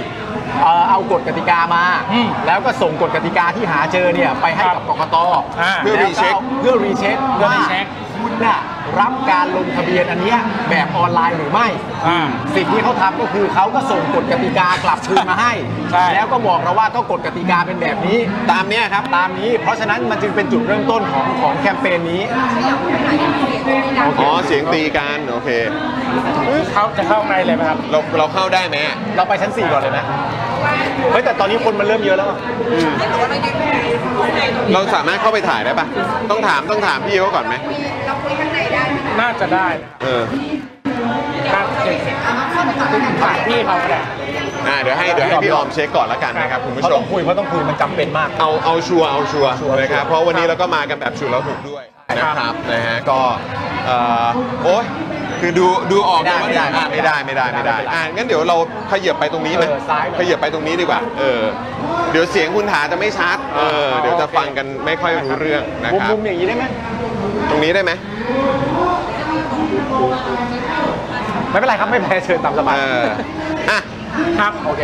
เอ่อเอากฎกติกามา
อืม
แล้วก็ส่งกฎกติกาที่หาเจอเนี่ยไปให้กับกกต
อ่า
เพื่อรีเช็ค
แล้วก็เพื่อรีเช็ค
เพื่อ
ว่า
รีเช็ค
คุณน่ะรับการลงทะเบียนอันเนี้ยแบบออนไลน์หรือไม่
อ่า
สิ่งที่เขาทำก็คือเขาก็ส่งกฎกติกากลับคืนมาให้
ใช่
แล้วก็บอกเราว่าก็กฎกติกาเป็นแบบนี้ ตามเนี้ยครับ ตามนี้ เพราะฉะนั้นมันจึงเป็นจุดเริ่มต้นของของแคมเปญนี้
อ๋อเสียงตีกันโอเค
เขาจะเข้าในเลยไหมครับ
เราเราเข้าได้ไหมอ่ะ
เราไปชั้น 4 ก่อนเลยนะเฮ้ยแต่ตอนนี้คนมันเริ่มเยอะแล้วอะ
เราสามารถเข้าไปถ่ายได้ปะต้องถามต้องถามพี่เขาก่อนไหม
น่าจะได้
เออ
น่าจะฝากพี่เขาก็ได้
อ่ะเดี๋ยวให้เดี๋ยวให้พี่ออมเช็คก่อนละกันนะครับคุณผู้
เขา
ช
ต้
ม
องคุยเพราะต้องคุยมันจำเป็นมาก
เอาเอาชัวร์เอาชัวร์
ชัวร์
นะครับเพราะวันนี้เราก็มากันแบบชัวร์แล้วถูกด้วยนะครับนะฮะก็เอ่อโอ๊ยคือดูดูออกนะว่า
ไม่ได้
อ่ะ
ไม่
ไม่
ได้
ได้ไม่ได้ไม่ได้
ไม่ได้
อ่ะงั้นเดี๋ยวเราขยับไปตรงนี้ไหม
เออซ้ายหน่อย
ขยับไปตรงนี้ดีกว่าเออเดี๋ยวเสียงคุณถาจะไม่ชัดเออเดี๋ยวจะ
โอเค
ฟังกันไม่ค่อยรู้เรื่องนะ
มุ
ค
ม
รับ
มุมอย่างนี้ได้ไหม
ตรงนี้ได้ไหม
ไม่เป็นไรครับไม่แพ้เชิญตามสบาย
เอออ่ะ
ครับ
โอเค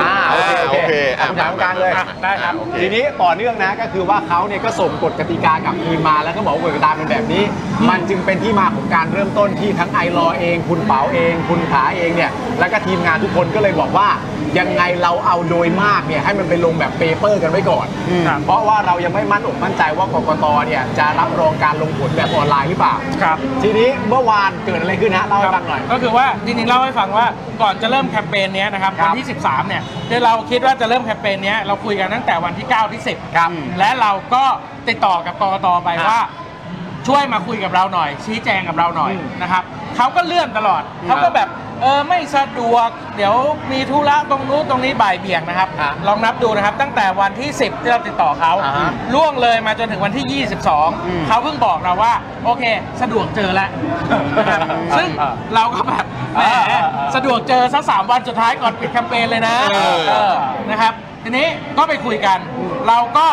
อ่าโอเคโอ
โอ
เค
เค
อ่ะ
อ่ะ
คุณถามกลางเลย
อ่ะได้ครับ
โอเค
ทีนี้ต่อเนื่องนะก็คือว่าเขาเนี่ยก็ส่งกฎกติกากลับคืนมาแล้วก็บอกว่ากฎกติกาเป็นแบบนี้ มันจึงเป็นที่มาของการเริ่มต้นที่ทั้งไอรอเอง คุณเป๋าเอง คุณถาเองเนี่ยแล้วก็ทีมงานทุกคนก็เลยบอกว่า ยังไงเราเอาโดยมากเนี่ยให้มันไปลงแบบเปเปอร์กันไว้ก่อน
ครับ
เพราะว่าเรายังไม่มั่นอกมั่นใจว่ากกตเนี่ยจะรับรองการลงผลแบบออนไลน์หรือเปล่า
ครับ
ทีนี้เมื่อวานเกิดอะไรขึ้นฮะเล่าให้ฟังหน่อย
ก็คือว่าจริงๆเล่าให้ฟังว่าก่อนจะเริ่มแคมเปญเนี้ยนะครับ
ครั
วั
บ
นที่ 13 เนี่ยเดี๋ยวเราคิดว่าจะเริ่มแคมเปญเนี้ยเราคุยกันตั้งแต่วันที่ 9 ที่ 10
ครับ
และเราก็ติดต่อกับกกตไป
ครับ
ว่า ช่วยมาคุยกับเราหน่อย ชี้แจงกับเราหน่อย
อืม
นะครับเขาก็เลื่อนตลอดเขาก็แบบเออไม่สะดวก เดี๋ยวมีธุระตรงนู้นตรงนี้บ่ายเบี่ยงนะครับ
ครับ
ลองนับดูนะครับตั้งแต่วันที่ 10 ที่เราติดต่อเขา
อ่าฮะ
ล่วงเลยมาจนถึงวันที่
อืม
22เขาเพิ่งบอกเราว่าโอเค สะดวกเจอแล้ว นะครับซึ่ง
อ่า
เราก็แบบแหม
อ่าอ่าอ่า
สะดวกเจอสักสามวันสุดท้ายก่อนปิดแคมเปญเลยนะ
เออ
เออนะครับทีนี้ก็ไปคุยกัน เราก็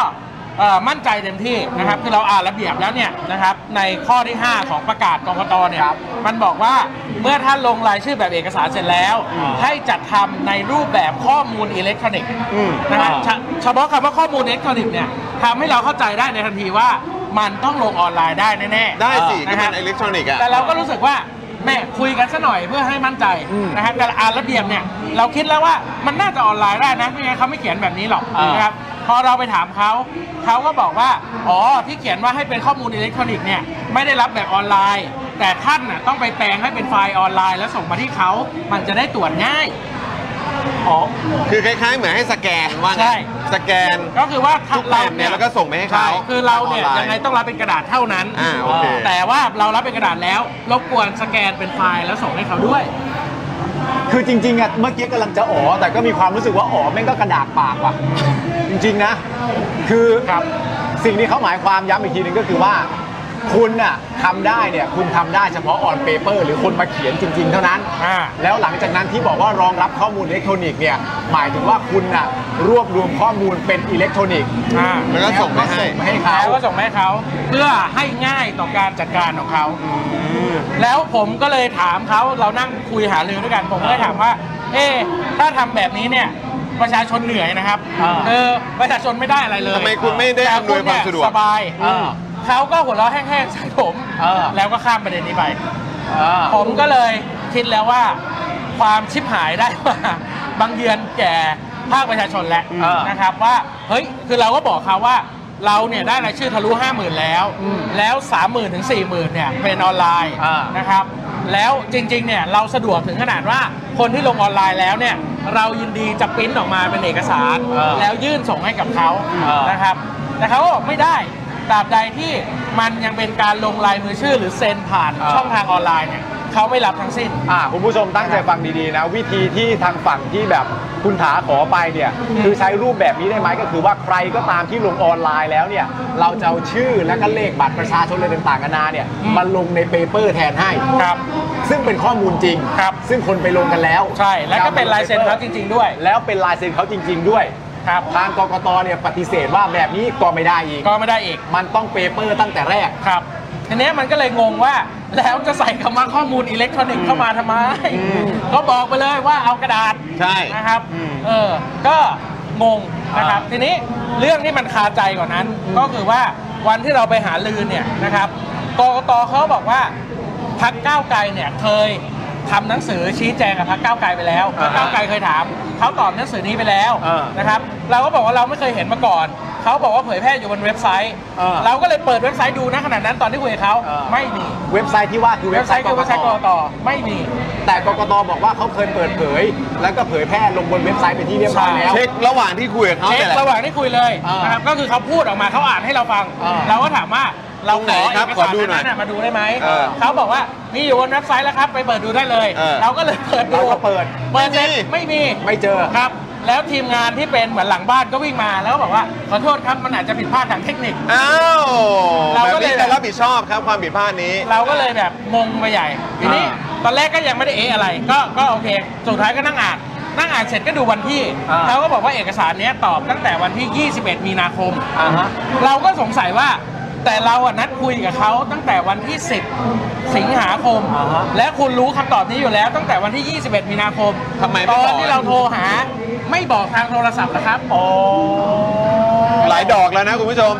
เอ่อมั่นใจเต็มที่นะครับคือเราอ่านระเบียบแล้วเนี่ยนะครับในข้อที่ 5 ของประกาศกกตเนี่ย
ครับ
มันบอกว่าเมื่อท่านลงรายชื่อแบบเอกสารเสร็จแล้ว
อืม
ให้จัดทำในรูปแบบข้อมูลอิเล็กทรอนิกส์
อืม
นะครับ
อ่า
เฉเฉพาะคำว่าข้อมูลอิเล็กทรอนิกส์เนี่ย ทำให้เราเข้าใจได้ในทันทีว่ามันต้องลงออนไลน์ได้แน่ๆ
ได้สิ
นะ
ก็
ฮะ
มันอิเล็กทรอนิกส์อ่ะ
แต่เราก็รู้สึกว่าแม่คุยกันซะหน่อยเพื่อให้มั่นใจนะฮะแต่ละอ่านระเบียบเนี่ยเราคิดแล้วว่ามันน่าจะออนไลน์ได้นะไม่งั้นเขาไม่เขียนแบบนี้หรอก
อ่าน
นะครับพอเราไปถามเขาเขาก็บอกว่าอ๋อที่เขียนว่าให้เป็นข้อมูลอิเล็กทรอนิกส์เนี่ยไม่ได้รับแบบออนไลน์ แต่ท่านน่ะต้องไปแปลงให้เป็นไฟล์ออนไลน์ แล้วส่งมาที่เขามันจะได้ตรวจง่าย
อ๋อ
คือคล้ายๆ เหมือนให้สแกนว่า
ใช่
ไงสแกน
ก็คือว่า
ทุกแบบเนี่ยแล้วก็ส่งไปให้เขา
ช่คือเราเนี่ย
ออนไลน์
ยังไงต้องรับเป็นกระดาษเท่านั้น
อ่าโอเค
แต่ว่าเรารับเป็นกระดาษแล้วรบกวนสแกนเป็นไฟล์แล้วส่งให้เขาด้วย
คือจริงๆอะเมื่อกี้กำลังจะอ๋อแต่ก็มีความรู้สึกว่าอ๋อแม่งก็กระดาษปากว่ะ จริงๆนะ คือ
ครับ
สิ่งที่เขาหมายความย้ำอีกทีหนึ่งก็คือว่า คุณน่ะทำได้เนี่ยคุณทำได้เฉพาะออนเปเปอร์ หรือคนมาเขียนจริง ๆ เท่านั้น
อ่า
แล้วหลังจากนั้นที่บอกว่ารองรับข้อมูลอิเล็กทรอนิกส์เนี่ยหมายถึงว่าคุณน่ะรวบรวมข้อมูลเป็นอิเล็กทรอนิกส์
อ่า
แล้วก็ส่งไปให้
แล้วก็ส่งไปให้เขา
แล้วก็ส่งให้เขาเพื่อให้ง่ายต่อการจัดการของเขาแล้วผมก็เลยถามเขาเรานั่งคุยหารือด้วยกัน ผมก็เลยถามว่า เอ๊ะถ้าทำแบบนี้เนี่ย ประชาชนเหนื่อยนะครับ
อ่า
เออประชาชนไม่ได้อะไรเลย
ทำไมคุณไม่ได้
แต่
อำนวยความสะดวก
ณเนี่ยสบาย
เออ
เขาก็หัวเราะแห้งๆใส่ผม
เออ
แล้วก็ข้ามประเด็นนี้ไป
อ่า
ผมก็เลยคิดแล้วว่าความชิบหายได้มา บางเดือนแก่ภาคประชาชนแล้ว
เออ
นะครับว่าเฮ้ยคือเราก็บอกเขาว่าเราเนี่ยได้รายชื่อทะลุ 5 0,000 แล้ว
อืม
แล้ว 30,000 ถึง 40,000 เนี่ยเป็นออนไลน์
อ่าน
นะครับ แล้วจริงๆเนี่ยเราสะดวกถึงขนาดว่าคนที่ลงออนไลน์แล้วเนี่ยเรายินดีจะปริ้นออกมาเป็นเอกสาร
เออ
แล้วยื่นส่งให้กับเขา
เออ
นะครับ แต่เขาก็บอกไม่ได้ตราบใดที่มันยังเป็นการลงลายมือชื่อหรือเซ็นผ่าน
อ่า
ช่องทางออนไลน์เนี่ยเขาไม่รับทั้งสิ้น
อ่าคุณผู้ชมตั้งใจฟังดีๆนะ วิธีที่ทางฝั่งที่แบบคุณถาขอไปเนี่ยคือใช้รูปแบบนี้ได้ไหมก็คือว่าใครก็ตามที่ลงออนไลน์แล้วเนี่ยเราจะเอาชื่อและก็เลขบัตรประชาชนอะไรต่างๆนานาเนี่ย
อืม
มาลงในเปเปอร์แทนให้
ครับ
ซึ่งเป็นข้อมูลจริง
ครับ
ซึ่งคนไปลงกันแล้ว
ใช่แล้วก็เป็นลายเซ็นเขาจริง ๆ ด้วย
แล้วเป็นลายเซ็นเขาจริง ๆ ด้วย
ครับ
ทางกกตเนี่ยปฏิเสธว่าแบบนี้ก็ไม่ได้อีก
ก็ไม่ได้อีก
มันต้องเปเปอร์ตั้งแต่แรก
ครับทีเนี้ยมันก็เลยงงว่าแล้วจะใส่คำว่าข้อมูลอิเล็กทรอนิกส์เข้ามาทำไมก็บอกไปเลยว่าเอากระดาษ
ใช่
นะครับเออก็งงนะครับทีนี้เรื่องที่มันคาใจกว่อนนั้น ก็คือว่าวันที่เราไปหาลือเนี่ยนะครับกกตเขาบอกว่าพักก้าวไกลเนี่ยเคยทำหนังสือชี้แจงกับพักก้าวไกลไปแล้วพักก้าวไกลเคยถามเขาตอบหนังสือนี้ไปแล้ว
เออ
นะครับเราก็บอกว่าเราไม่เคยเห็นมาก่อนเขาบอกว่าเผยแพร่อยู่บนเว็บไซต์
เออ
เราก็เลยเปิดเว็บไซต์ดูนะขณะนั้นตอนที่คุยกับเขา
เออ
ไม่มี
เว็บไซต์ที่ว่าคือ
เว็
เว็
บบ ไซ
ไซ
ต์
ต์
คื
ก
อเว็บไซต์ก
ก
ก
ต
ตไม่มี
แต่กกตบอกว่าเขาเคยเปิดเผย แล้วก็เผยแพร่ลงบนเว็บไซต์เป็นที่เรียบร้อยแล้ว
เช็คระหว่างที่คุยกับเขา
เช็ค
แต่ละ
ระหว่างที่คุยเลย
อ่าน
นะครับก็คือเขาพูดออกมาเขาอ่านให้เราฟัง
อ่า
เราก็ถามว่าเรา
ตรง
ข
ไหน
อ
ครับ
เก
ขอ
สาร
ดูหน่อย
นั้นน่ะมาดูได้ไหม
เออ
เขาบอกว่ามีอยู่บนเว็บไซต์แล้วครับ ไปเปิดดูได้เลย
เออ
เราก็เลยเปิดดู
เราก็เปิด
เปิดเสร็จ
ไม่มี
ไม่มี
ไม่เจอ
ครับ แล้วทีมงานที่เป็นเหมือนหลังบ้านก็วิ่งมาแล้วก็บอกว่าขอโทษครับมันอาจจะผิดพลาดทางเทคนิค
อ้าว
เรา
แบบ
ก็เลย
นี้ใครรับผิดชอบครับความผิดพลาดนี้
เราก็เลยแบบงงไปใหญ่ทีนี้
อ่า
ตอนแรกก็ยังไม่ได้เอะอะไร ก็ก็โอเค สุดท้ายก็นั่งอ่านนั่งอ่านเสร็จก็ดูวันที่
อ่า
เขาก็บอกว่าเอกสารเนี้ยตอบตั้งแต่วันที่ 21 มีนาคม
อ่าฮะ
เราก็สงสัยว่าแต่เราอะนัดคุยกับเขาตั้งแต่วันที่ 10 สิงหาคม
อ่าฮะ
และคุณรู้คำตอบนี้อยู่แล้วตั้งแต่วันที่ 21 มีนาคม
ทำไมไม่
ต
บอก
อนที่เราโทรหาไม่บอกทางโทรศัพท์นะครับ
อ๋อ
หลายดอกแล้วนะคุณผู้ชม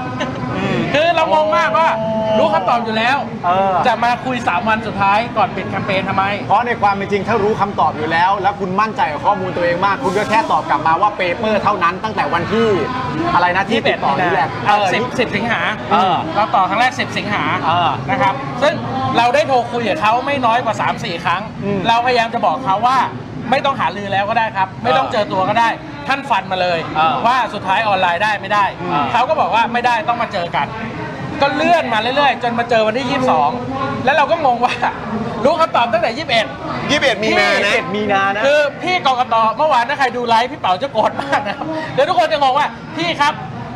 คือเรางงมากว่ารู้คำตอบอยู่แล้ว
เออ
จะมาคุย 3 วันสุดท้ายก่อนปิดแคมเปญทำไม
เพราะในความเป็นจริงถ้ารู้คำตอบอยู่แล้ว แล้วคุณมั่นใจกับข้อมูลตัวเองมาก คุณก็แค่ตอบกลับมาว่าเปเปอร์เท่านั้นตั้งแต่วันที่ อะไรนะที่ติดต่อนี่แหละ
เออ
สิ
สิบบ สิบสิงหา
เออ
เราต่อครั้งแรก 10 สิงหา
เออ
นะครับ ซึ่งเราได้โทรคุยกับเขาไม่น้อยกว่า 3-4 ครั้ง
อืม
เราพยายามจะบอกเขาว่าไม่ต้องหาลือแล้วก็ได้ครับ ไม่ต้องเจอตัวก็ได้ ท่านฟันมาเลย
เออ
ว่าสุดท้ายออนไลน์ได้ไม่ได้
อืม
เขาก็บอกว่าไม่ได้ต้องมาเจอกัน ก็เลื่อนมาเรื่อยๆ จนมาเจอวันที่ 22 แล้วเราก็งงว่า รู้คำตอบตั้งแต่ 21
21 มีนานะ
เจ็ดมีนานะ
คือพี่กกตเมื่อวานถ้าใครดูไลฟ์พี่เป๋าจะโกรธมากนะครับเดี๋ยวทุกคนจะงงว่าพี่ครับ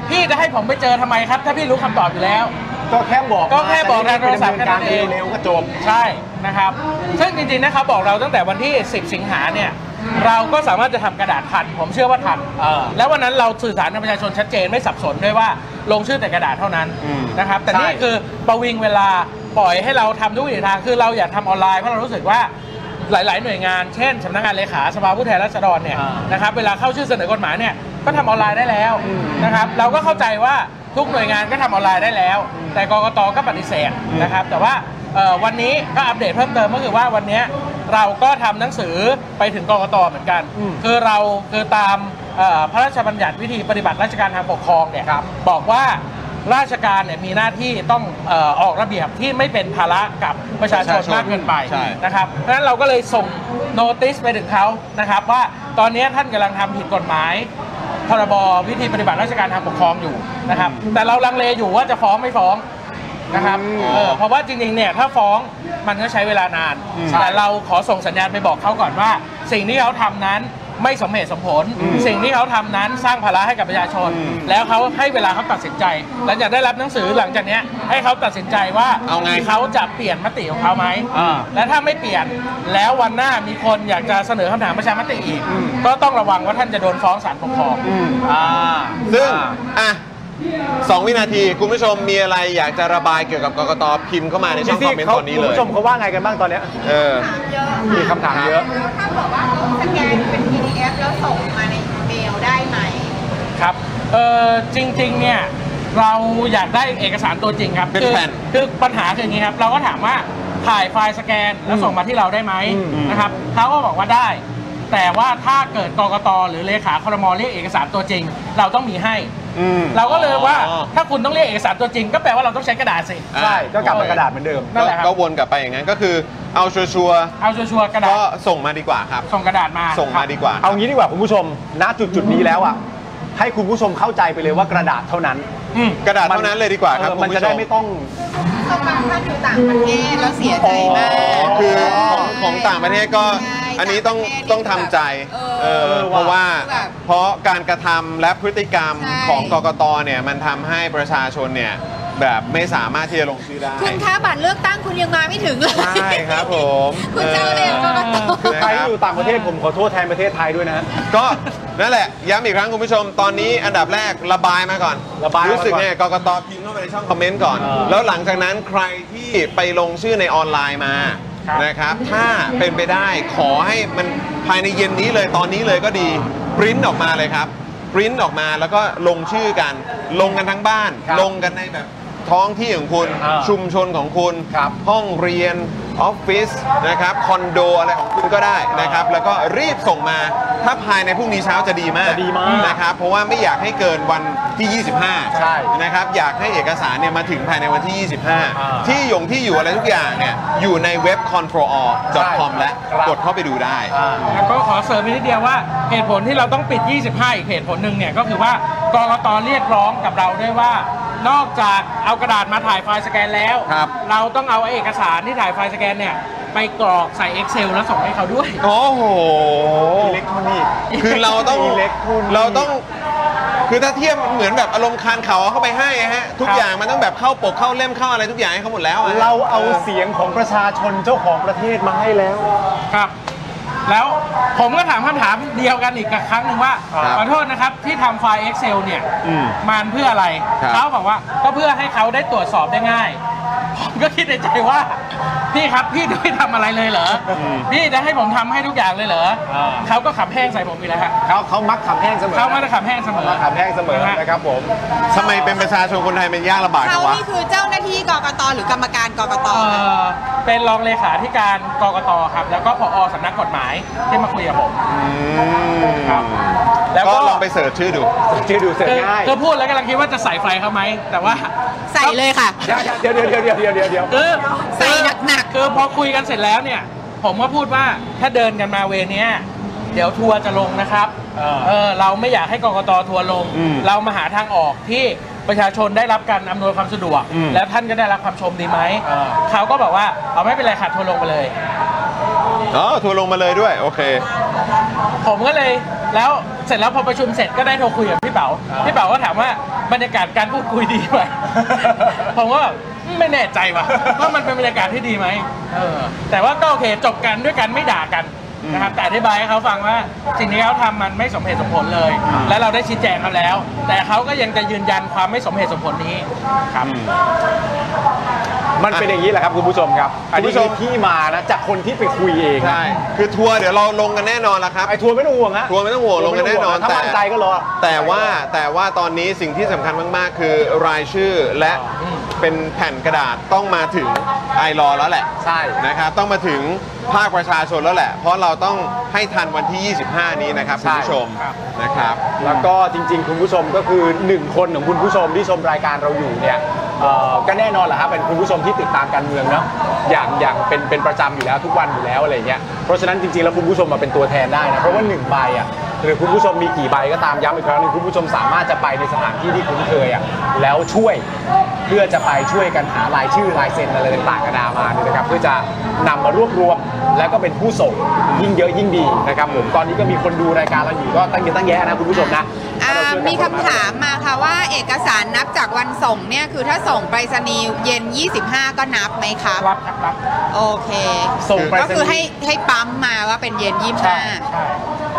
พี่จะให้ผมไปเจอทำไมครับ ถ้าพี่รู้คำตอบอยู่แล้ว
ก็แค่บอก
ก็แค่บอกทางโทรศัพท์
ดำเนินการ
แค่นั้นเอง
เร็วๆก็จบ
ใช่นะครับ ซึ่งจริงๆนะครับบอกเราตั้งแต่วันที่ 10 สิงหาเนี่ย เราก็สามารถจะทำกระดาษทัน ผมเชื่อว่าทัน
เออ
แล้ววันนั้นเราสื่อสารกับประชาชนชัดเจนไม่สับสนด้วยว่าลงชื่อแต่กระดาษเท่านั้นนะครับ แต่
ใช่
นี่คือประวิงเวลาปล่อยให้เราทำทุกวิถีทาง คือเราอยากทำออนไลน์เพราะเรารู้สึกว่าหลาย ๆ หน่วยงาน เช่นสำนักงานเลขาสภาผู้แทนราษฎรเนี่ย นะครับเวลาเข้าชื่อเสนอกฎหมายเนี่ยก็ทำออนไลน์ได้แล้วนะครับเราก็เข้าใจว่า ทุกหน่วยงานก็ทำออนไลน์ได้แล้ว แต่กกตก็ปฏิเสธนะครับ แต่ว่าเอ่อวันนี้ก็อัปเดตเพิ่มเติมก็คือว่าวันเนี้ยเราก็ทำหนังสือไปถึงกกตเหมือนกัน คือเราคือตามเอ่อพระราชบัญญัติวิธีปฏิบัติราชการทางปกครองเนี่ยบอกว่าราชการเนี่ยมีหน้าที่ต้องเออออกระเบียบที่ไม่เป็นภาระกับประชาชน
ประชาชน
มากเกินไป
ใช่
นะครับเพราะฉะนั้นเราก็เลยส่งโนติสไปถึงเขานะครับ ว่าตอนนี้ท่านกำลังทำผิดกฎหมาย พรบวิธีปฏิบัติราชการทางปกครองอยู่นะครับ แต่เราลังเลอยู่ว่าจะฟ้องไม่ฟ้องนะครับเออเพราะว่าจริงๆเนี่ยถ้าฟ้องมันก็ใช้เวลานาน แต่เราขอส่งสัญญาณไปบอกเขาก่อนว่า สิ่งที่เขาทำนั้นไม่สมเหตุสมผล สิ่งที่เขาทำนั้นสร้างภาระให้กับประชาชน แล้วเขาให้เวลาเขาตัดสินใจหลังจากได้รับหนังสือหลังจากเนี้ยให้เขาตัดสินใจว่า
เอาไง
เขาจะเปลี่ยนมติของเขาไหม และถ้าไม่เปลี่ยนแล้ววันหน้ามีคนอยากจะเสนอคำถามประชามติอีก ก็ต้องระวังว่าท่านจะโดนฟ้องศาลปกครองอ่า
ซึ่ง
อ่า
อ่ะสองวินาที คุณผู้ชมมีอะไรอยากจะระบายเกี่ยวกับกกตพิมพ์เข้ามาในช่องคอมเมนต์ตอนนี้
คุณ
เลย
ผู้ชมเขาว่าไงกันบ้างตอนเนี้ย
เออ
มีคำถามเยอะ
ถ้าบอกว่าเขาสแกนเป็น PDF แล้วส่งมาในอีเมลได้ไหม
ครับเออจริงๆ เนี่ย เราอยากได้เอกสารตัวจริงครับ
เป็น
คือ
แผ่น
คือปัญหาคืออย่างนี้ครับ เราก็ถามว่าถ่ายไฟล์สแกนแล้วส่งมาที่เราได้ไหมนะครับเขาก็บอกว่าได้ แต่ว่าถ้าเกิดกกตหรือเลขาครมเรียกเอกสารตัวจริง เราต้องมีให้ เราก็เลยว่า
อ๋อ
ถ้าคุณต้องเรียกเอกสารตัวจริง ก็แปลว่าเราต้องใช้กระดาษสิ
ใช่ ก็กลับมากระดาษเหมือนเดิม
นั่นแหละครับ
ก็วนกลับไปอย่างนั้นก็คือเอาชัวร์
เอาชัวร์ๆกระ
ๆ
ดา
ก็
ษ
ส่งมาดีกว่าครับ
ส่งกระดาษมา
ส่งมาดีกว่า
เอางี้ดีกว่าคุณผู้ชม ณ จุดจุดๆนี้แล้วอ่ะ ให้คุณผู้ชมเข้าใจไปเลยว่ากระดาษเท่านั้น
อืม
กระดาษเท่านั้นเลยดีกว่าครับ
ออ
คุณ
มัน
ผู้ชม
จะได้ไม่ต้อง
เขาบางท่านอยู่ต่างประเทศแล้วเสียใจมาก
คือของของต่างประเทศก็
ใช่
อันนี้ต้อง
าประเทศ
ต้องทำใจ
เอ
เอ
อ
อเพราะว่า
แบบ
เพราะการกระทำและพฤติกรรม
ใช่
ของกกตเนี่ยมันทำให้ประชาชนเนี่ยแบบไม่สามารถที่จะลงชื่อได้
คุณคะบัตรเลือกตั้งคุณยังมาไม่ถึงเลย
ใช่ครับผม
คุณเจ้าเร็วก็กระตุ้น
คือใครที่อยู่ต่างประเทศผมขอโทษแทนประเทศไทยด้วยนะฮะ
ก็ นั่นแหละย้ำอีกครั้งคุณผู้ชม ตอนนี้อันดับแรกระบายมาก่อน
ระบายมาก่อน
รู้สึกไงกกตพิมพ์เข้าไปในช่องคอมเมนต์ก่อน
เออ
แล้วหลังจากนั้นใครที่ไปลงชื่อในออนไลน์มา
ครับ
นะครับ ถ้าเป็นไปได้ขอให้มันภายในเย็นนี้เลยตอนนี้เลยก็ดีปริ้นออกมาเลยครับปริ้นออกมาแล้วก็ลงชื่อกัน ลงกันทั้งบ้าน
ครับ
ลงกันในแบบท้องที่ของคุณ
เออ
ชุมชนของคุณ
ครับ
ห้องเรียนออฟฟิศนะครับคอนโดอะไรของคุณก็ได้นะครับ แล้วก็รีบส่งมาถ้าภายในพรุ่งนี้เช้าจะดีมาก
จะดีมาก
นะครับ เพราะว่าไม่อยากให้เกินวันที่ 25
ใช่
นะครับอยากให้เอกสารเนี่ยมาถึงภายในวันที่ 25 ที่ยงที่อยู่อะไรทุกอย่างเนี่ยอยู่ในเว็บ control.com
ใช่
และ
ครับ
กดเข้าไปดูได้
อ่า
แล้วก็ขอเสริมอีกนิดเดียวว่าเหตุผลที่เราต้องปิด 25 อีกเหตุผลหนึ่งเนี่ย ก็คือว่ากรกตเรียกร้องกับเราด้วยว่า นอกจากเอากระดาษมาถ่ายไฟล์สแกนแล้ว
ครับ
เราต้องเอาไอ้เอกสารที่ถ่ายไฟล์สแกนเนี่ย ไปกรอกใส่ Excel แล้วส่งให้เขาด้วย
โอ้โห
อิเล็กทรอนิกส์
คือเราต้อง
อิเล็กทรอนิกส์
เราต้องคือถ้าเทียบเหมือนแบบอารมณ์คานเขาเอาเข้าไปให้อะฮะทุก
ครับ
อย่างมันต้องแบบเข้าปกเข้าเล่มเข้าอะไรทุกอย่างให้เขาหมดแล้วอะฮะ
เราเอาเสียงของประชาชนเจ้าของประเทศมาให้แล้ว
ครับ แล้วผมก็ถามคำถามเดียวกันอีกกับครั้งหนึ่งว่า
ครับ
ขอโทษนะครับที่ทำไฟล์ Excel เนี่ย
อืม
มันเพื่ออะไร
ครับ
เขาบอกว่าก็เพื่อให้เขาได้ตรวจสอบได้ง่าย ผมก็คิดในใจว่า พี่ครับพี่จะไม่ทำอะไรเลยเหรออพี่จะให้ผมทำให้ทุกอย่างเลยเหรอ
อ่า
เขาก็ขับแห้งใส่ผมไปแล้วฮะ
เขาเขามักขับแห้งเสมอ
เขามาจะขับแห้งเสมอ
มักขับแห้งเสมอนะครับผม
ทำไมเป็นประชาชนคนไทยมันยากลำบากจั
เขา
งวะ
นี่คือเจ้าหน้าที่กกตหรือกรรมการกกต
เอ่อเป็นรองเลขาธิการกกตครับ แล้วก็ผอสำนักกฎหมายที่มาคุยกับผม ครับ แล้ว
ก็
ก็
ลองไปเสิร์ชชื่อดู
ชื่อดูเสร็จ
คือ
ง่าย
คือพูดแล้วกำลังคิดว่าจะใส่ไฟเขาไหม แต่ว่า
ใส่เลยค่ะ
เดี๋ยวเดี๋ยวเดี๋ยวเดี๋ยวเดี๋ยวเดี๋ยว
คือ
ใส่หนัก
คือพอคุยกันเสร็จแล้วเนี่ย ผมก็พูดว่าถ้าเดินกันมาเวเนี้ยเดี๋ยวทัวร์จะลงนะครับ
เออ
เออเราไม่อยากให้กกตทัวร์ลง
อืม
เรามาหาทางออกที่ประชาชนได้รับการอำนวยความสะดวก
อืม
แล้วท่านก็ได้รับความชมดีไหม
เออ
เขาก็บอกว่าเอาไม่เป็นไรค่ะทัวร์ลงไปเลย
อ๋อ ทัวร์ลงมาเลยด้วย โอเค
ผมก็เลยแล้วเสร็จแล้วพอประชุมเสร็จก็ได้โทรคุยกับพี่เป๋าพี่เป๋าก็ถามว่าบรรยากาศการพูดคุยดี ไหม ผมก็แบบไม่แน่ใจว่ะว่ามันเป็นบรรยากาศที่ดีไหมเออแต่ว่าก็โอเคจบกันด้วยกันไม่ด่ากันนะครับแต่อธิบายให้เขาฟังว่าสิ่งที่เขาทำมันไม่สมเหตุสมผลเลย และเราได้ชี้แจงเขาแล้ว แต่เขาก็ยังจะยืนยันความไม่สมเหตุสมผลนี้ครับ
มันเป็นอย่างนี้แหละครับคุณผู้ชมครับ อันนี้คือที่มานะจากคนที่ไปคุยเองนะ
ใช่คือทัวร์เดี๋ยวเราลงกันแน่นอนละครับ
ไอ้ทัวร์ไม่ต้องห่วงฮะ
ทัวร์ไม่ต้องห่วงลงกันแน่นอน
ถ้า
แต่
มั่นใจก็รอ
แต่ว่าแต่ว่าตอนนี้สิ่งที่สำคัญมาก ๆ คือรายชื่อและเป็นแผ่นกระดาษต้องมาถึงไอรอแล้วแหละ
ใช่
นะครับต้องมาถึงภาคประชาชนแล้วแหละ เพราะเราต้องให้ทันวันที่ 25 นี้นะครับคุณผู้ชมนะครับ
แล้วก็จริง ๆ คุณผู้ชมก็คือ 1 คนของคุณผู้ชมที่ชมรายการเราอยู่เนี่ยเอ่อก็แน่นอนแหละครับเป็นคุณผู้ชมที่ติดตามการเมืองเนาะอย่างอย่างเป็นเป็นประจำอยู่แล้วทุกวันอยู่แล้วอะไรเงี้ยเพราะฉะนั้นจริงๆแล้วคุณผู้ชมมาเป็นตัวแทนได้นะเพราะว่า1ใบอ่ะหรือคุณผู้ชมมีกี่ใบก็ตามย้ำอีกครั้งหนึงคุณผู้ชมสามารถจะไปในสถานที่ที่คุ้นเคยอ่ะแล้วช่วยเพื่อจะไปช่วยกันหารายชื่อรายเซ็นอะไรต่างๆกันามาเนี่ยนะครับเพื่อจะนำมารวบรวม แล้วก็เป็นผู้ส่งยิ่งเยอะยิ่งดีนะครับผมตอนนี้ก็มีคนดูรายการเราอยู่ก็ตั้งเยอะตั้งแยะนะคุณผู้ชมนะ
อ่ามีคำถามมาค่ะว่าเอกสารนับจากวันส่งเนี่ยคือถ้าส่งไปรษณีย์เย็น 25 ก็นับไหมคะ
รับครับรับ
โอเค
ส่งไป
ก็คือให้ให้ปั๊มมาว่าเป็นเย็น
ใช่
25
ใช่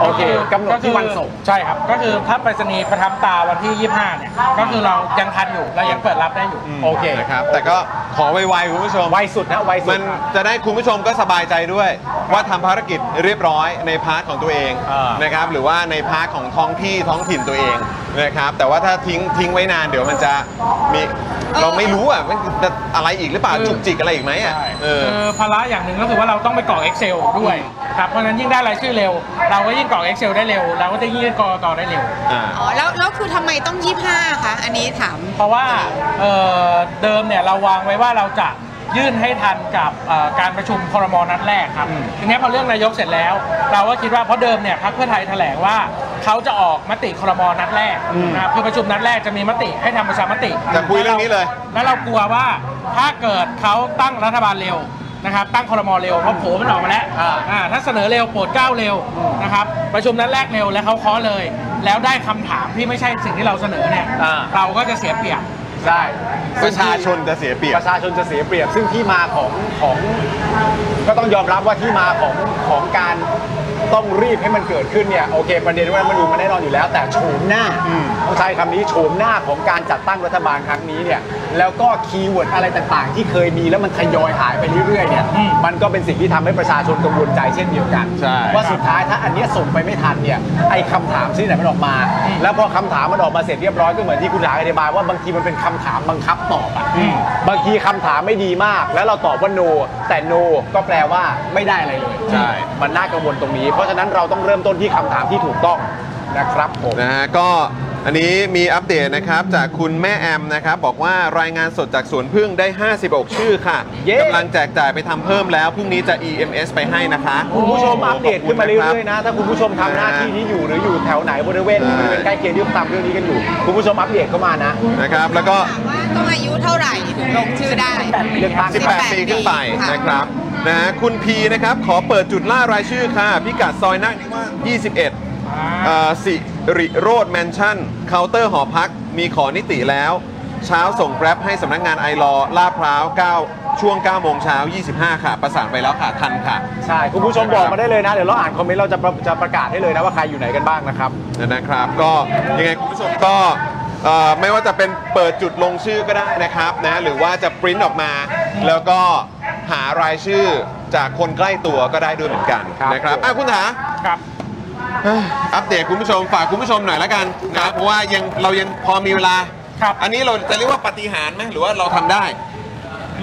โอเคกำหนดที่วันส่ง
ใช่ครับ ก็คือถ้าไปรษณีย์ประทับตาวันที่ 25 เนี่ย ก็คือเรายังทันอยู่เรายังเปิดรับได้อยู่
ม
โอเค
นะครับแต่ก็ขอไวๆคุณผู้ชม
ไวสุดนะไวสุ
มั
ด
น
ครับ
จะได้คุณผู้ชมก็สบายใจด้วย ว่าทำภารกิจเรียบร้อยในพาร์ทของตัวเอง
อ่าน
นะครับหรือว่าในพาร์ทของท้องที่ท้องถิ่นตัวเองนะครับแต่ว่าถ้าทิ้งทิ้งไว้นานเดี๋ยวมันจะมีเราไม่รู้อ่ะมันจะอะไรอีกหรือเปล่า
อืม
จุกจิกอะไรอีกไหมอ่ะ
ใช่
เออ
คือภาระอย่างหนึ่งก็คือว่าเราต้องไปกรอก Excel ด้วยครับ เพราะฉะนั้นยิ่งได้รายชื่อเร็ว เราก็ยิ่งกรอก Excel ได้เร็ว เราก็จะยิ่งกรอกต่อได้เร็ว
อ๋อแล้วแล้วคือทำไมต้อง 25 คะ อันนี้ถาม
เพราะว่าเอ่อเดิมเนี่ยเราวางไว้ว่าเราจะยื่นให้ทันกับเอ่อการประชุมครมนัดแรกครับทีนี้พอเรื่องนายกเสร็จแล้ว เราก็คิดว่าเพราะเดิมเนี่ยพรรคเพื่อไทยแถลงว่าเขาจะออกมติครมนัดแรกนะครับคือประชุมนัดแรกจะมีมติให้ทำประชามติ
จะคุยเรื่องนี้เลย
แล้วเรากลัวว่าถ้าเกิดเขาตั้งรัฐบาลเร็วนะครับตั้งครมเร็วเพราะโผล่มันออกมาแล้วอ่าถ้าเสนอเร็วโปรดเกล้าเร็วนะครับประชุมนัดแรกเร็วแล้วเขาเคาะเลย แล้วได้คำถามที่ไม่ใช่สิ่งที่เราเสนอเนี่ย
อ่า
เราก็จะเสียเปรียบ
ใช่
ประชาชนจะเสียเปรีย
ป
บ
ระชาชนจะเสียเปรียบซึ่งที่มาของของ ก็ต้องยอมรับว่าที่มาของของการต้องรีบให้มันเกิดขึ้นเนี่ยโอเค ประเด็นว่ามันดูมันแน่นอนอยู่แล้ว แต่โฉมหน้าต้องใช้คำนี้โฉมหน้าของการจัดตั้งรัฐบาลครั้งนี้เนี่ยแล้วก็คีย์เวิร์ดอะไรต่างๆ ที่เคยมีแล้วมันทยอยหายไปเรื่อยๆเนี่ย
อืม
มันก็เป็นสิ่งที่ทำให้ประชาชนกังวลใจเช่นเดียวกัน
ใช่
ว่าสุดท้ายถ้าอันเนี้ยส่งไปไม่ทันเนี่ยไอ้คำถามที่ไหนมันออกมา แล้วพอคำถามมันออกมาเสร็จเรียบร้อยก็เหมือนที่คุณหลาอธิบายว่าบางทีมันเป็นคำถามบังคับตอบอ่ะ บางทีคำถามไม่ดีมาก แล้วเราตอบว่า no แต่ no ก็แปลว่าไม่ได้อะไรเลย
ใช่
มันน่ากังวลตรงนี้ เพราะฉะนั้นเราต้องเริ่มต้นที่คำถามที่ถูกต้องนะครับผม
นะฮะก็อันนี้มีอัปเดตนะครับจากคุณแม่แอมนะครับบอกว่ารายงานสดจากสวนพึ่งได้ 56 ชื่อค่ะ
เย้
กำลังแจกจ่ายไปทำเพิ่มแล้วพรุ่งนี้จะ EMS ไปให้นะคะ
คุณผู้ชม
โโห
อัปเดต
ขบคุ
ขึ้
ณ
นมาเรื่
คบ
อยๆนะ ถ้าคุณผู้ชมทำหน้าที่นี้อยู่หรืออยู่แถวไหนบริเวณ
ใช่
บริเวณใกล้เคียงที่ตามเรื่องนี้กันอยู่ คุณผู้ชมอัปเดตเข้ามานะ
นะครับแล้วก็
ถามว่าต้องอายุเท่าไหร่ถึงลงชื่อได้
เลือกตั้ง
18 ปีขึ้นไป
ค่ะ
นะครับนะฮะคุณพีนะครับขอเปิดจุดล่ารายชื่อค่ะ พิกัดซอยนักนิวาส21เอ่อสิริโรดแมนชั่น เคาน์เตอร์หอพัก มีขอนิติแล้ว เช้าส่งแกร็บให้สำนักงานไอรอลาดพร้าว 9 ช่วง 9 โมงเช้า 25 ค่ะ ประสานไปแล้วค่ะ ทันค่ะ
ใช่ คุณผู้ชมบอกมาได้เลยนะ เดี๋ยวเราอ่านคอมเมนต์เราจะประจะประกาศให้เลยนะว่าใครอยู่ไหนกันบ้างนะครับ
นะครับก็ยังไงคุณผู้ชมก็เอ่อไม่ว่าจะเป็นเปิดจุดลงชื่อก็ได้นะครับนะหรือว่าจะปริ้นออกมา แล้วก็หารายชื่อจากคนใกล้ตัวก็ได้ด้วยเหมือนกัน
ครับ
นะครับอ่ะคุณถา
ครับ
เอ้ยอัปเดตคุณผู้ชมฝากคุณผู้ชมหน่อยละกันนะเพราะว่ายังเรายังพอมีเวลา
ครับ
อันนี้เราจะเรียกว่าปาฏิหารย์ไหมหรือว่าเราทำได้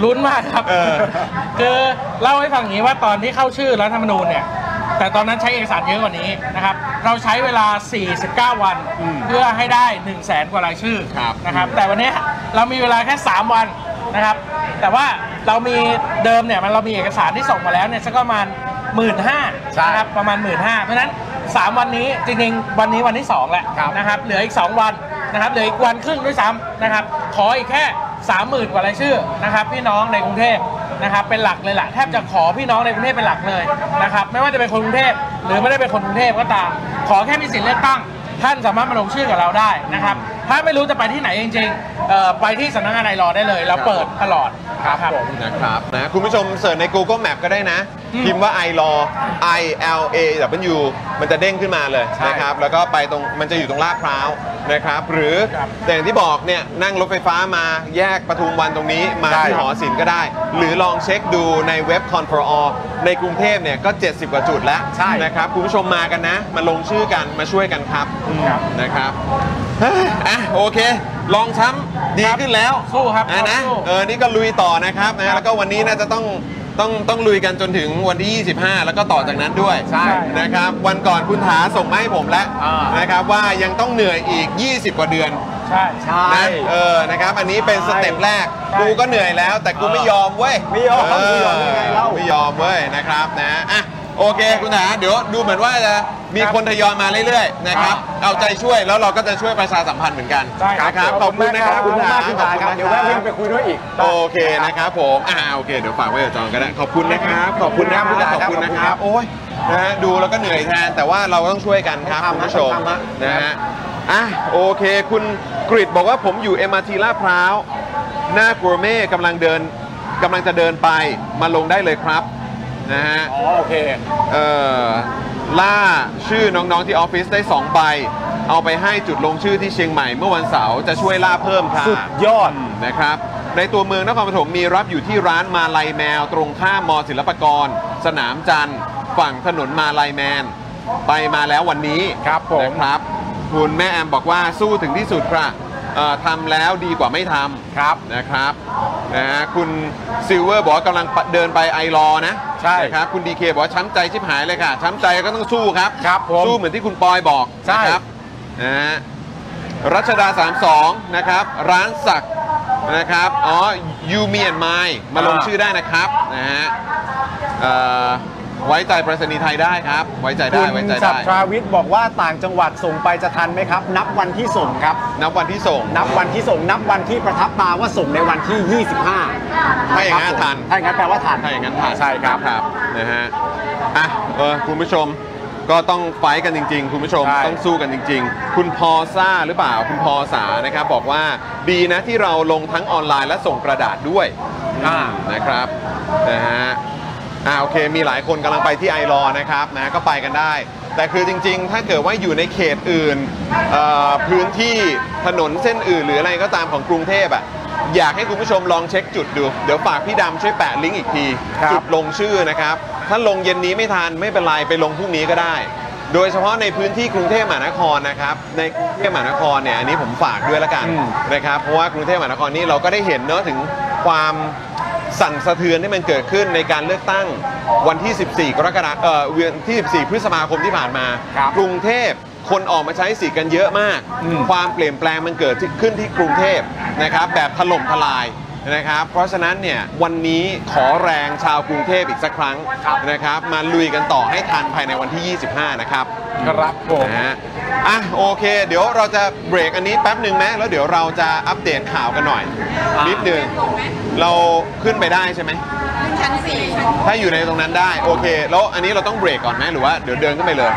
ลุ้นมากครับ
เออ
คือเล่าให้ฟังอย่างนี้ว่าตอนที่เข้าชื่อรัฐธรรมนูญเนี่ย แต่ตอนนั้นใช้เอกสารเยอะกว่านี้นะครับ เราใช้เวลา 49 วัน เพื่อให้ได้ 1 0 0 0 0แสนกว่ารายชื่อนะครับ แต่วันนี้เรามีเวลาแค่ 3 วันนะครับ แต่ว่าเรามีเดิมเนี่ยมันเรามีเอกสารที่ส่งมาแล้วเนี่ยสักประมาณหมื่นห้า
ใช่
นะครับประมาณหมื่นห้าเพราะฉะนั้น 3 วันนี้จริงๆวันนี้วันที่ 2 แหละนะครับเหลืออีก 2 วันนะครับเหลืออีกวันครึ่งด้วยซ้ำนะครับขออีกแค่ 30,000 กว่ารายชื่อนะครับพี่น้องในกรุงเทพนะครับเป็นหลักเลยล่ะแทบจะขอพี่น้องในกรุงเทพเป็นหลักเลยนะครับไม่ว่าจะเป็นคนกรุงเทพหรือไม่ได้เป็นคนกรุงเทพก็ตาม ขอแค่มีสิทธิ์เลือกตั้ง ท่านสามารถมาลงชื่อกับเราได้นะครับถ้าไม่รู้จะไปที่ไหนจริงๆเอ่อไปที่สำนักงานไอรอได้เลย เราเปิดตลอด
ครับผม
นะครับนะคุณผู้ชมเสิร์ชใน Google Map ก็ได้นะ พิมพ์ว่า i l a w i l a w มันจะเด้งขึ้นมาเลย
ใช่
นะครับ แล้วก็ไปตรงมันจะอยู่ตรงลาดพร้าวนะครับ หรือแต่อย่างที่บอกเนี่ยนั่งรถไฟฟ้ามาแยกปทุมวันตรงนี้มาที่หอศิลป์ก็ได้ หรือลองเช็คดูในเว็บคอนฟอรในกรุงเทพเนี่ยก็ 70 กว่าจุดแล้วนะครับคุณผู้ชมมากันนะ มาลงชื่อกันมาช่วยกันครับนะครับ อ่ะโอเค ลองช้ำดีขึ้นแล้ว
สู้ครับ
อ่ะนะ
สู้
เออนี่ก็ลุยต่อนะครับนะแล้วก็วันนี้น่าจะต้องต้องต้องลุยกันจนถึงวันที่ 25 แล้วก็ต่อจากนั้นด้วยใช่นะครับ วันก่อนคุณถาส่งมาให้ผมแล้วนะครับว่ายังต้องเหนื่อยอีก 20 กว่าเดือน
ใช่
ใช่
นะเออนะครับอันนี้เป็นสเต็ปแรก กูก็เหนื่อยแล้ว แต่กูไม่ยอมเว้ย
ไม่ยอม
เ
ไม่ยอมยังไงเล่า
ไม่ยอมเว้ยนะครับนะอ่ะโอเคคุณถาเดี๋ยวดูเหมือนว่าจะมีคนทยอยมาเรื่อยๆนะครับ เอาใจช่วยแล้วเราก็จะช่วยประชาสัมพันธ์เหมือนกัน
ใช่ครับ
นะครับข
ข
อ
อ
บบ คุ
คุณ ณ
นะ
นะ
ค
ค
รั
รั
บบ คุณ
มาก
ข
คุณ
อบ
ตา
คุณ
ครับ
นะ
เดี๋ยวแวะเวียนไปคุยด้วยอีก
โอเคนะครับผมอ่าโอเค เดี๋ยวฝากไว้กับจองกันนะขอบคุณนะครับ ขอบคุณนะครับคุณตาขอบคุณนะครับ โอ้ยนะฮะดูแล้วก็เหนื่อยแทนแต่ว่าเราต้องช่วยกันครับ
ต้องทำ
คุณผู้ชม
ต้องทำนะ
นะฮะอ่ะโอเค คุณกริดบอกว่าผมอยู่ MRT ลาดพร้าวหน้ากัวเม่กำลังเดินกำลังจะเดินไปมาลงได้เลยครับนะฮะ
อ๋อโอเค
เอ่อล่าชื่อน้องๆที่ออฟฟิศได้ 2 ใบ เอาไปให้จุดลงชื่อที่เชียงใหม่เมื่อวันเสาร์จะช่วยล่าเพิ่มค่ะ
สุดยอด
มนะครับ ในตัวเมืองนครปฐมมีรับอยู่ที่ร้านมาลายแมว ตรงข้ามมศิลปากร สนามจันทร์ฝั่งถนนมาลายแมน ไปมาแล้ววันนี้
ครับผม
นะครับ คุณแม่แอมบอกว่าสู้ถึงที่สุดค่ะเอ่อทำแล้วดีกว่าไม่ทำ
ครับ
นะครับนะฮะคุณซิลเวอร์บอกว่ากำลังเดินไปไอรอนะ
ใช่
นะครับคุณดีเคบอกว่าช้ำใจชิบหายเลยค่ะ ช้ำใจก็ต้องสู้ครับ
ครับผม
สู้เหมือนที่คุณปอยบอก
ใช่
นะครับนะฮะรัชดา 32 นะครับ ร้านสักนะครับ อ๋อยูเมียนไมมาลงชื่อได้นะครับนะฮะเอ่อไว้ใจประษณีย์ไทยได้ครับ ไว้ใจได้
คุ
ไว้
ณ
ใจ
สับ
ได้
ทราวิทย์บอกว่าต่างจังหวัดส่งไปจะทันไหมครับ นับวันที่ส่งครับ
นับวันที่ส่ง
นับวันที่ส่งนับวันที่ประทับตาว่าส่งในวันที่ 25
ถ้าอย่างนั้นทัน
ถ้าอย่างนั้นแปลว่าทัน
ถ้าอย่างนั้นผ่าน
ใช่ครับ
ครับนะฮะอ่ะเออคุณผู้ชมก็ต้องไฟท์กันจริง ๆ คุณผู้ชม
ใช่
ต้องสู้กันจริง ๆ คุณพอซ่าหรือเปล่าคุณพอสานะครับ บอกว่าดีนะที่เราลงทั้งออนไลน์และส่งกระดาษด้วยนะครับนะฮะอ่าโอเคมีหลายคนกำลังไปที่ไอรอนะครับนะก็ไปกันได้ แต่คือจริง ๆ ถ้าเกิดว่าอยู่ในเขตอื่นเอ่อพื้นที่ถนนเส้นอื่น หรืออะไรก็ตามของกรุงเทพอ่ะอยากให้คุณผู้ชมลองเช็คจุดดู เดี๋ยวฝากพี่ดำช่วยแปะลิงก์อีกที
ครับ
จุดลงชื่อนะครับ ถ้าลงเย็นนี้ไม่ทันไม่เป็นไรไปลงพรุ่งนี้ก็ได้ โดยเฉพาะในพื้นที่กรุงเทพมหานครนะครับ ในกรุงเทพมหานครเนี่ยอันนี้ผมฝากด้วยละกันนะครับ เพราะว่ากรุงเทพมหานครนี่เราก็ได้เห็นเนอะถึงความสั่นสะเทือนที่มันเกิดขึ้นในการเลือกตั้งวันที่ 14 กรกฎาคมเอ่อวันที่ 14 พฤษภาคมที่ผ่านมา
ครับ
กรุงเทพคนออกมาใช้สิทธิ์กันเยอะมาก ความเปลี่ยนแปลงมันเกิดขึ้นที่กรุงเทพนะครับ แบบถล่มทลายนะครับ เพราะฉะนั้นเนี่ยวันนี้ขอแรงชาวกรุงเทพอีกสักครั้งนะครับ มาลุยกันต่อให้ทันภายในวันที่ 25 นะครับ
ครับผม
นะฮะอ่ะโอเค เดี๋ยวเราจะเบรกอันนี้แป๊บหนึ่งไหมแล้วเดี๋ยวเราจะอัปเดตข่าวกันหน่อยนิดหนึ่งเราขึ้นไปได้ใช่ไหม
ขึ้นชั้นสี่
ถ้าอยู่ในตรงนั้นได้โอเค แล้วอันนี้เราต้องเบรกก่อนไหมหรือว่าเดี๋ยวเดินขึ้นไปเลย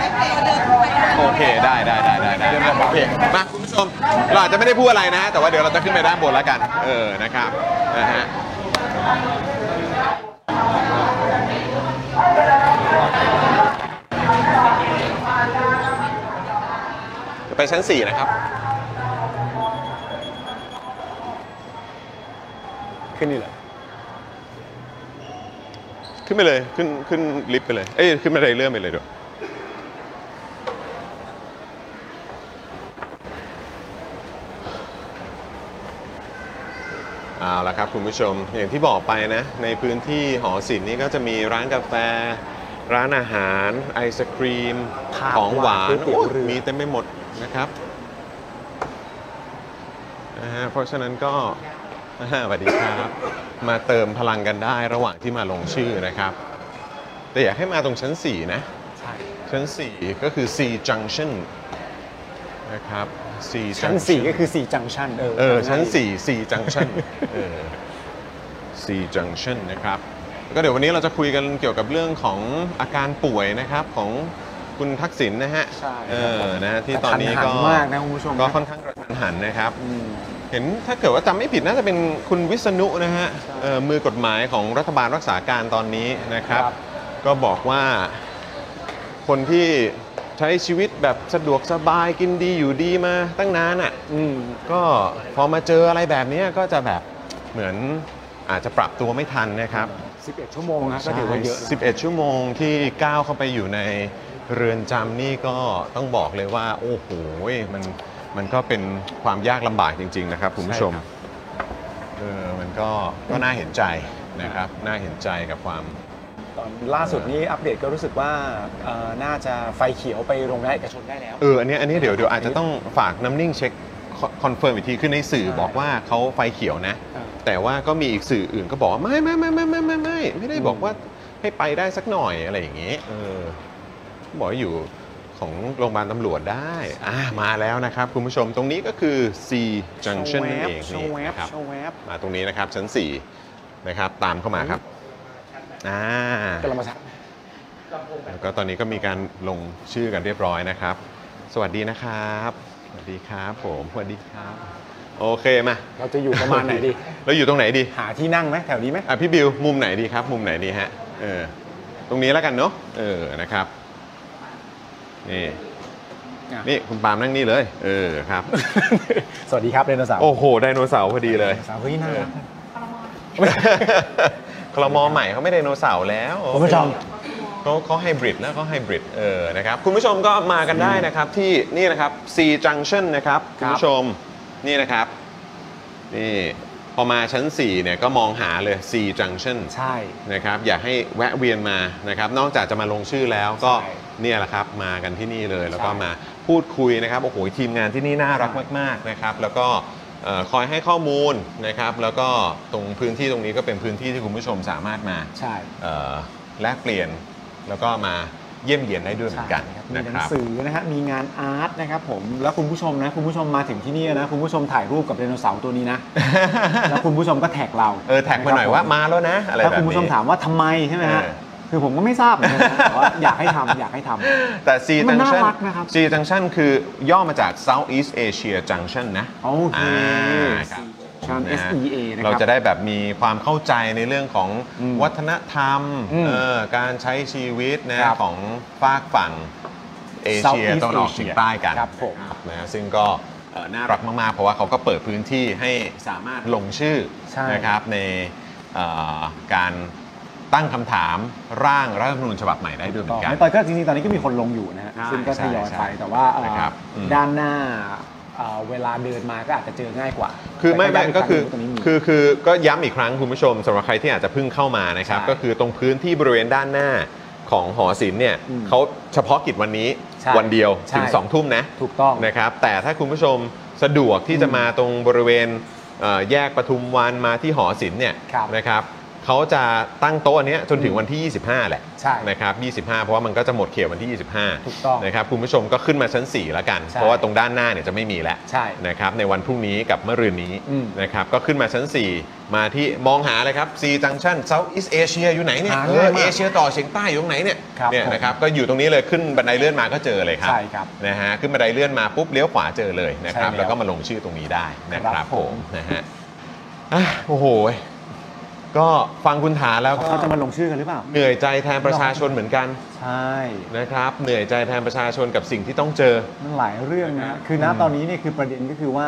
โอเคได้ได้ได้ได้ได้โอเคมาคุณผู้ชมเราอาจจะไม่ได้พูดอะไรนะฮะแต่ว่าเดี๋ยวเราจะขึ้นไปด้านบนแล้วกัน เออนะครับนะฮะจะไปชั้น 4 นะครับ
ขึ้นนี่เหรอ
ขึ้นไปเลยขึ้นขึ้นลิฟต์ไปเลย เอ้ยขึ้นบันไดเลื่อนไปเลยเดี๋ยวเอาละครับคุณผู้ชมอย่างที่บอกไปนะ ในพื้นที่หอศิลป์นี่ก็จะมีร้านกาแฟ ร้านอาหาร ไอศครีม
ข้าว
ของหวาน
ก๋วยเตี๋ยว
โอ้ย
เรือ
มีเต็มไปหมดนะครับนะฮะเพราะฉะนั้นก็ อ่าสวัสดีครับ มาเติมพลังกันได้ระหว่างที่มาลงชื่อนะครับ แต่อยากให้มาตรงชั้น 4 นะ
ใช่
ชั้น 4 ก็คือ C junction นะครับ C
ชั้น
junction
4 ก็คือ 4 จังชันเออ
เออ ชั้น
จำได้
4 C junction เออ C junction นะครับแล้วก็เดี๋ยววันนี้เราจะคุยกันเกี่ยวกับเรื่องของอาการป่วยนะครับของคุณทักษิณนะฮะ
ใช่ครับ
เออนะฮะที่
กระ
ต
ทั
อน
น
นี้
หัน
ก็
มากนะคุณผู้ชม
ก็
นะ
ค่อนข้างกระทันหันนะครับ
อืม
เห็นถ้าเกิดว่าจำไม่ผิดน่าจะเป็นคุณวิษณุนะฮะเอ่อมือกฎหมายของรัฐบาลรักษาการตอนนี้นะครับ
ครับ
ก็บอกว่า คนที่ใช้ชีวิตแบบสะดวกสบายกินดีอยู่ดีมาตั้งนานอะ่ะอืมก็พอมาเจออะไรแบบเนี้ยก็จะแบบเหมือนอาจจะปรับตัวไม่ทันนะครับ
11 ชั่วโมงนะก็ถือว่าเยอะนะ
ใช่11 ชั่วโมงที่ก้าวเข้าไปอยู่ในเรือนจำนี่ก็ต้องบอกเลยว่า โอ้โหมันมันก็เป็นความยากลำบากจริง ๆ นะครับคุณผู้ชม
ใช่ครับ
เออมันก็ก็น่าเห็นใจนะครับน่าเห็นใจกับความ
ตอนล่าสุดนี้อัปเดตก็รู้สึกว่าเอ่อน่าจะไฟเขียวไปโรงแรมเอกชนได้แล้ว
เออ อันเนี้ยอันเนี้ยเดี๋ยวเดี๋ยวอาจจะต้องฝากน้ำนิ่งเช็คคอนคอนเฟิร์มอีกที คือในสื่อ
ใช่
บอกว่าเขาไฟเขียวนะ
อ่า
แต่ว่าก็มีอีกสื่ออื่นก็บอกว่า ไม่ไม่ไม่ไม่ไม่ไม่ไม่ไม่ได้บอกว่าให้ไปได้สักหน่อยอะไรอย่างงี้ เออ บอกว่าอยู่ของโรงพยาบาลตำรวจได้อ่ามาแล้วนะครับ คุณผู้ชมตรงนี้ก็คือ C junction นั่นเอง
โช
นี่
ว์แวบ
นะครับ
โชว์แวบ
มาตรงนี้นะครับชั้น 4 นะครับ ตามเข้ามาครับอ่า
กำลังมาสัก
แล้วก็ตอนนี้ก็มีการลงชื่อกันเรียบร้อยนะครับ สวัสดีนะครับ สวัสดีครับผม สวัสดีครับ โอเคมา
เราจะอยู่ประมาณไหน ดี
เราอยู่ตรงไหนดี
หาที่นั่งไหมแถวนี้ไหม
อ่ะพี่บิวมุมไหนดีครับ มุมไหนดีฮะ เออ ตรงนี้แล้วกันเนาะ เออ นะครับ นี่
อ่ะ
นี่คุณปาล์มนั่งนี่เลย เออ ครับ
สวัสดีครับเรนโนเสาว
โอ้โห ไดโนเสาร์พอดีเลย
สาวเฮ้ยน่ารัก
คลมอใหม่เขาไม่ไดโนเสาร์แล้ว
คุณผู้ชม
เขาเขาไฮบริดแล้วเขาไฮบริดเออนะครับคุณผู้ชมก็มากันได้นะครับที่นี่นะครับ C Junction นะครับ คุณผู้ชมนี่นะครับ นี่พอมาชั้น 4 เนี่ยก็มองหาเลย C Junction
ใช่
นะครับอยากให้แวะเวียนมานะครับ นอกจากจะมาลงชื่อแล้วก็
ใช่
เนี่ยแหละครับมากันที่นี่เลยแล้วก็
ใช่
มาพูดคุยนะครับโอ้โหทีมงานที่นี่น่ารักมากๆนะครับ แล้วก็เอ่อคอยให้ข้อมูลนะครับ แล้วก็ตรงพื้นที่ตรงนี้ก็เป็นพื้นที่ที่คุณผู้ชมสามารถมา
ใช่
เอ่อแลกเปลี่ยนแล้วก็มาเยี่ยมเยียนได้ด้วยเหมือนกัน
ใช่ครับมี
นะ
หนั
ค
ง
รับ
สือนะฮะมีงานอาร์ตนะครับผมแล้วคุณผู้ชมนะคุณผู้ชมมาถึงที่นี่นะคุณผู้ชมถ่ายรูปกับไดโนเสาร์ตัวนี้นะ แล้วคุณผู้ชมก็แท็กเรา
เออแท็กมาหน่อยว่ามาแล้วนะอะไรแบบนี้
ถ้าคุณผู้ชมถามว่าทำไมใช่ไหมฮะ
เออ
คือผมก็ไม่ทราบเหมือนกันนะแต่ว่าอยากให้ทำอยากให้ทำ
แต่ C
มั
junction
นน่ารักนะครับ
C junction คือย่อมาจาก South East Asia Junction นะ
โอเค
าครับ
ชาน
นะฮะ
SEA นะค
เรา
รับ
จะได้แบบมีความเข้าใจในเรื่องของ
อืม
วัฒนธรรม
อืม
เออการใช้ชีวิตนะครับ ของฝากฝั่งเอเชีย
Southeast
ตะวันออกเฉียงใต้กัน
ครับผม
นะซึ่งก็เอ่อน่ารักมาก ๆ เพราะว่าเขาก็เปิดพื้นที่ให้สามารถลงชื่อ
ใช่
นะครับในเอ่อการตั้งคำถามร่างรัฐธรรมนูญฉบับใหม่ได้ด้วยเหมื
ต่
อ
อน
กัน
ไม่ต่อยก็จริงๆ ตอนนี้ก็มีคนลงอยู่นะฮะ
ใช่
ซึ่งก็ทยอย
ใช่
ไปแต่ว่าเอ่อ
นะครับอืม
ด้านหน้าเอ่อเวลาเดินมาก็อาจจะเจอง่ายกว่า
คือไม่
แต่
ไม่ก็คือ
ตรงนี้มี
คือคือก็ย้ำอีกครั้งคุณผู้ชมสำหรับใครที่อาจจะเพิ่งเข้ามานะครับ
ใช่
ก็คือตรงพื้นที่บริเวณด้านหน้าของหอศิลป์เนี่ย
อืม
เขาเฉพาะกิจวันนี้
ใช่
วันเดียวถึง
ใช่
2ทุ่มนะ
ถูกต้อง
นะครับ แต่ถ้าคุณผู้ชมสะดวกที่จะมาตรงบริเวณเอ่อแยกปทุมวันมาที่หอศิลป์เนี่ย
ครับ
นะครับเขาจะตั้งโต๊ะอันเนี้ยจนถึงวันที่ 25 แหละ
ใช่
นะครับ25 เพราะว่ามันก็จะหมดเขตวันที่ 25
ถูกต้อง
นะครับคุณผู้ชมก็ขึ้นมาชั้น4แล้วกัน
ใช่
เพราะว่าตรงด้านหน้าเนี่ยจะไม่มีแล้ว
ใช่
นะครับในวันพรุ่งนี้กับเมื่อรืนนี้
อืม
นะครับก็ขึ้นมาชั้น 4 มาที่มองหาเลยครับ C Junction South East Asia อยู่ไหนเนี่ย
หา
เอ
ง่า
อย
มาก
เอเชียต่อเฉียงใต้อยู่ตรงไหนเนี่ย
ครับ
เนี่ย
ผม
นะครับก็อยู่ตรงนี้เลยขึ้นบันไดเลื่อนมาก็เจอเลยครับ
ใช่ครับ
นะฮะขึ้นบันไดเลื่อนมาปุ๊บเลี้ยวขวาเจอเลยนะครับ
ใช่แล้ว
แล้วก็มาลงชื่อตรงนี้ได้นะค
ครั
รับบ ผ
ผม ม
นะฮะอ่ะโอ้โห ก็ฟังคุณถาแล้วก็
เขาจะมาลงชื่อกันหรือเปล่า
เหนื่อยใจแทนประชาชนเหมือนกัน
ใช่
นะครับเหนื่อยใจแทนประชาชนกับสิ่งที่ต้องเจอ
มันหลายเรื่องนะฮะคือณตอนนี้เนี่ยคือประเด็นก็คือว่า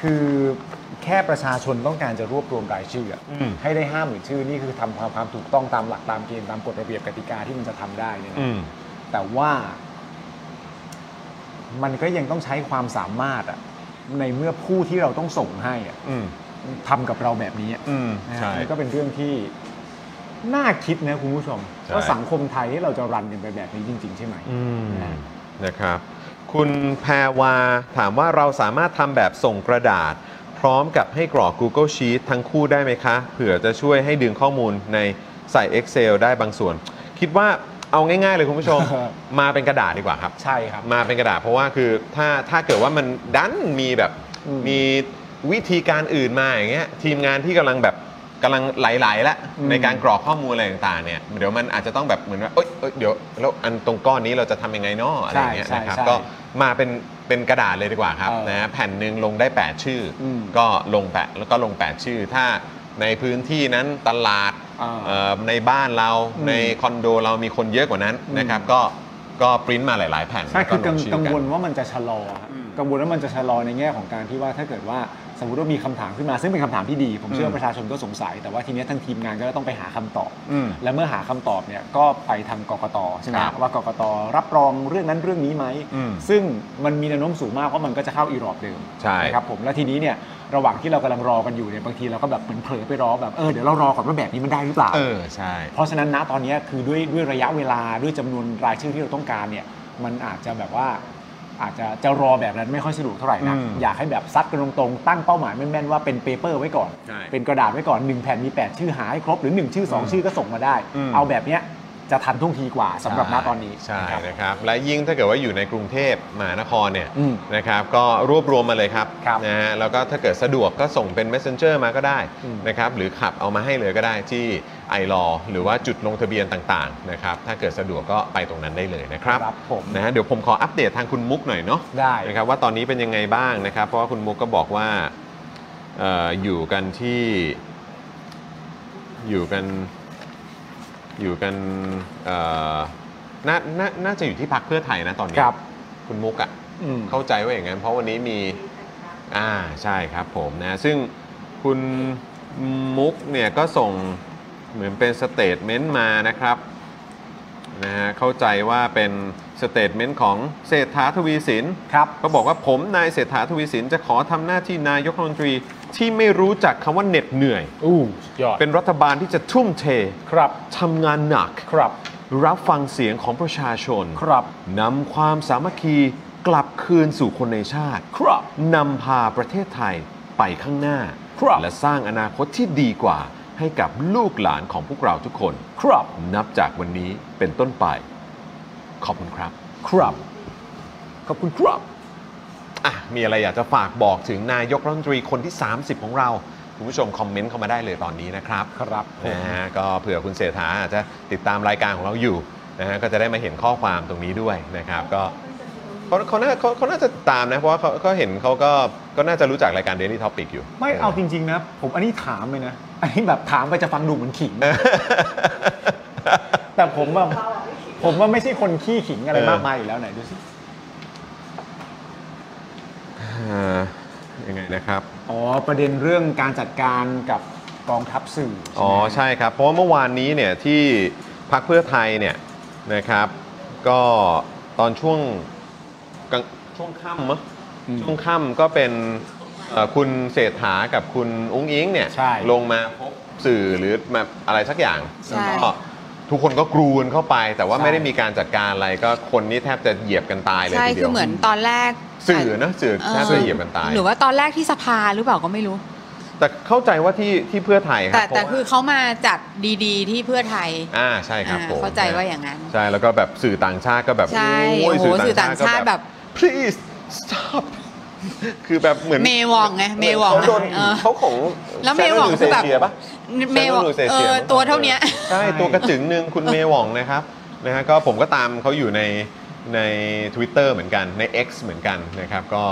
คือแค่ประชาชนต้องการจะรวบรวมรายชื่ออะ
อืม
ให้ได้ห้าหมื่นชื่อนี่คือทำความความถูกต้องตามหลักตามเกณฑ์ตามกฎระเบียบกติกาที่มันจะทำได้เนี่ยนะ
อืม
แต่ว่า มันก็ยังต้องใช้ความสามารถอะในเมื่อผู้ที่เราต้องส่งให้อะ
อืม
ทำกับเราแบบนี้อะ
อืม
นะ
ใช่
ฮะมันก็เป็นเรื่องที่น่าคิดนะคุณผู้ชม
ใช่
ว่าสังคมไทยที่เราจะรันกันไปแบบนี้จริง ๆ ใช่ไหม
อืม
นะ
นะครับ คุณแพรวาถามว่าเราสามารถทำแบบส่งกระดาษ พร้อมกับให้กรอก Google Sheet ทั้งคู่ได้ไหมคะ เผื่อจะช่วยให้ดึงข้อมูลในใส่ Excel ได้บางส่วน คิดว่าเอาง่าย ๆ เลยคุณผู้ช ม มาเป็นกระดาษดีกว่าครับ
ใช่ครับ
มาเป็นกระดาษเพราะว่าคือถ้าถ้าเกิดว่ามันดันมีแบบ
อืม
มีวิธีการอื่นมาอย่างเงี้ยทีมงานที่กำลังแบบกำลังไหลๆแล้ว
อืม
ในการกรอกข้อมูลอะไรต่างๆเนี่ยเดี๋ยวมันอาจจะต้องแบบเหมือนว่าเอ้ยเอ้ยเดี๋ยวแล้วอันตรงก้อนนี้เราจะทำยังไงเนาะอะไรอย่างเงี้ย
ใช่ใช่
นะครับ
ใช่
ก็มาเป็นเป็นกระดาษเลยดีกว่าครับ
เออ
นะแผ่นหนึ่งลงได้ 8 ชื่ออ
ม
ก็ลงแปะแล้วก็ลง 8 ชื่อ ถ้าในพื้นที่นั้นตลาด
อ่า
เอ่อในบ้านเราในคอนโดเรามีคนเยอะกว่านั้นนะครับก็ก็ปริ้นมาหลาย ๆ แผ่น
ใช่คือ
แล้
กั
ก็
ง
ลชื่
กัง
น
วลว่ามันจะชะลอฮะกังวลว่ามันจะชะลอในแง่ของการที่ว่าถ้าเกิดว่าสมมติว่ามีคำถามขึ้นมาซึ่งเป็นคำถามที่ดี ผมเชื่อว่าประชาชนก็สงสัย แต่ว่าทีเนี้ยทางทีมงานก็ต้องไปหาคำตอบ
อืม
และเมื่อหาคำตอบเนี่ยก็ไปทางกกตใช่ไหม
ครับ
ว่ากกตรับรองเรื่องนั้นเรื่องนี้ไหม
อืม
ซึ่งมันมีแนวโน้มสูงมากว่ามันก็จะเข้าอีรอบเดิม
ใช่
นะครับผมและทีนี้เนี่ยระหว่างที่เรากำลังรอกันอยู่เนี่ยบางทีเราก็แบบเหมือนเผลอไปรอแบบเออเดี๋ยวเรารอก่อนว่าแบบนี้มันได้หรือเปล่า
เออใช่
เพราะฉะนั้นณตอนนี้คือด้วยด้วยระยะเวลาด้วยจำนวนรายชื่อที่เราต้องการเนี่ยมันอาจจะแบบว่าอาจจะจะรอแบบนั้นไม่ค่อยสะดวกเท่าไหร่นะ
อืม
อยากให้แบบซัดกันตรงๆตั้งเป้าหมายแม่นๆว่าเป็นเปเปอร์ไว้ก่อน
ใช่
เป็นกระดาษไว้ก่อน 1 แผ่นมี 8 ชื่อหาให้ครบหรือ 1 ชื่อ
อืม
2 ชื่อก็ส่งมาได้
อืม
เอาแบบเนี้ยจะทันท่วงทีกว่าสำหรับณตอนนี้
ใช่
นะครับ
นะครับและยิ่งถ้าเกิดว่าอยู่ในกรุงเทพมหานครเนี่ย
อืม
นะครับก็รวบรวมมาเลยครับ
ครับ
นะฮะแล้วก็ถ้าเกิดสะดวกก็ส่งเป็น messenger มาก็ได้
อืม
นะครับหรือขับเอามาให้เลยก็ได้ที่ไอรอหรือว่าจุดลงทะเบียนต่างๆนะครับถ้าเกิดสะดวกก็ไปตรงนั้นได้เลยนะครับ
ครับผม
นะฮะเดี๋ยวผมขออัปเดตทางคุณมุกหน่อยเนาะ
ได้
นะครับว่าตอนนี้เป็นยังไงบ้างนะครับ เพราะว่าคุณมุกก็บอกว่าเอออยู่กันที่อยู่กัน อยู่กันเอ่อนานาน่าจะอยู่ที่พักเพื่อไทยนะตอนนี้
ครับ
คุณมุกอะ่ะ
อืม
เข้าใจว่าอย่างนั้น เพราะวันนี้มี อ่าใช่ครับผมนะ ซึ่งคุณมุกเนี่ยก็ส่งเหมือนเป็นสเตทเมนต์มานะครับนะฮะเข้าใจว่าเป็นสเตทเมนต์ของเศรษฐาทวีสิน
ครับ
ก็บอกว่าผมนายเศรษฐาทวีสินจะขอทำหน้าที่นายกรัฐมนตรีที่ไม่รู้จักคำว่าเหน็ดเหนื่อย
อู้
ยอด
เป็นรัฐบาลที่จะทุ่มเท
ครับ
ทำงานหนัก
ครับ
รับฟังเสียงของประชาชน
ครับ
นำความสามัคคีกลับคืนสู่คนในชาติ
ครับ
นำพาประเทศไทยไปข้างหน้า
ครับ
และสร้างอนาคตที่ดีกว่าให้กับลูกหลานของพวกเราทุกคน
ครับ
นับจากวันนี้เป็นต้นไป ขอบคุณครับ
ครับขอบคุณครับ
อ่ะ มีอะไรอยากจะฝากบอกถึงนายกรัฐมนตรีคนที่ 30 ของเรา คุณผู้ชมคอมเมนต์เข้ามาได้เลยตอนนี้นะครับ
ครับผม
นะฮะก็เผื่อคุณเศรษฐาอาจจะติดตามรายการของเราอยู่นะฮะก็จะได้มาเห็นข้อความตรงนี้ด้วยนะครับ ก็เขาเขาน่าเขาเขาน่าจะตามนะ เพราะว่าเขาเขาเห็นเขาก็ก็น่าจะรู้จักรายการ Daily Topic อยู่
ไม่เอาจริง ๆ นะ ผมอันนี้ถามเลยนะ อันนี้แบบถามไปจะฟังดูเหมือนขิง แต่ผมว่าผมว่าไม่ใช่คนขี้ขิงอะไร
เออ
มากมายอยู่แล้วไหนดูสิ
เออ ยังไงนะครับ
อ๋อ ประเด็นเรื่องการจัดการกับกองทัพสื่อ
อ๋อ
ใช่ไหม
ใช่ครับ เพราะว่าเมื่อวานนี้เนี่ยที่พักเพื่อไทยเนี่ยนะครับ ก็ตอนช่วงกลางช่วงค่ำมั้งช่วงค่ำก็เป็นเอ่อคุณเศรษฐากับคุณอุ้งอิงเนี่ย
ใช่
ลงมาพบสื่อหรือมาอะไรสักอย่าง
ใช่
ก็ทุกคนก็กรูนเข้าไป แต่ว่า
ใช่
ไม่ได้มีการจัดการอะไรก็คนนี่แทบจะเหยียบกันตายเลย
ใช่
ทีเดียว
คือเหมือนตอนแรก
สื่อนะสื่อ
เอ่อ
แทบจะเหยียบกันตาย
หรือว่าตอนแรกที่สภาหรือเปล่าก็ไม่รู้
แต่เข้าใจว่าที่ที่เพื่อไทยครั
แต่
บ
แต่
เพราะว่า
คือเขามาจัดดีๆ ที่เพื่อไทย
อ่าใช่ครับ
อ่า
ผม
เข้าใจว่าอย่างนั้น
ใช่ แล้วก็แบบสื่อต่างชาติก็แบบ
ใช่
ย
โอ้โหสื่อต่างชาติแบบ
please stop คือแบบเหมือน
เมวองไงเมวอง
เขาโดน
เออ
เขาของ
แล้วเมวอง
เซ
คือแบบ
เชียปะ
เมวอง
ชาโดนดูซ
เอ
ชีย
อ
มั้ง
ตัวเท่าเนี้ย
ใช่ตัวกระจึงหนึ่งคุณเมวองนะครับนะฮะก็ผมก็ตามเขาอยู่ในใน Twitter เหมือนกันใน X เหมือนกันนะครับ ก็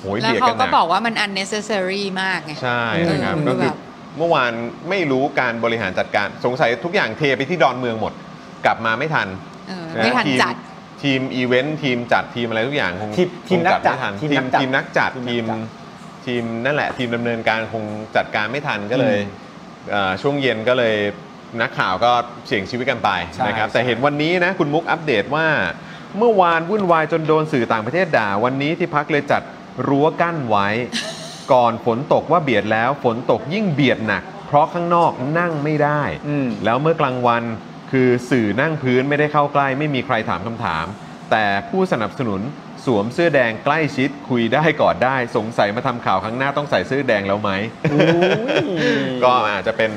โหย
แล้ว
เบียด
เขา
กันห
ก็
นัก
บอกว่ามัน unnecessary มากไง
ใช่นะครับ
เออ
ก็คือ
แบบ
เมื่อวานไม่รู้การบริหารจัดการสงสัยทุกอย่างเทไปที่ดอนเมืองหมด กลับมาไม่ทัน
เออ
นะ
ไม่ทัน
ที
จัด
ทีมอีเวนต์ทีมจัดทีมอะไรทุกอย่างคง
ทีมทีม
คงลับ
นักจัด
ไทัน
ที
ที
ม
ม
นักจัด
ทีมนักจัดทีม
ทีมนักจัด
ทีมนั่นแหละ ทีมดำเนินการคงจัดการไม่ทันก็เลยเอ่อช่วงเย็นก็เลยนักข่าวก็เสี่ยงชีวิตกันไป
ใช่
นะครับ
ใช่
แต่เห็นวันนี้นะคุณมุกอัปเดตว่า เมื่อวานวุ่นวายจนโดนสื่อต่างประเทศด่า วันนี้ที่พักเลยจัดรั้วกั้นไว้ ก่อนฝนตกว่าเบียดแล้วฝนตกยิ่งเบียดหนัก เพราะข้างนอกนั่งไม่ได้
อืม
แล้วเมื่อกลางวันคือสื่อนั่งพื้นไม่ได้เข้าใกล้ ไม่มีใครถามคำถาม แต่ผู้สนับสนุนสวมเสื้อแดงใกล้ชิดคุยได้กอดได้ สงสัยมาทำข่าวครั้งหน้าต้องใส่เสื้อแดงแล้วไหม ก็อาจจะเป็น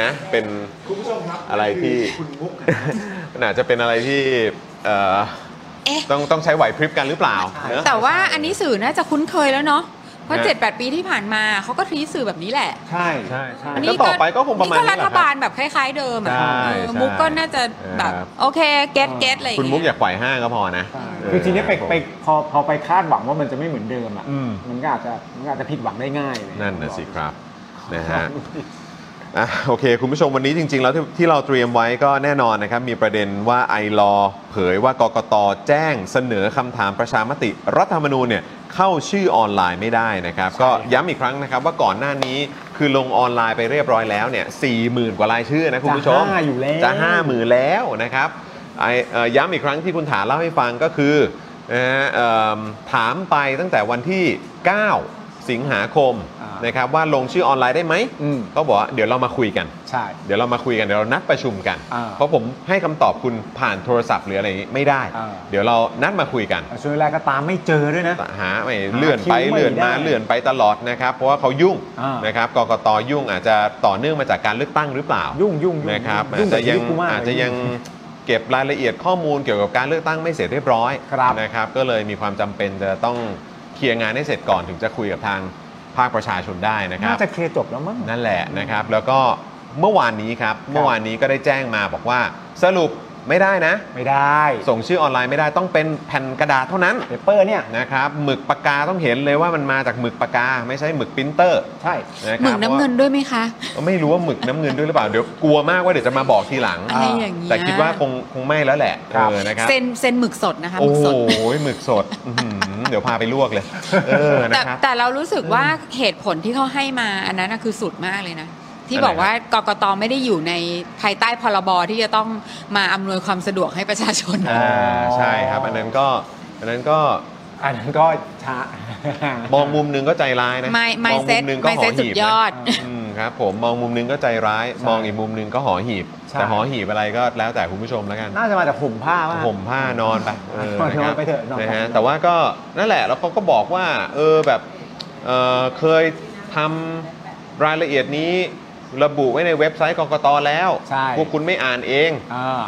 นะเป็นคุณผู้ชมครับอะไรที่มันอาจจะเป็นอะไรที่เอ่อ
เอ๊ะ
ต้องต้องใช้ไหวพริบกันหรือเปล่าเนอะ
แต่ว่าอันนี้สื่อน่าจะคุ้นเคยแล้วเนาะเพราะ
นะ
เจ็ดแปดปีที่ผ่านมาเขาก็ทรีตสื่อแบบนี้แหละ
ใช่
ใช่ใช่
อันนี้
ก็ต่อไปก็คงประมาณ
นี่ก็
นั้น
รั
แห
ฐ
ละครับบ
าลแบบคล้ายๆเดิมอะ
ใช่
เออ
ใช่
มุกก็น่าจะแบบ
ครับ
โอเค เก็ตเก็ตอะไรอย่าง
คุณ
เงี้ย
มุกอยากไขว่ห้างก็พอนะเ
คือทีนี้ไปไปพอพอไปคาดหวังว่ามันจะไม่เหมือนเดิมอ่ะ
อืม
มันก็อาจจะมันก็อาจจะผิดหวังได้ง่ายเลย
นั่นนะสิครับนะฮะ อ่ะโอเค คุณผู้ชมวันนี้จริง ๆ แล้วที่ที่เราเตรียมไว้ก็แน่นอนนะครับ มีประเด็นว่าไอรอเผยว่ากกตแจ้งเสนอคำถามประชามติ รัฐธรรมนูญเนี่ยเข้าชื่อออนไลน์ไม่ได้นะครับ ก็ย้ำอีกครั้งนะครับว่าก่อนหน้านี้คือลงออนไลน์ไปเรียบร้อยแล้วเนี่ยสี่หมื่นกว่ารายชื่อนะคุณผู้ชม
จะห้าอยู่แล้ว
จะห้าหมื่นแล้วนะครับไอเอ่อย้ำอีกครั้งที่คุณถาเล่าให้ฟังก็คือนะฮะเอิ่มถามไปตั้งแต่วันที่ 9 สิงหาคมนะครับว่าลงชื่อออนไลน์ได้ไหม
อืม
ก็บอกว่าเดี๋ยวเรามาคุยกัน
ใช่
เดี๋ยวเรามาคุยกัน เดี๋ยวเรานัดประชุมกัน
อ่า
เพราะผมให้คำตอบคุณผ่านโทรศัพท์หรืออะไรอย่างงี้ไม่ได้
อ่า
เดี๋ยวเรานัดมาคุยกัน
ช่วงแรกก็ตามไม่เจอด้วยนะ
หาไม่เลื่อนไป
คิวไม่
เลื่อนมา
ได้
เลื่อนไปตลอดนะครับ เพราะว่าเขายุ่ง
อ่าน
นะครับกกตยุ่งอาจจะต่อเนื่องมาจากการเลือกตั้งหรือเปล่า
ยุ่งยุ่งยุ่ง
นะครับอา
ยุ่
จ
กั
จะ
บ
ยัง
ชีวิตกูมก
อาจจะยังเก็บรายละเอียดข้อมูลเกี่ยวกับการเลือกตั้งไม่เสร็จเรียบร้อย
ครับ
นะครับ ก็เลยมีความจำเป็นจะต้องเคลียร์งานให้เสร็จก่อนถึงจะคุยกับทางภาคประชาชนได้นะครับ
น่าจะเคลียร์จบแล้วมั้ง
นั่นแหละนะครับ แล้วก็เมื่อวานนี้ครับ เมื่อวานนี้ก็ได้แจ้งมาบอกว่าสรุปไม่ได้นะ
ไม่ได้
ส่งชื่อออนไลน์ไม่ได้ต้องเป็นแผ่นกระดาษเท่านั้น
เปเปอร์เนี่ย
นะครับหมึกปากกาต้องเห็นเลยว่ามันมาจากหมึกปากกา ไม่ใช่หมึกปรินเตอร์
ใช่
นะครับ
หมึกน้ำเงินด้วยไหมคะ
เพราะว่าไม่รู้ว่าหมึกน้ำเงินด้วยหรือเปล่าเดี๋ยวกลัวมากว่าเดี๋ยวจะมาบอกทีหลัง
อะไรอย่างเงี้ย
แต่คิดว่าคงคงไม่แล้วแหละ
ครับ
เออนะครับ
เซนเซนหมึกสดนะคะห
โอ้
มึกสด
โหหมึกสดอื้อหือเดี๋ยวพาไปลวกเลย เออนะ
แต่
ครับ
แต่เรารู้สึกว่าเหตุผลที่เขาให้มาอันนั้นน่ะคือสุดมากเลยนะ ที่บอกว่ากกตไม่ได้อยู่ในภายใต้พรบที่จะต้องมาอำนวยความสะดวกให้ประชาชน
อ่าใช่ครับ อันนั้นก็อันนั้นก็
อันนั้นก็ช้า
มองมุมหนึ่งก็ใจร้ายนะ
My-
มองมุ
mindset
มหนึ่งก็หอ
mindset สุ
หี
ด
บ
ย
นะ
อด
อืมครับผมมองมุมหนึงก็ใจร้าย มองอีกมุมหนึงก็หอหีบ
ใช่
แต่หอหีบอะไรก็แล้วแต่คุณผู้ชมแล้วกัน
น่าจะมาจากห่มผ้าป่ะ
ห่มผ้านอนไปเออนะครั
นอบ นไปเถอะนอนไป
นะฮะแต่ว่าก็นั่นแหละแล้วเขาก็บอกว่าเออแบบเออเคยทำรายละเอียดนี้ระบุไว้ในเว็บไซต์กกตแล้ว
ใช่
พวกคุณไม่อ่านเอง
อ่า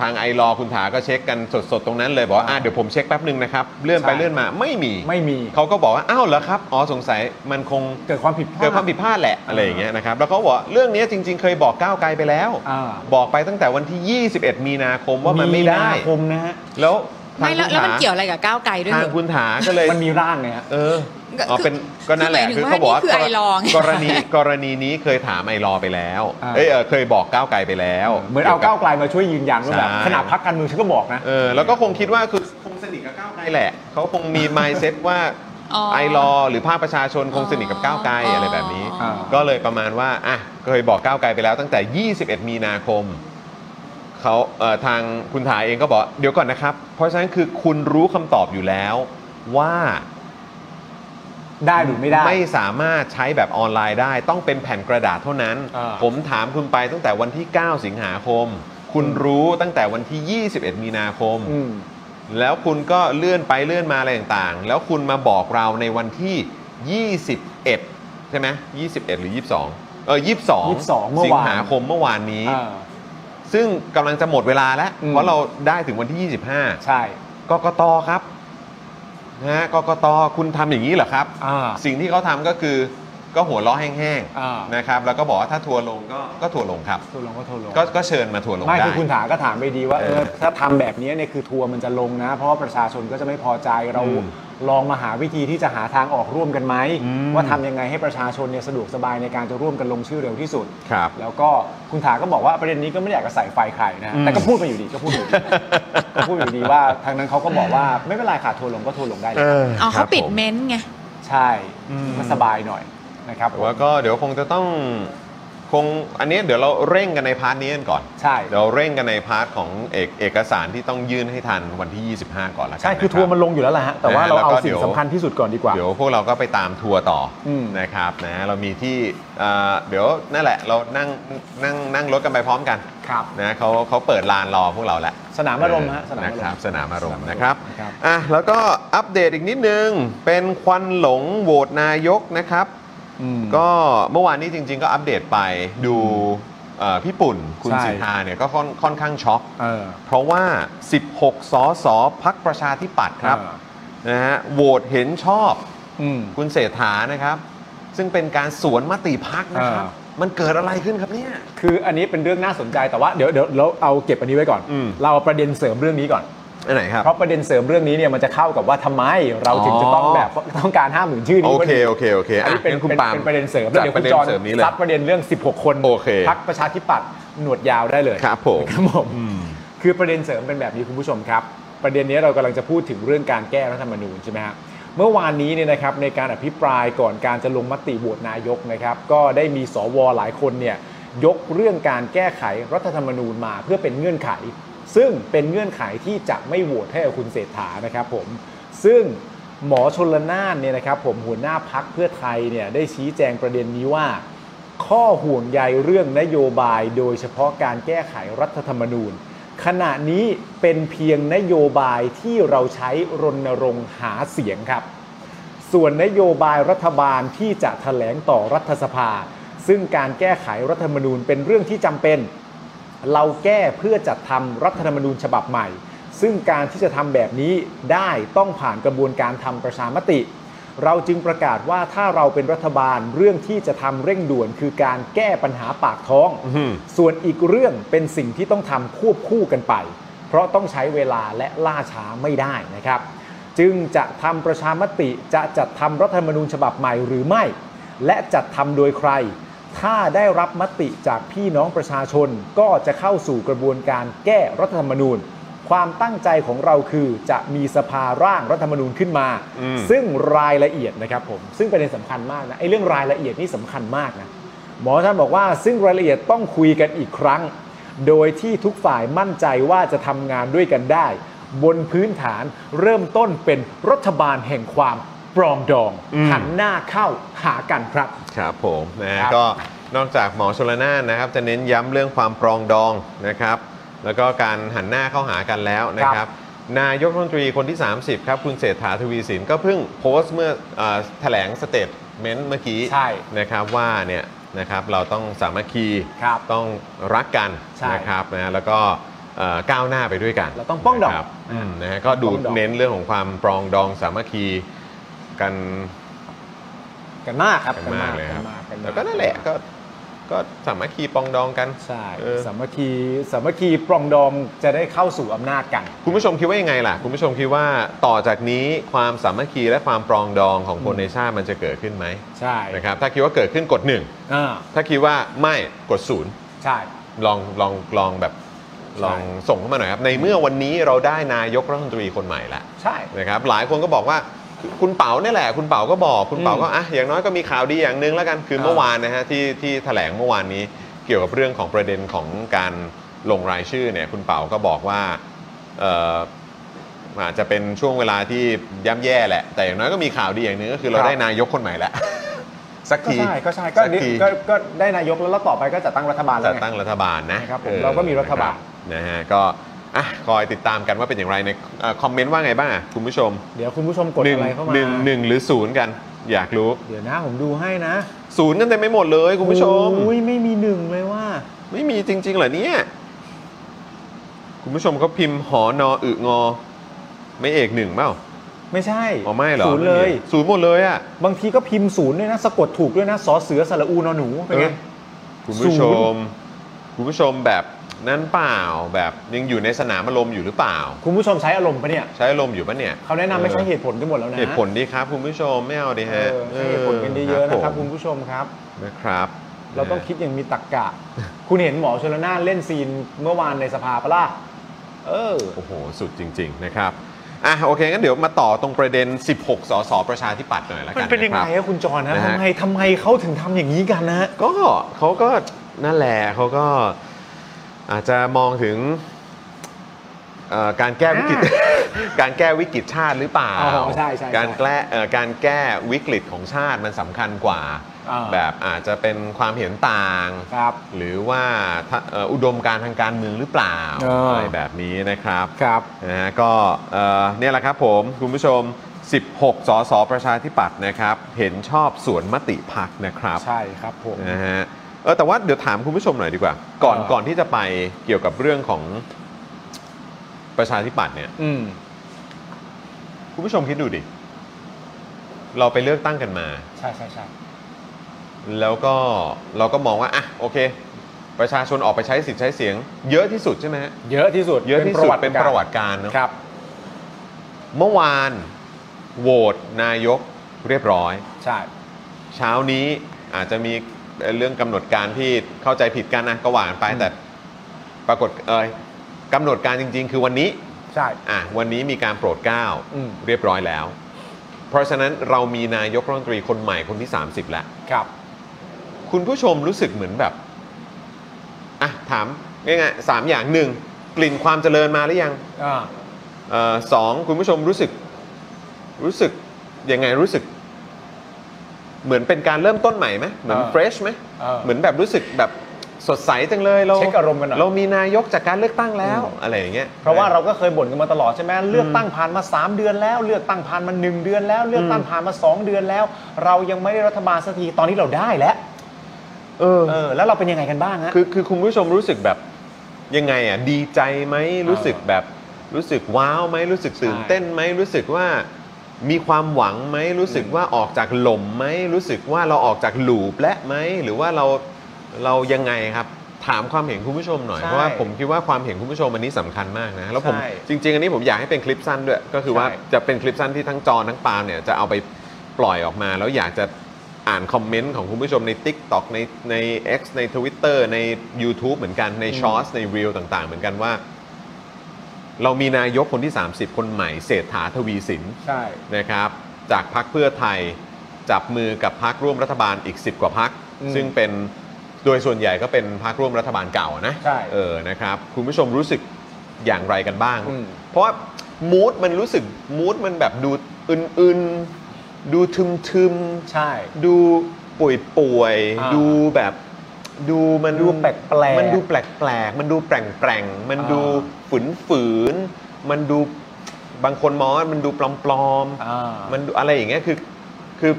ทางไอรอคุณถาก็เช็คกันสดๆ ตรงนั้นเลยบอกว่าอ่ะเดี๋ยวผมเช็คแป๊บหนึ่งนะครับเลื่อนไป
ใช่
เลื่อนมาไม่มี
ไม่มี
เขาก็บอกว่า อ้าวเหรอครับ อ๋อ สงสัยมันคง
เกิดความผิดพลาด
เกิดความผิดพลาดแหละ อะไรอย่างเงี้ยนะครับ แล้วเขาบอกว่าเรื่องเนี้ยจริง ๆ เคยบอกก้าวไกลไปแล้ว
อ่า
บอกไปตั้งแต่วันที่ 21 มีนาคมว่ามันไม่ได้
นาคมนะฮะ
แล้วทาง
ไม่แล้วแล้วมัน
คุณถา
เกี่ยวอะไรกับก้าวไกลด้วย
ทา
เห
ง
รอ
คุณถาก็เลย
มันมีร่างไงฮะ
เอออ๋อเป็นก็นั่นแหละ
คือ
คือ
หมายถึง
เขาบอกว่า
ว่านี่คือไอลอว์ไง
กรณีกรณีนี้เคยถามไอรอว์ไปแล้ว
อ่า
เอยเออเคยบอกก้าวไกลไปแล้ว
เหมือนเอาก้าวไกลมาช่วยยืนยันว่าแบบ
ใช่
ขนาดพักการเมืองฉันก็บอกนะ
เออแล้วก็คงคิดว่าคือคงสนิทกับก้าวไกลแหละ เขาคงมี mindset ว่า
อ๋อ
ไอรอหรือภาคประชาชนคงสนิทกับก้าวไกล
อ๋ออ
อะไรแบบนี้
อ่า
ก็เลยประมาณว่าอ่ะเคยบอกก้าวไกลไปแล้วตั้งแต่ 21 มีนาคมเขาเอ่อทางคุณถาเองก็บอกเดี๋ยวก่อนนะครับ เพราะฉะนั้นคือคุณรู้คำตอบอยู่แล้วว่า
ได้หรือไม่ได้
ไม่สามารถใช้แบบออนไลน์ได้ ต้องเป็นแผ่นกระดาษเท่านั้น
อ่า
ผมถามคุณไปตั้งแต่วันที่ 9 สิงหาคม คุณรู้ตั้งแต่วันที่ 21 มีนาคม
อืม
แล้วคุณก็เลื่อนไปเลื่อนมาอะไรต่างๆ แล้วคุณมาบอกเราในวันที่ 21 ใช่ไหม21 หรือ 22 เออ
22เมื่อวาน
สิงหาคมเมื่อวานนี้
อ่า
ซึ่งกำลังจะหมดเวลาแล้ว
อืม
เพราะเราได้ถึงวันที่ 25
ใช่
กกตครับนะฮะกกตคุณทำอย่างนี้เหรอครับ
อ่า
สิ่งที่เขาทำก็คือก็หัวล้อแห้ง
อ่าน
นะครับ แล้วก็บอกว่าถ้าทัวร์ลงก็ก็ทัวร์ลงครับ
โทรลงก็โทรลง
ก็ก็เชิญมาทัวร์ลง
ไม่
ได้
คือคุณถาก็ถามไปดีว่าเอ
เอ
อ
อ
ถ้าทำแบบนี้เนี่ยคือทัวร์มันจะลงนะ เพราะว่าประชาชนก็จะไม่พอใจเรา
อืม
ลองมาหาวิธีที่จะหาทางออกร่วมกันไหม
อืม
ว่าทำยังไงให้ประชาชนเนี่ยสะดวกสบายในการจะร่วมกันลงชื่อเร็วที่สุด
ครับ
แล้วก็คุณถาก็บอกว่าประเด็นนี้ก็ไม่ได้อยากจะใส่ไฟใครนะ แต่ก็พูดมาอยู่ดีก็พูดอยู่ดีก็ พูดอยู่ดีว่าทางนั้นเขาก็บอกว่าไม่เป็นไรค่ะทัวร์ลงก็ทัวร์ลงได้เลย
อ๋อ
ครั
เขา
บ
ปิด
ผม
เม้นต์ไง
ใช่
อืม
ก็สบายหน่อยนะครับ
แต่ว่าก็เดี๋ยวคงจะต้องคงอันเนี้ยเดี๋ยวเราเร่งกันในพาร์ทนี้กันก่อน
ใช่
เดี๋ยวเร่งกันในพาร์ทของเอกเอกสารที่ต้องยื่นให้ทันวันที่ 25 ก่อนละกัน
ใช่คือ
นะรับ
ทัวร์มันลงอยู่แล้วแหละฮะแต่ว่า
นะฮะ
เราเอา
แล้วก็เดี๋
สิ่
ย
ง
ว
สำคัญที่สุดก่อนดีกว่า
เดี๋ยวพวกเราก็ไปตามทัวร์ต่ออ
ม
นะครับนะเรามีที่เอ่อเดี๋ยวนั่นแหละเรานั่งนั่งนั่งรถกันไปพร้อมกัน
ครับ
นะเขาเขาเปิดลานรอพวกเราแล้ว
สนามอารมณ์ฮะสนาม
นะ
อาร
ค
ม
รับ
ณ์
สนามอารมณ์นะครับ
ครับ
อ่ะแล้วก็อัปเดตอีกนิดนึง เป็นควันหลงโหวตนายกนะครับ ก็เมื่อวานนี้จริงๆก็อัปเดตไปดูเอ่อพี่ปุ่นคุณ
ใช่
สิทธาเนี่ยก็ค่อนค่อนข้างช็อก
เออ
เพราะว่า 16 สสพักประชาธิปัตย์ครับ
อ่า
นะฮะโหวตเห็นชอบ
อืม
คุณเศรษฐานะครับ ซึ่งเป็นการสวนมติพักนะครับ
อ่
มันเกิดอะไรขึ้นครับเนี่ย
คืออันนี้เป็นเรื่องน่าสนใจแต่ว่าเดี๋ยวเดี๋ยวเราเอาเก็บอันนี้ไว้ก่อน
อืม
เราเอาประเด็นเสริมเรื่องนี้ก่อน
อันไหนครับ
เพราะประเด็นเสริมเรื่องนี้เนี่ยมันจะเข้ากับว่าทำไมเราถึงจะต้องแบบต้องการห้ามหมื่นชื่อนี้
โอเคโอเคโอเคอ่ะ
อันนี้เป็น
งั้นคุณ
เป็น
ปาล์ม
เป็นประเด็นเสริมแล้ว
จัด
เดี๋ยว
ป
คุ
ระ
ณ
เด็น
จอห์น
เสริมนี้เลย
ซัดประเด็นเรื่อง 16 คน
โอเค
พักประชาธิปัตย์หนวดยาวได้เลย
ครับผม
ครับผมคือประเด็นเสริมเป็นแบบนี้คุณผู้ชมครับ ประเด็นนี้เรากำลังจะพูดถึงเรื่องการแก้รัฐธรรมนูญใช่ไหมฮะเมื่อวานนี้เนี่ยนะครับในการอภิปรายก่อนการจะลงมติโหวตนายกนะครับ ก็ได้มีสวหลายคนเนี่ยยกเรื่องการแก้ไขรัฐธรรมนูญมาเพื่อเป็นเงื่อนไข ซึ่งเป็นเงื่อนไขที่จะไม่โหวตให้กับคุณเศรษฐานะครับผมซึ่งหมอชนละนานเนี่ยนะครับผมหัวหน้าพักเพื่อไทยเนี่ยได้ชี้แจงประเด็นนี้ว่า ข้อห่วงใยเรื่องนโยบายโดยเฉพาะการแก้ไขรัฐธรรมนูญ ขณะนี้เป็นเพียงนโยบายที่เราใช้รณรงค์หาเสียงครับ ส่วนนโยบายรัฐบาลที่จะแถลงต่อรัฐสภา ซึ่งการแก้ไขรัฐธรรมนูญเป็นเรื่องที่จำเป็น เราแก้เพื่อจัดทำรัฐธรรมนูญฉบับใหม่ ซึ่งการที่จะทำแบบนี้ได้ต้องผ่านกระบวนการทำประชามติ เราจึงประกาศว่าถ้าเราเป็นรัฐบาลเรื่องที่จะทำเร่งด่วนคือการแก้ปัญหาปากท้อง ส่วนอีกเรื่องเป็นสิ่งที่ต้องทำควบคู่กันไป เพราะต้องใช้เวลาและล่าช้าไม่ได้นะครับ จึงจะทำประชามติจะจัดทำรัฐธรรมนูญฉบับใหม่หรือไม่ และจัดทำโดยใคร ถ้าได้รับมติจากพี่น้องประชาชนก็จะเข้าสู่กระบวนการแก้รัฐธรรมนูญ ความตั้งใจของเราคือจะมีสภาร่างรัฐธรรมนูญขึ้นมา ซึ่งรายละเอียดนะครับผม ซึ่งประเด็นสำคัญมากนะไอ้เรื่องรายละเอียดนี่สำคัญมากนะ หมอท่านบอกว่าซึ่งรายละเอียดต้องคุยกันอีกครั้ง โดยที่ทุกฝ่ายมั่นใจว่าจะทำงานด้วยกันได้ บนพื้นฐานเริ่มต้นเป็นรัฐบาลแห่งความปรองดองหันหน้าเข้าหากันครับ
ครับผมนะครับ ก็นอกจากหมอชลนานนะครับ จะเน้นย้ำเรื่องความปรองดองนะครับ แล้วก็การหันหน้าเข้าหากันแล้วนะครับ นายกรัฐมนตรีคนที่ 30 ครับ คุณเศรษฐาทวีสินก็เพิ่งโพสต์เมื่อเออแถลงสเตทเมนต์เมื่อกี้
ใช่
นะครับว่าเนี่ยนะครับเราต้องสามัคคี
ครับ
ต้องรักกัน
ใช่
นะครับนะแล้วก็เอ่อก้าวหน้าไปด้วยกัน
เราต้องป้องดอง
นะครับมนะฮะก็ดู
ป้องดอง
เน้นเรื่องของความปรองดองสามัคคีกัน
กันมากครับ
กันมากเลยครับ
กันมาก
แล้วก็นั่นแหละก็ก็สามัคคีปรองดองกัน
ใช่
เออ
สามัคคีสามัคคีปรองดองจะได้เข้าสู่อำนาจกัน
คุณผู้ชมคิดว่ายังไงล่ะ คุณผู้ชมคิดว่าต่อจากนี้ความสามัคคีและความปรองดองของคนในชาติมันจะเกิดขึ้นไหม
ใช่
นะครับถ้าคิดว่าเกิดขึ้นกดหนึ่ง
อ่า
ถ้าคิดว่าไม่กดศูนย์
ใช่
ลองลองลองแบบลองส่งเข้ามาหน่อยครับในเมื่อวันนี้เราได้นายกรัฐมนตรีคนใหม่ละ
ใช่
นะครับหลายคนก็บอกว่าคุณเป๋าเนี่ยแหละ คุณเป๋าก็บอกคุณเป๋าก็อ่ะอย่างน้อยก็มีข่าวดีอย่างหนึงแล้วกันคือเมื่อวานนะฮะที่ที่แถลงเมื่อวานนี้เกี่ยวกับเรื่องของประเด็นของการลงรายชื่อเนี่ยคุณเป๋าก็บอกว่าเอ่อ อาจจะเป็นช่วงเวลาที่ย่ำแย่แหละ แต่อย่างน้อยก็มีข่าวดีอย่างหนึงก็คือเรา
ครับ
ได้นายกคนใหม่แล้ว สัก
ก็
ที
ใช่ก็ใช่ก็
สั
ดิ
ที
ก็ก็ได้นายกแล้วแล้วต่อไปก็จะตั้งรัฐบาลแล้
จั
ว
ด
ไง
ตั้งรัฐบาลนะครับ
ผ
อ
ม
อ
เราก็มีรัฐบาล
นะคนะฮะก็อ่ะคอยติดตามกันว่าเป็นอย่างไรในเอ่อคอมเมนต์ว่าไงบ้างอ่ะคุณผู้ชม
เดี๋ยวคุณผู้ชมกด
หนึ่ง
อะไรเข้ามา
หนึ่งหนึ่งหรือศูนย์กัน อยากรู้
เดี๋ยวนะผมดูให้นะ
ศูนย์กันเต็มไม่หมดเลยคุณผู้ชม
อุ้ยไม่มีหนึ่งเลยว่า
ไม่มีจริง ๆ เหรอเนี่ย คุณผู้ชมเขาพิมพ์หอนออึงอ ไม่เอกหนึ่งเปล่า
ไม่ใช่
อ๋อไม่เหรอ
ศูนย์เลย
ศูนย์หมดเลยอ่ะ
บางทีก็พิมพ์ศูนย์ด้วยนะ สะกดถูกด้วยนะสอเสือสระอูนอหนูเป็นไง
เออ คุณผู้ช
ศู
ม
นย์
คุณผู้ชมแบบนั้นเปล่าแบบยังอยู่ในสนามอารมณ์อยู่หรือเปล่า
คุณผู้ชมใช้อารมณ์ปะเนี่ย
ใช้อารมณ์อยู่ปะเนี่ย
เขาแนะนำไม่ใช้เห
ออ
ตุผลกันหมดแล้วนะ
เหตุผลดีครับ คุณผู้ชมไม่เอาดี
เอ
ฮะ
อใช้เหตุผลกันเยอะๆนะครับ
ผ
คุ
ม
ณผู้ชมครับ
นะครับ
เราต้องคิดอย่างมีตรรกะ คุณเห็นหมอชลนานเล่นซีนเมื่อวานในสภาปะล่ะเออ
โอ้โห สุดจริง ๆ นะครับอ่ะโอเคงั้นเดี๋ยวมาต่อตรงประเด็น 16 สสประชาธิปัตย์หน่อยละ
มั
กัน
นเป็นยังไง
ะครับ
อะคุณจรนะ
นะฮะ
ทำไมทำไมเขาถึงทำอย่างนี้กันนะฮะ
ก็เขาก็นั่นแหละเขาก็อาจจะมองถึงเอ่อการแก้วิกฤต การแก้วิกฤตชาติหรือเปล่า
อ๋อใช่ใช่ใช่
การแก้เอ่อการแก้วิกฤตของชาติมันสำคัญกว่า
อ่า
แบบอาจจะเป็นความเห็นต่าง
ครับ
หรือว่าถ้าเอ่ออุดมการณ์ทางการเมืองหรือเปล่า
อ่า
อะไรแบบนี้นะครับ
ครับ
นะฮะก็เอ่อเนี่ยแหละครับผมคุณผู้ชม 16 สสประชาธิปัตย์นะครับ เห็นชอบสวนมติพักนะครับ
ใช่ครับผม
นะฮะเออแต่ว่าเดี๋ยวถามคุณผู้ชมหน่อยดีกว่า ก่อน
เออ
ก่อนที่จะไปเกี่ยวกับเรื่องของประชาธิปัตย์เนี่ย
อืม
คุณผู้ชมคิดดูดิ เราไปเลือกตั้งกันมา
ใช่ใช่ใช่
แล้วก็เราก็มองว่า อ่ะ โอเค ประชาชนออกไปใช้สิทธิ์ใช้เสียง เยอะที่สุดใช่ไหมฮะ
เยอะที่สุด
เยอะที่สุดเป็นประวั
กา
ติการณ์เนอะ
ครับ
เมื่อวานโหวตนายกเรียบร้อย
ใช่
เช้านี้อาจจะมีเรื่องกำหนดการที่เข้าใจผิดกันนะก็หวากันไปแต่ปรากฏเอยกำหนดการจริง ๆ คือวันนี้
ใช่
อ่ะวันนี้มีการโปรดเกล้า
อืม
เรียบร้อยแล้ว เพราะฉะนั้นเรามีนายกรัฐมนตรีคนใหม่คนที่ 30 แล้ว
ครับ
คุณผู้ชมรู้สึกเหมือนแบบ อ่ะ ถามง่ายๆสามอย่างหนึ่งกลิ่นความเจริญมาหรือยัง
อ่า
เออสองคุณผู้ชมรู้สึก รู้สึกยังไงรู้สึก เหมือนเป็นการเริ่มต้นใหม่ไหมเหมือน
เออ
เฟรชไหม
เออ
เหมือนแบบรู้สึกแบบสดใสจังเลยเรา
เช็คอารมณ์กันหน่อย
เรามีนายกจากการเลือกตั้งแล้ว อะไรอย่างเงี้ย
เพราะว่าเราก็เคยบ่นกันมาตลอดใช่ไหมเลือกตั้งผ่านมา 3 เดือนแล้ว เลือกตั้งผ่านมา 1 เดือนแล้ว เลือกตั้งผ่านมา 2 เดือนแล้ว เรายังไม่ได้รัฐบาลสักทีตอนนี้เราได้แล้วเออแล้วเราเป็นยังไงกันบ้างฮะ
คือคือคุณผู้ชมรู้สึกแบบยังไงอ่ะดีใจไหมรู้สึกแบบรู้สึกว้าวไหมรู้สึกตื่นเต้นไหมรู้สึกว่ามีความหวังไหมรู้สึกว่าออกจากหล่มไหมรู้สึกว่าเราออกจากหลูปและไหมหรือว่าเราเรายังไงครับ ถามความเห็นคุณผู้ชมหน่อย
ใช่
เพราะว่าผมคิดว่าความเห็นคุณผู้ชมอันนี้สำคัญมากนะแล้วผม
ใช่
จริง ๆ อันนี้ผมอยากให้เป็นคลิปสั้นด้วย ก็คือว่า
ใช่
จะเป็นคลิปสั้นที่ทั้งจอทั้งปาล์มเนี่ยจะเอาไปปล่อยออกมา แล้วอยากจะ อ่านคอมเมนต์ของคุณผู้ชมใน Tik t o อกในใน X ใน Twitter ใน YouTube เหมือนกันในชอสใน Reel ต่าง ๆ เหมือนกันว่า เรามีนายกคนที่ 30 คนใหม่เศรษฐาทวีสิน
ใช่
นะครับ จากพักเพื่อไทย จับมือกับพักร่วมรัฐบาลอีก 10 กว่าพัก
อืม
ซึ่งเป็นโดยส่วนใหญ่ก็เป็นพักร่วมรัฐบาลเก่านะ
ใช่
เออนะครับ คุณผู้ชมรู้สึกอย่างไรกันบ้าง
อืม
เพราะว่ามูดมันรู้สึกมูดมันแบบดูอึนๆดูทึมๆ
ใช่
ดูป่วยป่วยๆ
อ่า
ดูแบบดูมัน
ดูแปลกๆ
มันดูแปลกแปลกๆมันดูแปลงแปลงๆมัน
อ่า
ดูฝืนฝืนๆมันดูบางคนมองว่ามันดูปลอมปลอมๆ
อ่า
มันดูอะไรอย่างเงี้ยคือคือ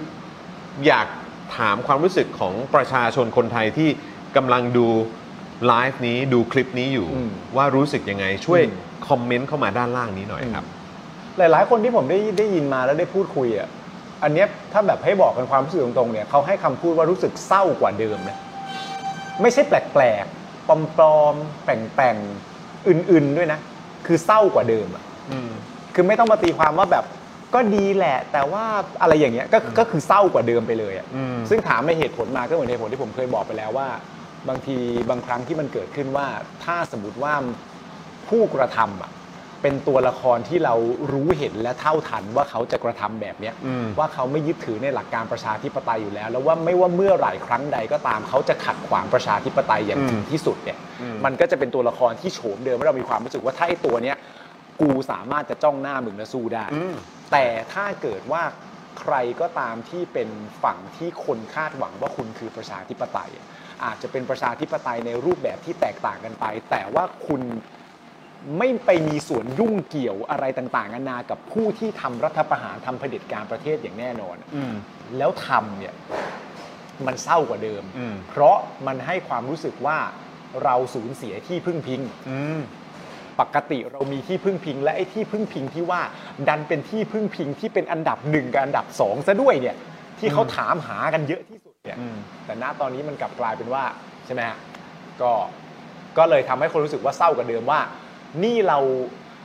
อยากถามความรู้สึกของประชาชนคนไทยที่กำลังดูไลฟ์นี้ดูคลิปนี้อยู่
อืม
ว่ารู้สึกยังไงช่วย
อืม
คอมเมนต์เข้ามาด้านล่างนี้หน่อยครับ
หลาย ๆ คนที่ผมได้ได้ยินมาแล้วได้พูดคุยอ่ะ อันเนี้ยถ้าแบบให้บอกกันความรู้สึกตรง ๆ เนี่ยเขาให้คำพูดว่ารู้สึกเศร้ากว่าเดิมนะไม่ใช่แปลกๆปลอมๆแปลงๆอื่น ๆ ด้วยนะ คือเศร้ากว่าเดิมอ่ะคือไม่ต้องมาตีความว่าแบบก็ดีแหละ แต่ว่าอะไรอย่างเงี้ยก็ก็คือเศร้ากว่าเดิมไปเลยอ่ะ
อืม
ซึ่งถามในเหตุผลมาก็เหมือนเหตุผลที่ผมเคยบอกไปแล้วว่า บางทีบางครั้งที่มันเกิดขึ้นว่าถ้าสมมติว่า ผู้กระทำอะเป็นตัวละครที่เรารู้เห็นและเท่าทันว่าเขาจะกระทำแบบเนี้ย
อืม
ว่าเขาไม่ยึดถือในหลักการประชาธิปไตยอยู่แล้ว แล้วว่าไม่ว่าเมื่อไหร่ครั้งใดก็ตามเขาจะขัดขวางประชาธิปไตยอย่างถึงที่สุดเนี่ยมันก็จะเป็นตัวละครที่โฉมเดิมว่าเรามีความรู้สึกว่าถ้าไอ้ตัวเนี้ยกูสามารถจะจ้องหน้ามึงและสู้ได้ แต่ถ้าเกิดว่าใครก็ตามที่เป็นฝั่งที่คนคาดหวังว่าคุณคือประชาธิปไตย อาจจะเป็นประชาธิปไตยในรูปแบบที่แตกต่างกันไป แต่ว่าคุณไม่ไปมีส่วนยุ่งเกี่ยวอะไรต่างๆนานากับผู้ที่ทำรัฐประหารทำเผด็จการประเทศอย่างแน่นอนแล้วทำเนี่ย มันเศร้ากว่าเดิม
อืม
เพราะมันให้ความรู้สึกว่าเราสูญเสียที่พึ่งพิง
อืม
ปกติเรามีที่พึ่งพิง และไอ้ที่พึ่งพิงที่ว่าดันเป็นที่พึ่งพิงที่เป็นอันดับหนึ่งกับอันดับสองซะด้วยเนี่ยที่เขาถามหากันเยอะที่สุดเนี่ย
อืม
แต่ณตอนนี้มันกลับกลายเป็นว่าใช่ไหมฮะก็ก็เลยทำให้คนรู้สึกว่าเศร้ากว่าเดิมว่า นี่เรา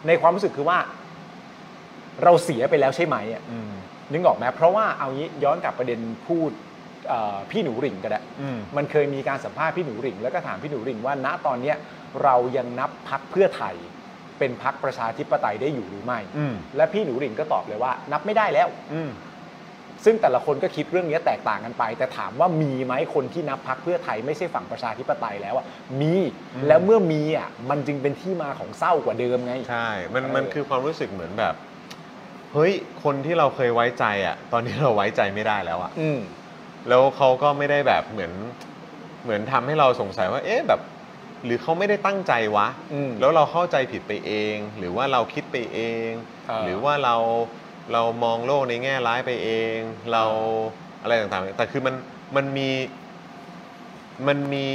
ในความรู้สึกคือว่า เราเสียไปแล้วใช่ไหมอะ
อืม
นึกออกไหมเพราะว่าเอางี้ย้อนกลับประเด็นพูดเอ่อพี่หนูหริ่งก็ได้
อืม
มันเคยมีการสัมภาษณ์พี่หนูหริ่ง แล้วก็ถามพี่หนูหริ่งว่าณตอนเนี้ยเรายังนับพักเพื่อไทย เป็นพักประชาธิปไตยได้อยู่หรือไม่
อืม
และพี่หนูหริ่งก็ตอบเลยว่า นับไม่ได้แล้ว
อืม
ซึ่งแต่ละคนก็คิดเรื่องเนี้ยแตกต่างกันไป แต่ถามว่ามีไหมคนที่นับพักเพื่อไทยไม่ใช่ฝั่งประชาธิปไตยแล้วอะมีแล้วเมื่อมีอ่ะมันจึงเป็นที่มาของเศร้ากว่าเดิมไง
ใช่ มัน
เออ
มันคือความรู้สึกเหมือนแบบ เฮ้ย คนที่เราเคยไว้ใจอ่ะ ตอนนี้เราไว้ใจไม่ได้แล้วอ่ะ
อืม
แล้วเขาก็ไม่ได้แบบเหมือน เหมือนทำให้เราสงสัยว่า เอ๊ะ แบบ หรือเขาไม่ได้ตั้งใจวะ
อืม
แล้วเราเข้าใจผิดไปเอง หรือว่าเราคิดไปเอง
เออ
หรือว่าเรา เรามองโลกในแง่ร้ายไปเอง เราอะไรต่างๆ แต่คือมัน มันมี มันมี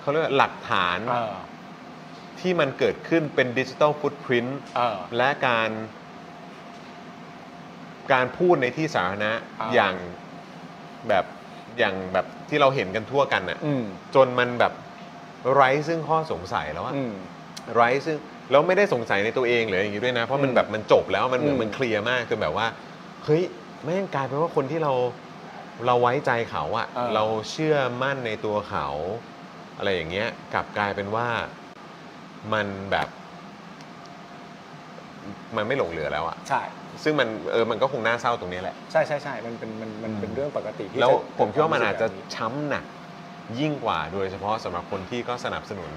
เขาเรียกว่าหลักฐาน
เออ
ที่มันเกิดขึ้นเป็นดิจิ t a ลฟุตพิ้น
เออ
และการการพูดในที่สาธารณะ
อ่า
อย่างแบบอย่างแบบที่เราเห็นกันทั่วกันน่ะ
อืม
จนมันแบบไร้ซึ่งข้อสงสัยแล้วอะ
อืม
ไร้ซึ่ง แล้วไม่ได้สงสัยในตัวเองหรืออย่างนี้ด้วยนะ เพราะมันแบบมันจบแล้วมันเหมือน
อืม
มันเคลียร์มากจนแบบว่าเฮ้ยแม่งกลายเป็นว่าคนที่เราเราไว้ใจเขาอะเราเชื่อมั่นในตัวเขา อะไรอย่างเงี้ยกลับกลายเป็นว่ามันแบบ มันไม่หลงเหลือแล้วอะ
ใช่
ซึ่งมันเออมันก็คงน่าเศร้าตรงนี้แหละ
ใช่ใช่ใช่มันเป็นมันมันเป็นเรื่องปกติที่
แล้ว
จะ
ผมคิดว่ามันอาจจะช้ำหนักยิ่งกว่าโดยเฉพาะสำหรับคนที่ก็สนับสนุน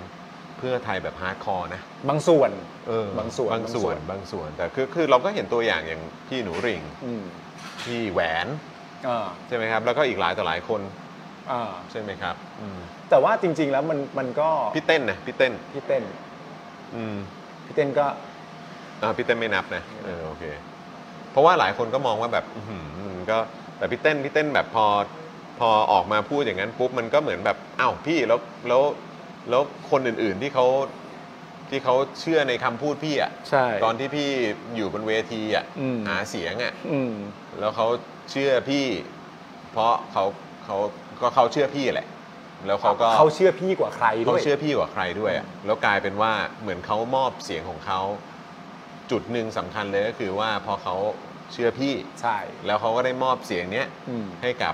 เพื่อไทยแบบฮาร์ดคอร์นะ
บางส่วน
เออบ
างส่วน
บางส่วน
บางส่วน
บางส่วน แต่คือคือเราก็เห็นตัวอย่างอย่างพี่หนูริ่ง
อืม
พี่แหวน
อ่า
ใช่ไหมครับ แล้วก็อีกหลายต่อหลายคน
อ่า
ใช่ไหมครับอืม
แต่ว่าจริง ๆ แล้วมันมันก็
พี่เต้นนะพี่เต้น
พี่เต้น
อืม
พี่เต้นก็
อ่าพี่เต้นไม่นับนะเออโอเค เพราะว่าหลายคนก็มองว่าแบบอื้อหือมันก็แต่พี่เต้นพี่เต้นแบบพอพอออกมาพูดอย่างนั้นปุ๊บมันก็เหมือนแบบอ้าวพี่แล้วแล้วแล้วคนอื่นๆที่เขาที่เขาเชื่อในคำพูดพี่อ่ะ
ใช่
ตอนที่พี่อยู่บนเวทีอ่ะ
อืม
หาเสียงอ่ะ
อืม
แล้วเขาเชื่อพี่ เพราะเขาเขาก็เขาเชื่อพี่แหละ แล้วเขาก็
เขาเชื่อพี่กว่าใครด้
เขา
วย
เชื่อพี่กว่าใครด้วยอะแล้วกลายเป็นว่าเหมือนเขามอบเสียงของเขาจุดหนึ่งสำคัญเลยก็คือว่าพอเขาเชื่อพี่
ใช่
แล้วเขาก็ได้มอบเสียงเนี้ย
อืม
ให้กับ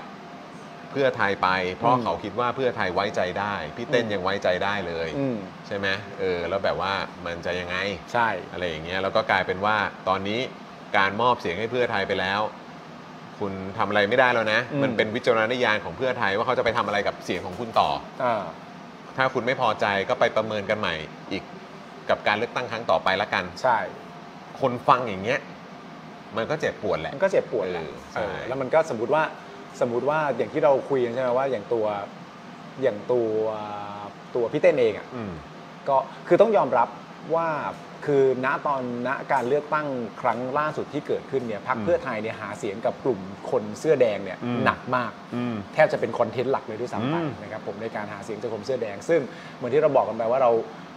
เพื่อไทยไป เพราะ
อืม
เขาคิดว่าเพื่อไทยไว้ใจได้พี่เต้นยังไว้ใจได้เลย
อืม
ใช่ไหมเออ แล้วแบบว่ามันจะยังไง
ใช่
อะไรอย่างเงี้ยแล้วก็กลายเป็นว่าตอนนี้การมอบเสียงให้เพื่อไทยไปแล้ว คุณทำอะไรไม่ได้แล้วนะ
อืม
มันเป็นวิจารณญาณของเพื่อไทยว่าเขาจะไปทำอะไรกับเสียงของคุณต่อ
อ่า
ถ้าคุณไม่พอใจก็ไปประเมินกันใหม่อีกกับการเลือกตั้งครั้งต่อไปละกัน
ใช่
คนฟังอย่างเงี้ยมันก็เจ็บปวดแหละ
มันก็เจ็บปวดแหละ
เออใช่
เออแล้วมันก็สมมติว่าสมมติว่าอย่างที่เราคุยกันใช่ไหมว่าอย่างตัวอย่างตัวตัวพี่เต้นเองอ่ะ
อืม
ก็คือต้องยอมรับว่าคือณตอนณการเลือกตั้งครั้งล่าสุดที่เกิดขึ้นเนี่ยพรรค
อืม
เพื่อไทยเนี่ยหาเสียงกับกลุ่มคนเสื้อแดงเนี่ย
อืม
หนักมาก
อืม
แทบจะเป็นคอนเทนต์หลักเลยด้วยซ้ำไป
อืม
นะครับผมในการหาเสียงจากกลุ่มเสื้อแดง ซึ่งเหมือนที่เราบอกกันไปว่าเรา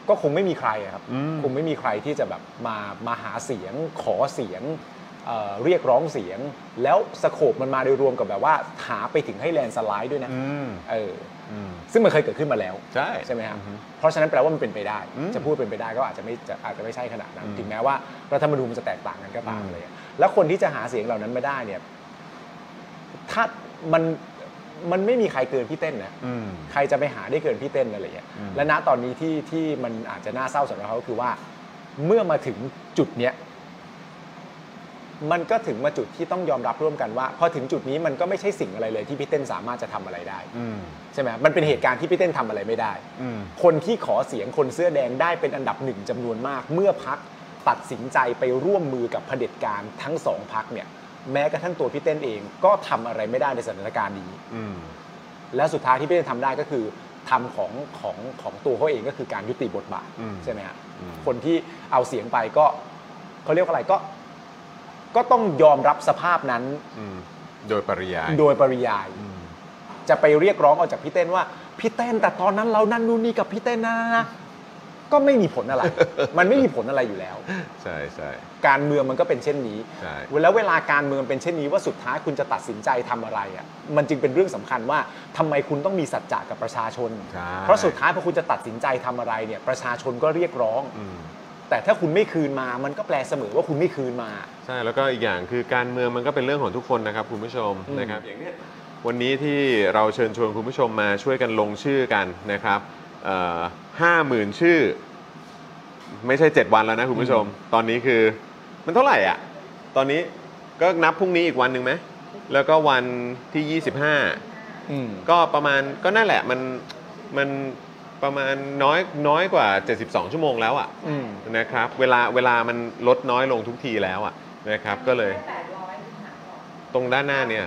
ก็คงไม่มีใครอะครับ
อืม
คงไม่มีใครที่จะแบบมามาหาเสียงขอเสียงเอ่อเรียกร้องเสียง แล้วสโคปมันมาโดยรวมกับแบบว่าหาไปถึงให้แลนด์สไลด์ด้วยนะ
อืม
เออ
อืม
ซึ่งมันเคยเกิดขึ้นมาแล้ว
ใช่
ใช่ไหมครับ
อือฮึ
เพราะฉะนั้นแปลว่ามันเป็นไปได้
อืม
จะพูดเป็นไปได้ก็อาจจะไม่จะอาจจะไม่ใช่ขนาดนั้น
อืม
ถึงแม้ว่ารัฐธรรมนูญมันจะแตกต่างกันก็ตาม
อืม
เลยอะแล้วคนที่จะหาเสียงเหล่านั้นไม่ได้เนี่ยถ้ามันมันไม่มีใครเกินพี่เต้นนะ
อืม
ใครจะไปหาได้เกินพี่เต้นอะไรอย่างเงี้ย
อืม
และณตอนนี้ที่ที่มันอาจจะน่าเศร้าสำหรับเขาก็คือว่า เมื่อมาถึงจุดเนี้ยมันก็ถึงมาจุดที่ต้องยอมรับร่วมกันว่าพอถึงจุดนี้มันก็ไม่ใช่สิ่งอะไรเลยที่พี่เต้นสามารถจะทำอะไรได้
อืม
ใช่ไหมมันเป็นเหตุการณ์ที่พี่เต้นทำอะไรไม่ได้
อืม
คนที่ขอเสียงคนเสื้อแดงได้เป็นอันดับหนึ่งจำนวนมาก เมื่อพักตัดสินใจไปร่วมมือกับเผด็จการทั้งสองพักเนี่ย แม้กระทั่งตัวพี่เต้นเองก็ทำอะไรไม่ได้ในสถานการณ์นี้
อืม
และสุดท้ายที่พี่เต้นทำได้ก็คือทำของของของตัวเขาเองก็คือการยุติบทบาท
อืม
ใช่ไหมฮะ
อืม
คนที่เอาเสียงไปก็เขาเรียกว่าอะไรก็ ก็ต้องยอมรับสภาพนั้น
อืมโดยปริยาย
โดยปริยาย
อืม
จะไปเรียกร้องออกจากพี่เต้นว่าพี่เต้นแต่ตอนนั้นเรานั่นนู่นนี่กับพี่เต้นนะนะนะก็ไม่มีผลอะไร มันไม่มีผลอะไรอยู่แล้ว
ใช่ใช่
การเมืองมันก็เป็นเช่นนี้
ใช่
แล้วเวลาการเมืองเป็นเช่นนี้ว่าสุดท้ายคุณจะตัดสินใจทำอะไรอ่ะมันจึงเป็นเรื่องสำคัญว่าทำไมคุณต้องมีสัจจะกับประชาชน
ใช่
เพราะสุดท้ายพอคุณจะตัดสินใจทำอะไรเนี่ยประชาชนก็เรียกร้อง
อืม
แต่ถ้าคุณไม่คืนมา มันก็แปลเสมอว่าคุณไม่คืนมา
ใช่แล้วก็อีกอย่างคือการเมืองมันก็เป็นเรื่องของทุกคนนะครับคุณผู้ชม
อืม
นะครับอย่างเนี้ยวันนี้ที่เราเชิญชวนคุณผู้ชมมาช่วยกันลงชื่อกันนะครับห้าหมื่นชื่อ ไม่ใช่ 7 วันแล้วนะคุณผู้ชม ตอนนี้คือมันเท่าไหร่อ่ะ ตอนนี้ก็นับพรุ่งนี้อีกวันหนึ่งไหมแล้วก็วันที่ 25 ก็ประมาณก็นั่นแหละมันมันประมาณน้อยน้อยกว่า 72 ชั่วโมงแล้วอ่ะ
อืม
นะครับเวลาเวลามันลดน้อยลงทุกทีแล้วอ่ะนะครับก็เลย ตรงด้านหน้าเนี่ย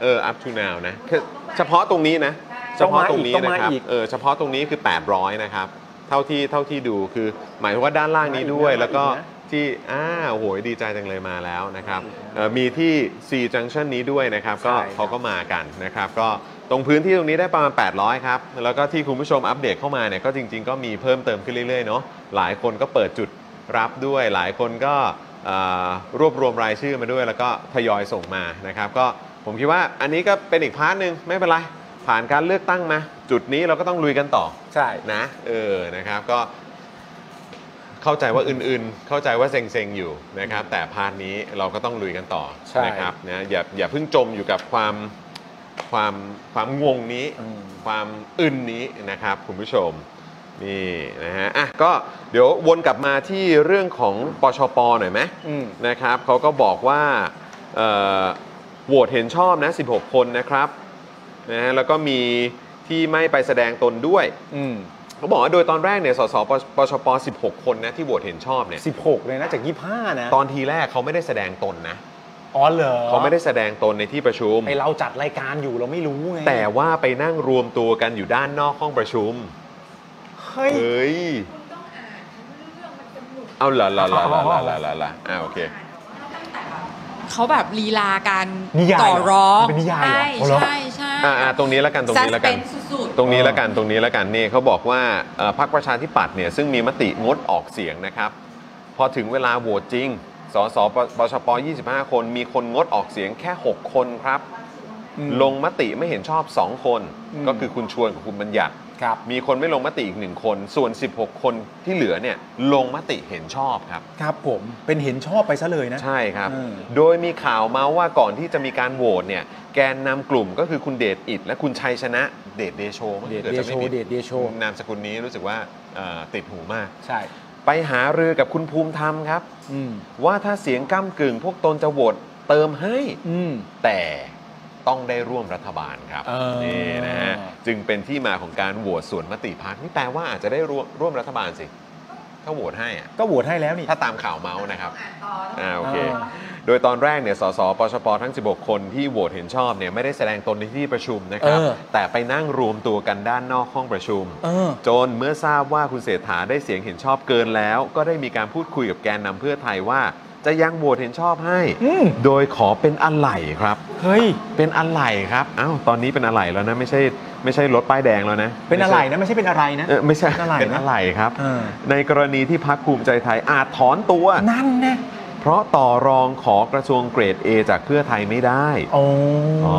เออ up to now นะคือเฉพาะตรงนี้นะเฉพาะตรงนี้นะครั
ต้องมา
บ
อีก
เออเฉพาะตรงนี้คือ 800 นะครับ เท่าที่เท่าที่ดูคือหมายถึงว่าด้านล่างนี้ด้วย
มาอีกนะ
แล้วก็ที่อ้าโอ้โหดีใจจังเลยมาแล้วนะครับเอ่อมีที่ 4 junction นี้ด้วยนะครับ ก็
ใช่ครับ
เขาก็มากันนะครับ ก็ตรงพื้นที่ตรงนี้ได้ประมาณ 800 ครับ แล้วก็ที่คุณผู้ชมอัปเดตเข้ามาเนี่ยก็จริง ๆ ก็มีเพิ่มเติมขึ้นเรื่อยๆเนาะหลายคนก็เปิดจุดรับด้วย หลายคนก็เอ่อรวบรวมรายชื่อมาด้วย แล้วก็ทยอยส่งมานะครับ ก็ผมคิดว่าอันนี้ก็เป็นอีกพาร์ทหนึ่งไม่เป็นไร ผ่านการเลือกตั้งมา จุดนี้เราก็ต้องลุยกันต่อ
ใช่
นะเออนะครับก็ เข้าใจว่าอื่นๆ เข้าใจว่าเซ็งๆ อยู่นะครับ แต่พาร์ทนี้เราก็ต้องลุยกันต่อ
ใช่
นะครับนะอย่าอย่าเพิ่งจมอยู่กับความความความงงนี้ ความอึนนี้นะครับคุณผู้ชม นี่นะฮะอ่ะก็เดี๋ยววนกลับมาที่เรื่องของปชปหน่อยไหม
อืม
นะครับเขาก็บอกว่าเอ่อโหวตเห็นชอบนะ 16 คนนะครับนะฮะแล้วก็มีที่ไม่ไปแสดงตนด้วย
อืม
เขาบอกว่าโดยตอนแรกเนี่ยสสปปชป 16 คนนะที่โหวตเห็นชอบเนี่ย
สิบหกเลยนะจากยี่ห้านะ
ตอนทีแรกเขาไม่ได้แสดงตนนะ
อ๋อเหรอ
เขาไม่ได้แสดงตนในที่ประชุม
ไอเราจัดรายการอยู่เราไม่รู้ไง
แต่ว่าไปนั่งรวมตัวกันอยู่ด้านนอกห้องประชุม
เฮ้ย
เฮ้ย เอาเหรอเหรอเหรอเหรอเหรอเหรอเหรอเหรออ่าโอเค
เขาแบบลีลาการ
นิยายเหรอ
ต่อร้อง
เป็นนิยายเหรอ
ใช่
อ๋อเหรอ
ใช่ใช่
อ่าๆตรงนี้แล้วกันตรง
ซั
นี้แล้วกั
เป็น นสุด
ตรงนี้ละกันตรงนี้ละกันนี่เขาบอกว่าเอ่อพรรคประชาธิปัตย์เนี่ยซึ่งมีมติงดออกเสียงนะครับ พอถึงเวลาโหวตจริงสสปปชป 25 คนมีคนงดออกเสียงแค่ 6 คนครับ
อืม
ลงมติไม่เห็นชอบ 2 คน
อืม
ก็คือคุณชวนกับคุณบัญญัติ
ครับ
มีคนไม่ลงมติอีก 1 คน ส่วน 16 คนที่เหลือเนี่ยลงมติเห็นชอบครับ
ครับผมเป็นเห็นชอบไปซะเลยนะ
ใช่ครับ
อืม
โดยมีข่าวมาว่าก่อนที่จะมีการโหวตเนี่ยแกนนำกลุ่มก็คือคุณเดชอิดและคุณชัยชนะเดชเดโชมั้ง
เดช
กิ
เด
จะ
โช
ไม่ผิ
เดชเดโช
นามสกุลนี้รู้สึกว่าเอ่อติดหูมาก
ใช่
ไปหารือกับคุณภูมิธรรมครับ
อืม
ว่าถ้าเสียงก้ากึ่ง พวกตนจะโหวตเติมให้
อืม
แต่ต้องได้ร่วมรัฐบาลครับ
เออ
นี่นะฮะจึงเป็นที่มาของการโหวตส่วนมติพักนี่แปลว่าอาจจะได้ร่วมร่วมรัฐบาลสิ ถ้าโหวตให้อะ
ก็โหวตให้แล้วนี่
ถ้าตามข่าวเมาส์นะครับอ่าโอเค
อ่า
โดยตอนแรกเนี่ยสสปชปทั้ง 16 คนที่โหวตเห็นชอบเนี่ยไม่ได้แสดงตนในที่ประชุมนะครับ
เออ
แต่ไปนั่งรวมตัวกันด้านนอกห้องประชุม
เออ
จนเมื่อทราบว่าคุณเศรษฐาได้เสียงเห็นชอบเกินแล้ว ก็ได้มีการพูดคุยกับแกนนำเพื่อไทยว่า จะยังโหวตเห็นชอบให้
อืม
โดยขอเป็นอะไหล่ครับ
เฮ้ย
เป็นอะไหล่ครับอ้าวตอนนี้เป็นอะไหล่แล้วนะ ไม่ใช่ไม่ใช่รถป้ายแดงแล้วนะ
เป็นอะไรนะ ไม่ใช่เป็นอะไรนะ
เออไม่ใช่
เป็นอะไหล่นะ
เป็นอะไหล่ครับ
เออ
ในกรณีที่พักภูมิใจไทยอาจถอนตัว
นั่นนะ
เพราะต่อรองขอกระทรวงเกรด A จากเพื่อไทยไม่ได้
โอ้
อ๋อ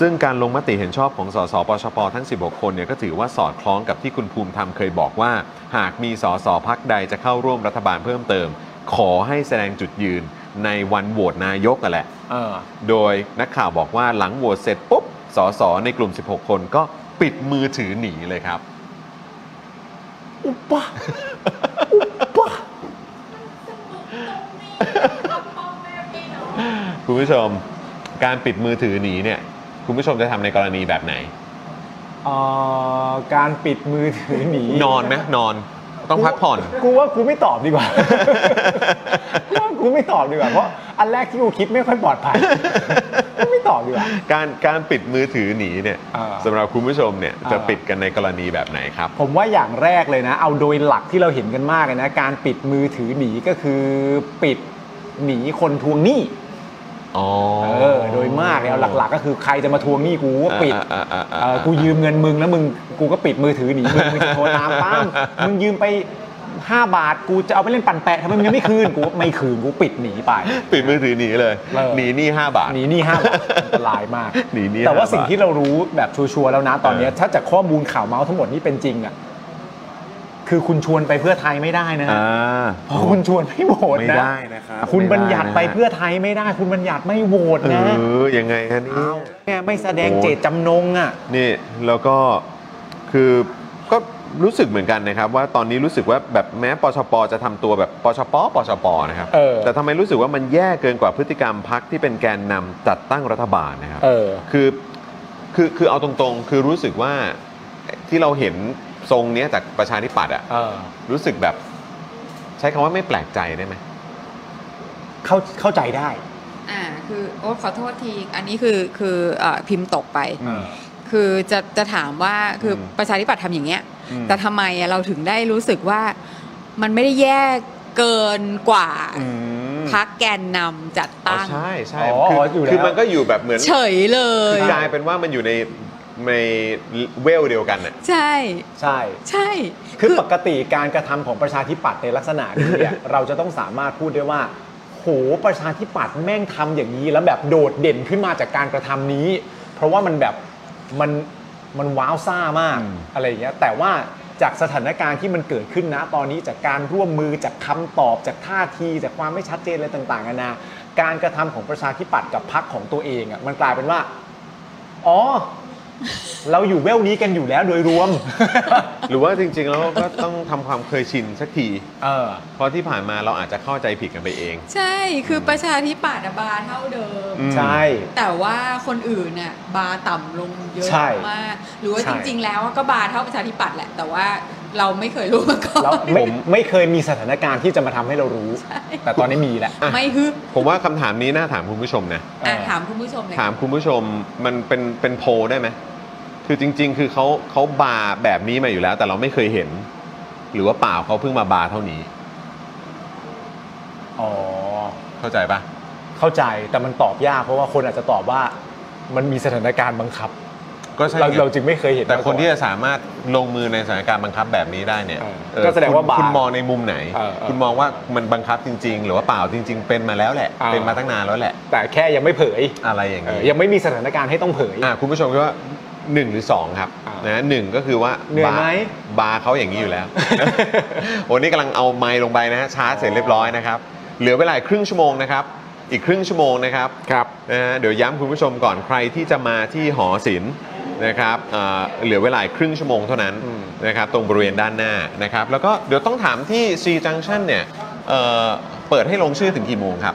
ซึ่งการลงมติเห็นชอบของสสปชปทั้ง 16 คนเนี่ยก็ถือว่าสอดคล้องกับที่คุณภูมิธรรมเคยบอกว่า หากมีสสพักใดจะเข้าร่วมรัฐบาลเพิ่มเติม ขอให้แสดงจุดยืนในวันโหวตนายกกันแหละ
เออ
โดยนักข่าวบอกว่าหลังโหวตเสร็จปุ๊บสสในกลุ่ม 16 คนก็ปิดมือถือหนีเลยครับ
อุปะอุปะ
คุณผู้ชม การปิดมือถือหนีเนี่ยคุณผู้ชมจะทำในกรณีแบบไหน
เอ่อการปิดมือถือหนี
นอนไหมนอนต้องพักผ่อน
กูว่ากูไม่ตอบดีกว่า กูว่ากูไม่ตอบดีกว่า เพราะอันแรกที่กูคิดไม่ค่อยปลอดภัย กูไม่ตอบดีกว่า
การการปิดมือถือหนีเนี่ย
อ่า
สำหรับคุณผู้ชมเนี่ย
อ่า
จะปิดกันในกรณีแบบไหนครับ
ผมว่าอย่างแรกเลยนะ เอาโดยหลักที่เราเห็นกันมากเลยนะ การปิดมือถือหนีก็คือปิดหนีคนทวงหนี้
อ๋อ
เออโดยมากเลยเอาหลัก ๆ ก็คือใครจะมาทวงหนี้กูก็ปิด
อ่าอ่าอ่า
เอ่อกูยืมเงินมึงแล้วมึงกูก็ปิดมือถือหนีมึงมึงจะโทรตามป้าม มึงยืมไป 5 บาทกูจะเอาไปเล่นปั่นแปะทำไมมึงยังไม่คืนกูไม่คืนกูปิดหนีไป
ปิดมือถือหนีเลย
เออ
หนีหนี่5บาท
หนีหนี่ ห้าบาทอันตรายมาก
หนีหนี้
แต่ว่า
ห้าบาท
สิ่งที่เรารู้แบบชัวร์ๆแล้วนะตอนเนี้ย
เออ
ถ้าจากข้อมูลข่าวเมาส์ทั้งหมดนี้เป็นจริงอ่ะคือคุณชวนไปเพื่อไทยไม่ได้นะฮะ
อ่า
เพราะคุณชวนไม่โหวต
ไม่
นะ
ได้นะครับ
คุณ
ไม่ได้
บัญญัติ
นะ
ไปเพื่อไทยไม่ได้ คุณบัญญัติไม่โหวต
เอ
นะ
อยังไงฮะเนี่ย
แม่ไม่แสดง
โหวต
เจตจำนงอ่ะ
นี่แล้วก็คือก็รู้สึกเหมือนกันนะครับ ว่าตอนนี้รู้สึกว่าแบบแม้ปชปจะทำตัวแบบปชปปชปนะครับ
เออ
แต่ทำไมรู้สึกว่ามันแย่เกินกว่าพฤติกรรมพักที่เป็นแกนนำจัดตั้งรัฐบาลนะครับ
เออ
คือคือคือเอาตรงๆ คือรู้สึกว่าที่เราเห็นทรงเนี้ยจากประชาธิปัตย์อะ
เออ
รู้สึกแบบใช้คำว่าไม่แปลกใจได้ไหม
เข้าเข้าใจได้
อ่าคือโอ๊ตขอโทษทีอันนี้คือคือเอ่อพิมพ์ตกไป คือจะจะถามว่าคืออ
ม
ประชาธิปัตย์ทำอย่างเงี้ย
อืม
แต่ทำไมอะเราถึงได้รู้สึกว่ามันไม่ได้แย่เกินกว่า
อืม
พักแกนนำจัด
อ๋อ
ตั้ง
ใช่ใช่
อ๋อ
คือ
อยู่แล้ว
คือมันก็อยู่แบบเหมือน
เฉยเล
คื
ย
อกลายเป็นว่ามันอยู่ในในเวลเดียวกันอะ
ใช่
ใช่
ใช่
คือปกติการกระทำของประชาธิปัตย์ในลักษณะนี้เนี่ย เราจะต้องสามารถพูดได้ว่า โหประชาธิปัตย์แม่งทำอย่างนี้ แล้วแบบโดดเด่นขึ้นมาจากการกระทำนี้ เพราะว่ามันแบบมันมันว้าวซ่ามาก
อืม
อะไรอย่างเงี้ยแต่ว่า จากสถานการณ์ที่มันเกิดขึ้นนะตอนนี้จากการร่วมมือจากคำตอบจากท่าทีจากความไม่ชัดเจนอะไรต่างๆนานาการกระทำของประชาธิปัตย์กับพรรคของตัวเองอ่ะมันกลายเป็นว่า อ๋อ เราอยู่เวลนี้กันอยู่แล้วโดยรวม
หรือว่าจริงๆแล้วก็ต้องทำความเคยชินสักที
เออ
เพราะที่ผ่านมาเราอาจจะเข้าใจผิดกันไปเอง
ใช่คือประชาธิปัตย์อะบาร์เท่าเดิม
อืม
ใช่
แต่ว่าคนอื่นน่ะบาร์ต่ำลงเยอะ
ใช่
มาก หรือว่า
ใช่
จริง ๆ แล้วก็บาร์เท่าประชาธิปัตย์แหละ แต่ว่าเราไม่เคยรู้มาก่อน
แล้วไม่ไม่เคยมีสถานการณ์ที่จะมาทำให้เรารู้ แต่ตอนนี้มีแล้ว
ไม่ฮึก
ผมว่าคำถามนี้น่าถามคุณผู้ชมนะ
อ่ะถามคุณผู้ชมเลย
ถามคุณผู้ชมมันเป็นเป็นโพลได้ไหม คือจริง ๆ คือเขาเขาบาร์แบบนี้มาอยู่แล้ว แต่เราไม่เคยเห็น หรือว่าเปล่าเขาเพิ่งมาบาร์เท่านี้
อ๋อ
เข้าใจปะ
เข้าใจแต่มันตอบยาก เพราะว่าคนอาจจะตอบว่ามันมีสถานการณ์บังคับ
ก็ใช่ไง
เราเราจึงไม่เคยเห็น
แต่คน
มาก่อ
ที่จะสามารถลงมือในสถานการณ์บังคับแบบนี้ได้เนี่ย
เออ
เออ
ก็แสดงว่า
คุณ
บาร์
คุณมองในมุมไหน
เออเออ
คุณมองว่ามันบังคับจริง ๆ หรือว่าเปล่าจริง ๆ เป็นมาแล้วแหละ
อ่า
เป็นมาตั้งนานแล้วแหละ
แต่แค่ยังไม่เผย
อะไรอย่าง
เอ
นี้
อยังไม่มีสถานการณ์ให้ต้องเผย
อ่ะคุณผู้ชมคิดว่า 1 หรือ 2 ครับ
อ่าน
นะหนึ่งก็คือว่า
เหนื่อยไหม
บาร์บาร์เขาอย่างนี้ อยู่แล้ว โอ้นี่กำลังเอาไมค์ลงไปนะฮะชาร์จเสร็จเรียบร้อยนะครับ เหลือเวลาอีกครึ่งชั่วโมงนะครับ อีกครึ่งชั่วโมงนะครับ
ครับ
นะฮะเดี๋ยวย้ำคุณผู้ชมก่อนใครที่จะมาที่หอศิลป์นะครับอ่าเหลือเวลาอีกครึ่งชั่วโมงเท่านั้น
อืม
นะครับตรงบริเวณด้านหน้านะครับ แล้วก็เดี๋ยวต้องถามที่ C Junction เนี่ยเอ่อเปิดให้ลงชื่อถึงกี่โมงครับ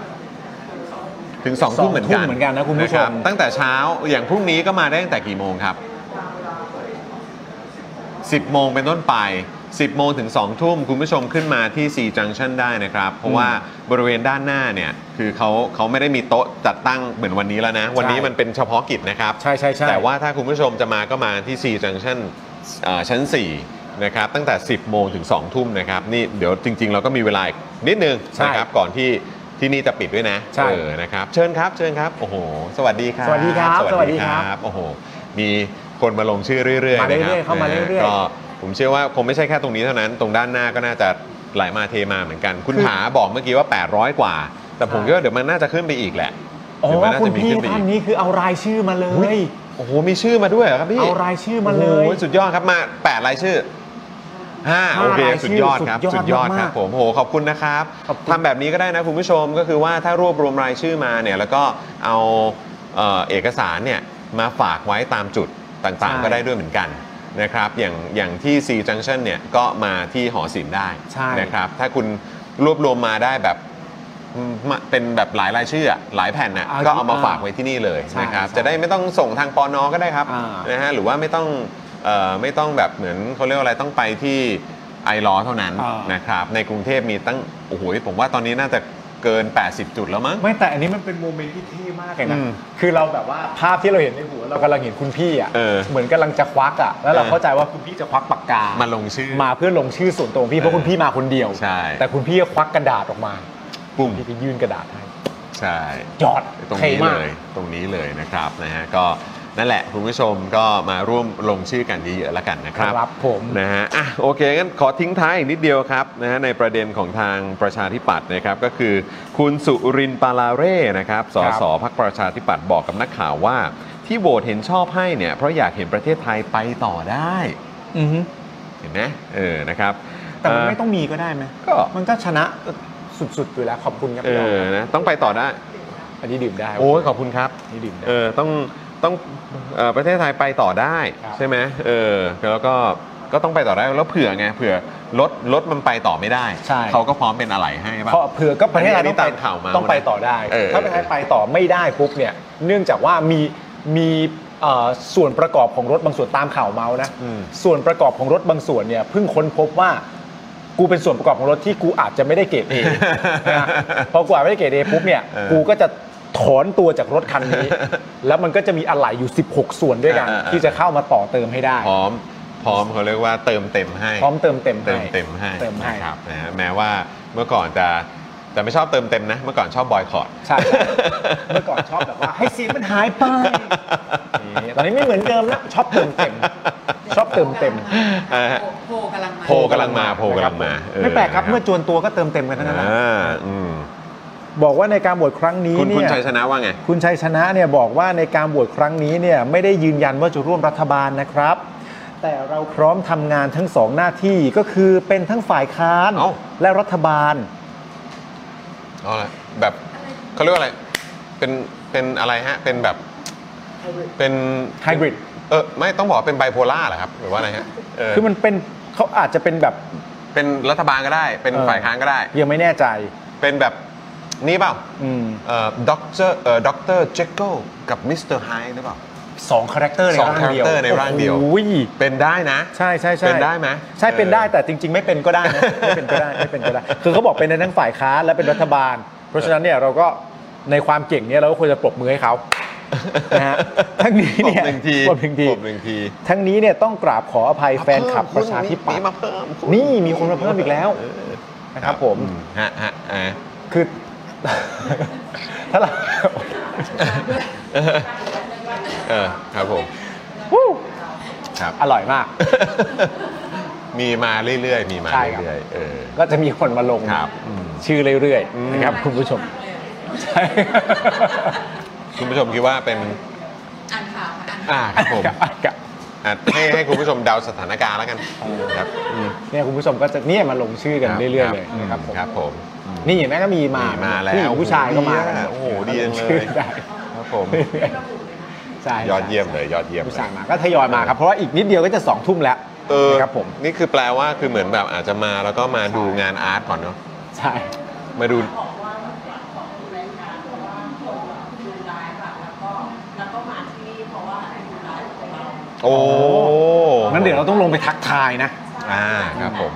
ถึง2ทุ่มเหมือนกั
สอง
น
ทุ่มเหมือนกันนะคุณผู้ชม
รับตั้งแต่เช้าอย่างพรุ่งนี้ก็มาได้ตั้งแต่กี่โมงครับ 10 โมงเป็นต้นไป 10 โมงถึง 2 ทุ่มคุณผู้ชมขึ้นมาที่ 4 junction ได้นะครับ เพราะว่าบริเวณด้านหน้าเนี่ย คือเขาเขาไม่ได้มีโต๊ะจัดตั้งเหมือนวันนี้แล้วนะ วันนี้มันเป็นเฉพาะกิจนะครับ
ใช่ใช่ใช่
แต่ว่าถ้าคุณผู้ชมจะมาก็มาที่ 4 junction เอ่อชั้น 4 นะครับ ตั้งแต่ 10 โมงถึง 2 ทุ่มนะครับ นี่เดี๋ยวจริง ๆ เราก็มีเวลาอีกนิดนึง
ใช่
นะครับ ก่อนที่ที่นี่จะปิดด้วยนะ
ใช่
เออนะครับ เชิญครับ เชิญครับ โอ้โห สวัสดีครับ
สวัสดีครับ
สวัสดีค
สวัสดีครั
รั
บบ
โอ้โห มีคนมาลงชื่อเรื่อยๆ
มาเรื่อยๆ
นะคบ
เข้ามาเรื่อยๆ
ก็ ผมเชื่อว่าคงไม่ใช่แค่ตรงนี้เท่านั้น ตรงด้านหน้าก็น่าจะไหลมาเทมาเหมือนกัน คุณ
คือ
ถาบอกเมื่อกี้ว่า 800 กว่า แต่ผม
ใช่
คิดว่าเดี๋ยวมันน่าจะขึ้นไปอีกแหละ
อ๋อ
เดี๋ยวมันน่า
คุณ
จะมี
พี่
ขึ้นไปอี
ท่าน
ก
นี้คือเอารายชื่อมาเล
อุ๊
ย
ย โอ้โห มีชื่อมาด้วยเหรอครับพี่
เอารายชื่อมาเลย
โโหสุดยอดครับมา 8 รายชื่อห้า
ห้า
โอเค
รายชื่อ
สุดยอดครับ
สุ
สุ
ด
ด
ย
ย
อ
อ
ด
ด
มาก
ครับผมโอ้โหขอบคุณนะครับ
ขอบคุณ
ทำแบบนี้ก็ได้นะคุณผู้ชมก็คือว่าถ้ารวบรวมรายชื่อมาเนี่ยแล้วก็เอาเอ่อเอกสารเนี่ยมาฝากไว้ตามจุดต่างๆ ก็ได้ด้วยเหมือนกันนะครับ อย่างอย่างที่ C Junction เนี่ยก็มาที่หอศิลป์ได้
ใช่
นะครับ ถ้าคุณรวบรวมมาได้แบบอืมมาเป็นแบบหลายรายชื่ออะหลายแผ่นน่ะก็เอามาฝากไว้ที่นี่เลยนะครับจะได้ ไม่ต้องส่งทางปอนอก็ได้ครับ
อ่าน
นะฮะหรือว่าไม่ต้องเอ่อไม่ต้องแบบเหมือนเขาเรียกว่าอะไรต้องไปที่ไอรอเท่านั้น
อ่าน
นะครับในกรุงเทพมีตั้งโอ้โหผมว่าตอนนี้น่าจะเกิน 80 จุดแล้วมั้ง
ไม่แต่อันนี้มันเป็นโมเมนต์ที่เท่มากเลยนะ
อืม
คือเราแบบว่าภาพที่เราเห็นในหัวเรากำลังเห็นคุณพี่อ่ะ
เออ
เหมือนกำลังจะควักอ่ะ แล้วเรา
เออ
เข้าใจว่าคุณพี่จะควักปากกา
มาลงชื่อ
มาเพื่อลงชื่อส่วนตัวของพี่เพราะคุณพี่มาคนเดียว
ใช่
แต่คุณพี่ก็ควักกระดาษออกมา
ปุ่ม
พี่ก็ยื่นกระดาษให้
ใช่
ยอด
ตรง
ท่
นี้
มา
เล
ก
ยตรงนี้เลยนะครับนะฮะก็นั่นแหละคุณผู้ชมก็มาร่วมลงชื่อกันเยอะๆแล้วกันนะครับ
ครับผม
นะฮะอ่ะโอเคงั้นขอทิ้งท้ายอีกนิดเดียวครับนะฮะในประเด็นของทางประชาธิปัตย์นะครับก็คือคุณสุรินทร์ปาลาเร่นะครับสสพักประชาธิปัตย์บอกกับนักข่าวว่า ที่โหวตเห็นชอบให้เนี่ยเพราะอยากเห็นประเทศไทยไปต่อได้
อือฮึ
เห็นไหมเออนะครับ
แต่มันไม่
เอ่อ
ต้องมีก็ได้ไหม
ก็
มันก็ชนะสุดๆอยู่แล้วขอบคุณครับ
เอ
พี่ดอ
อนะต้องไปต่อได้
อันนี้ดื่มได้
โอ้ยขอบคุณครับ
อันนี้ดื่มได้
เออต้องต้องเอ่อประเทศไทยไปต่อได้
ครับ
ใช่ไหมเออแล้วก็ก็ต้องไปต่อได้แล้วเผื่อไงเผื่อรถรถมันไปต่อไม่ได้
ใช่
เขาก็พร้อมเป็นอะไรให้ป่ะ
เพราะเผื่อก็ประเทศไทย
อันนี้
ต้องไป
ตามข่าวมา
ต้องไปต่อได้
เออ
ถ้าประเทศไทยไปต่อไม่ได้ปุ๊บเนี่ยเนื่องจากว่ามีมีเอ่อส่วนประกอบของรถบางส่วนตามข่าวเมาส์นะ
อืม
ส่วนประกอบของรถบางส่วนเนี่ยเพิ่งค้นพบว่ากูเป็นส่วนประกอบของรถที่กูอาจจะไม่ได้เกรด เอ นะพอกูอาจไม่ได้เกรดเอปุ๊บเนี่ย
เออ
กูก็จะถอนตัวจากรถคัน นี้ แล้วมันก็จะมีอะไหล่อยู่ 16 ส่วนด้วยกัน
เออเออ
ที่จะเข้ามาต่อเติมให้ได้
พร้อมพร้อมเขาเรียกว่าเติมเต็มให้
พร้อมเติมเต็มให้
เติมเต็มให้
เติมให้
นะครับนะฮะแม้ว่าเมื่อก่อนจะแต่ไม่ชอบเติมเต็มนะ เมื่อก่อนชอบบอยคอร
ใช่ เมื่อก่อนชอบแบบว่าให้เสียงมันหายไปนี่ตอนนี้ไม่เหมือนเดิมแล้วชอบเติมเต็ม ชอบเติมเต็ม
อ่าฮะ
โพลกำลังมา
โพลกำลังมาโพลกำลังมาเออ
ไม่แปลกครับ
นะ
เมื่อจวนตัวก็เติมเต็มกันทั้งนั้นนะ
อ่าอืม
บอกว่าในการบวชครั้งนี้
คุณ
เนี่
คุณ
ย
ชัยชนะว่าไง
คุณชัยชนะเนี่ยบอกว่าในการบวชครั้งนี้เนี่ยไม่ได้ยืนยันว่าจะร่วมรัฐบาลนะครับ แต่เราพร้อมทำงานทั้งสองหน้าที่ก็คือเป็นทั้งฝ่ายค้าน
เอ้า
และรัฐบาล
เอาละแบบเขาเรียกว่าอะไร เป็นเป็นอะไรฮะ เป็นแบบเป็น
Hybrid
เออไม่ต้องบอกว่าเป็นไบโพล่าเหรอครับ หรือว่าอะไรฮะเออ
คือมันเป็นเขาอาจจะเป็นแบบ
เป็นรัฐบาลก็ได้ เป็นฝ่ายค้านก็ได้
ยังไม่แน่ใจ
เป็นแบบนี่เปล่า
อืม
ด็อกเตอร์เอ่อด็อกเตอร์เจคโกกับมิสเตอร์ไฮหรือเปล่า
สองคาแรคเตอร์ใน
สอง
ร่างเดียว
คาแรคเตอร์ในร่างเดียว
โอ้ย
เป็นได้นะ
ใช่ใช่ใช่
เป็นได้ไหม
ใช่เป็นได้
เออ
แต่จริง ๆ ไม่เป็นก็ได้นะ ไม่เป็นก็ได้ไม่เป็นก็ได้ คือเขาบอกเป็นในทั้งฝ่ายค้านและเป็นรัฐบาล เพราะฉะนั้นเนี่ยเราก็ในความเก่งเนี่ยเราก็ควรจะปรบมือให้เขา นะฮะทั้งนี้เนี่
ปร
ย
บหนึ่งที
ปรบหนึ่งที
ปรบหนึ่งที
ทั้งนี้เนี่ยต้องกราบขออภัยแฟนคลับป
เพิ่
ระ
ม
ชาธิปัต
มี
ย์
มาเพิ่ม
นี่มีคนมาเพิ่มอีกแล้วนะครับผม
อืฮะฮะอ่า
คือ ถ้า เรา
เออครับผม ครับ
อร่อยมาก
มีมาเรื่อยๆ มีมา
ใช่ครับ
เรื่อยๆเออ
ก็จะมีคนมาลง
ครับอืม
ชื่อเรื่อยๆนะครับคุณ ผู้ชมใช่
คุณผู้ชมคิดว่าเป็น
อ่านข่าวอ่าน
อ่าครับ ผม
กับ
อ่ะให้ให้คุณผู้ชมเดาสถานการณ์แล้วกันครับอืม
เนี่ยคุณผู้ชมก็จะเนี่ยมาลงชื่อกัน
คบ
เรื่อยๆเลย
อืม
นะครับผม
ครับผม
นี่เห็นไหมก็มีมา
มีมาแล้ว
ผู้หญิงผู้ชายก็มากัน
โอ้โหดีจังเลย
ชื่อได้
ครับผม
ใช่
ยอดเยี่ยมเลย ยอดเยี่ยม
ผู้
เล
ชาย
ย
มาก็ทยอยมาครับเพราะว่าอีกนิดเดียวก็จะสองทุ่มแล้ว
เออ
นะครับผม
นี่คือแปลว่าคือเหมือนแบบอาจจะมาแล้วก็มาดูงานอาร์ตก่อนเนาะ
ใช่
มาดู โอ้
งั้นเดี๋ยวเราต้องลงไปทักทายนะ
อ่าครับผม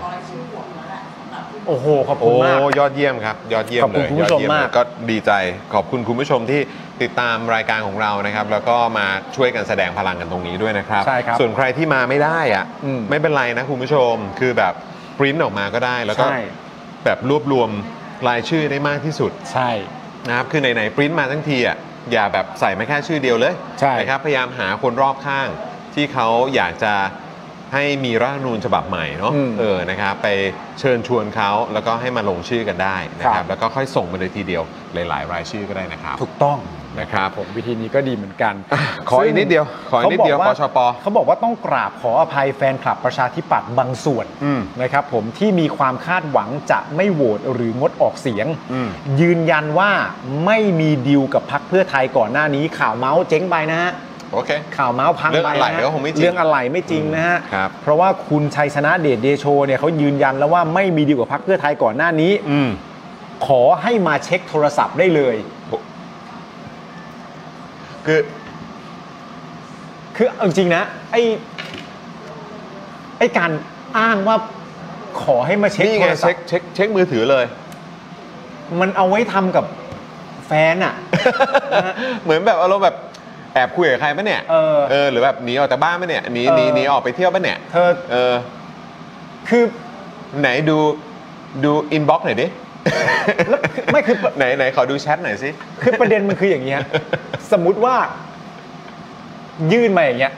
โอ้โหขอบคุ
โอ้
ณมาก
ยอดเยี่ยมครับ ยอดเยี่ยม
ขอบ
เลย
คุณ
ย
คุณผู้
อด
ชม
เยี่ยมเล
มาก
ยก็ดีใจขอบคุณคุณผู้ชมที่ติดตามรายการของเรานะครับ แล้วก็มาช่วยกันแสดงพลังกันตรงนี้ด้วยนะครับ
ใช่ครับ
ส่วนใครที่มาไม่ได้อะ
อืม
ไม่เป็นไรนะคุณผู้ชมคือแบบปริ้นออกมาก็ได้แล้วก็
ใช่
แบบรวบรวมรายชื่อได้มากที่สุด
ใช่
นะครับคือไหนๆปริ้นมาทั้งทีอ่ะอย่าแบบใส่มาแค่ชื่อเดียวเลย
ใช่
นะครับพยายามหาคนรอบข้างที่เขาอยากจะให้มีรัฐธรรมนูญฉบับใหม่เนาะ
อืม
เออนะครับไปเชิญชวนเขาแล้วก็ให้มาลงชื่อกันได้นะค
ครั
รับบ แล้วก็ค่อยส่งมาเลยทีเดียวหลาย ๆ รายชื่อก็ได้นะครับ
ถูกต้อง
นะครับ
ผมวิธีนี้ก็ดีเหมือนกัน
อ่ะขออีกนิดเดียว ขออีกนิดเดียวป
ขา
ช
บกา
ป
เขาบอกว่าต้องกราบขออภัยแฟนคลับประชาธิปัตย์บางส่วน
อืม
นะครับผมที่มีความคาดหวังจะไม่โหวตหรืองดออกเสียง
อืม
ยืนยันว่าไม่มีดีลกับพักเพื่อไทยก่อนหน้านี้ ข่าวเมาส์เจ๊งไปนะฮะ
โอเค
ข่าวเมาส์พัง
เรื่อง
ไป
อะไร
นะฮะ
ก็คงไม่จริง
เรื่องอะไรไม่จริงนะฮะ
ครับ
เพราะว่าคุณชัยชนะเดชเดโชเนี่ยเขายืนยันแล้วว่าไม่มีดีลกับพักเพื่อไทยก่อนหน้านี้
อืม
ขอให้มาเช็คโทรศัพท์ได้เลย
คือ
คือเอาจริงนะไอ้ไอ้การอ้างว่าขอให้มาเช็ค
นี่
โท
ไง
รศั
เช็
พ
ค
ท์
เช็คเช็คมือถือเลย
มันเอาไว้ทำกับแฟนอะ
เหมือนแบบอารมณ์แบบแอบคุยกับใครปะเนี่ย
เออ
หรือแบบหนีออกจากบ้านปะเนี่ยหนีหนี
เออ
หนีออกไปเที่ยวปะเนี่ย
เธอ
เออ
คือ
ไหนดูดูอินบ็อกซ์หน่อยดิ
ไม่คือ
ไหนไหนขอดูแชทหน่อยสิ
คือประเด็นมันคืออย่างเงี้ย สมมติว่า ยื่นมาอย่างเงี้ย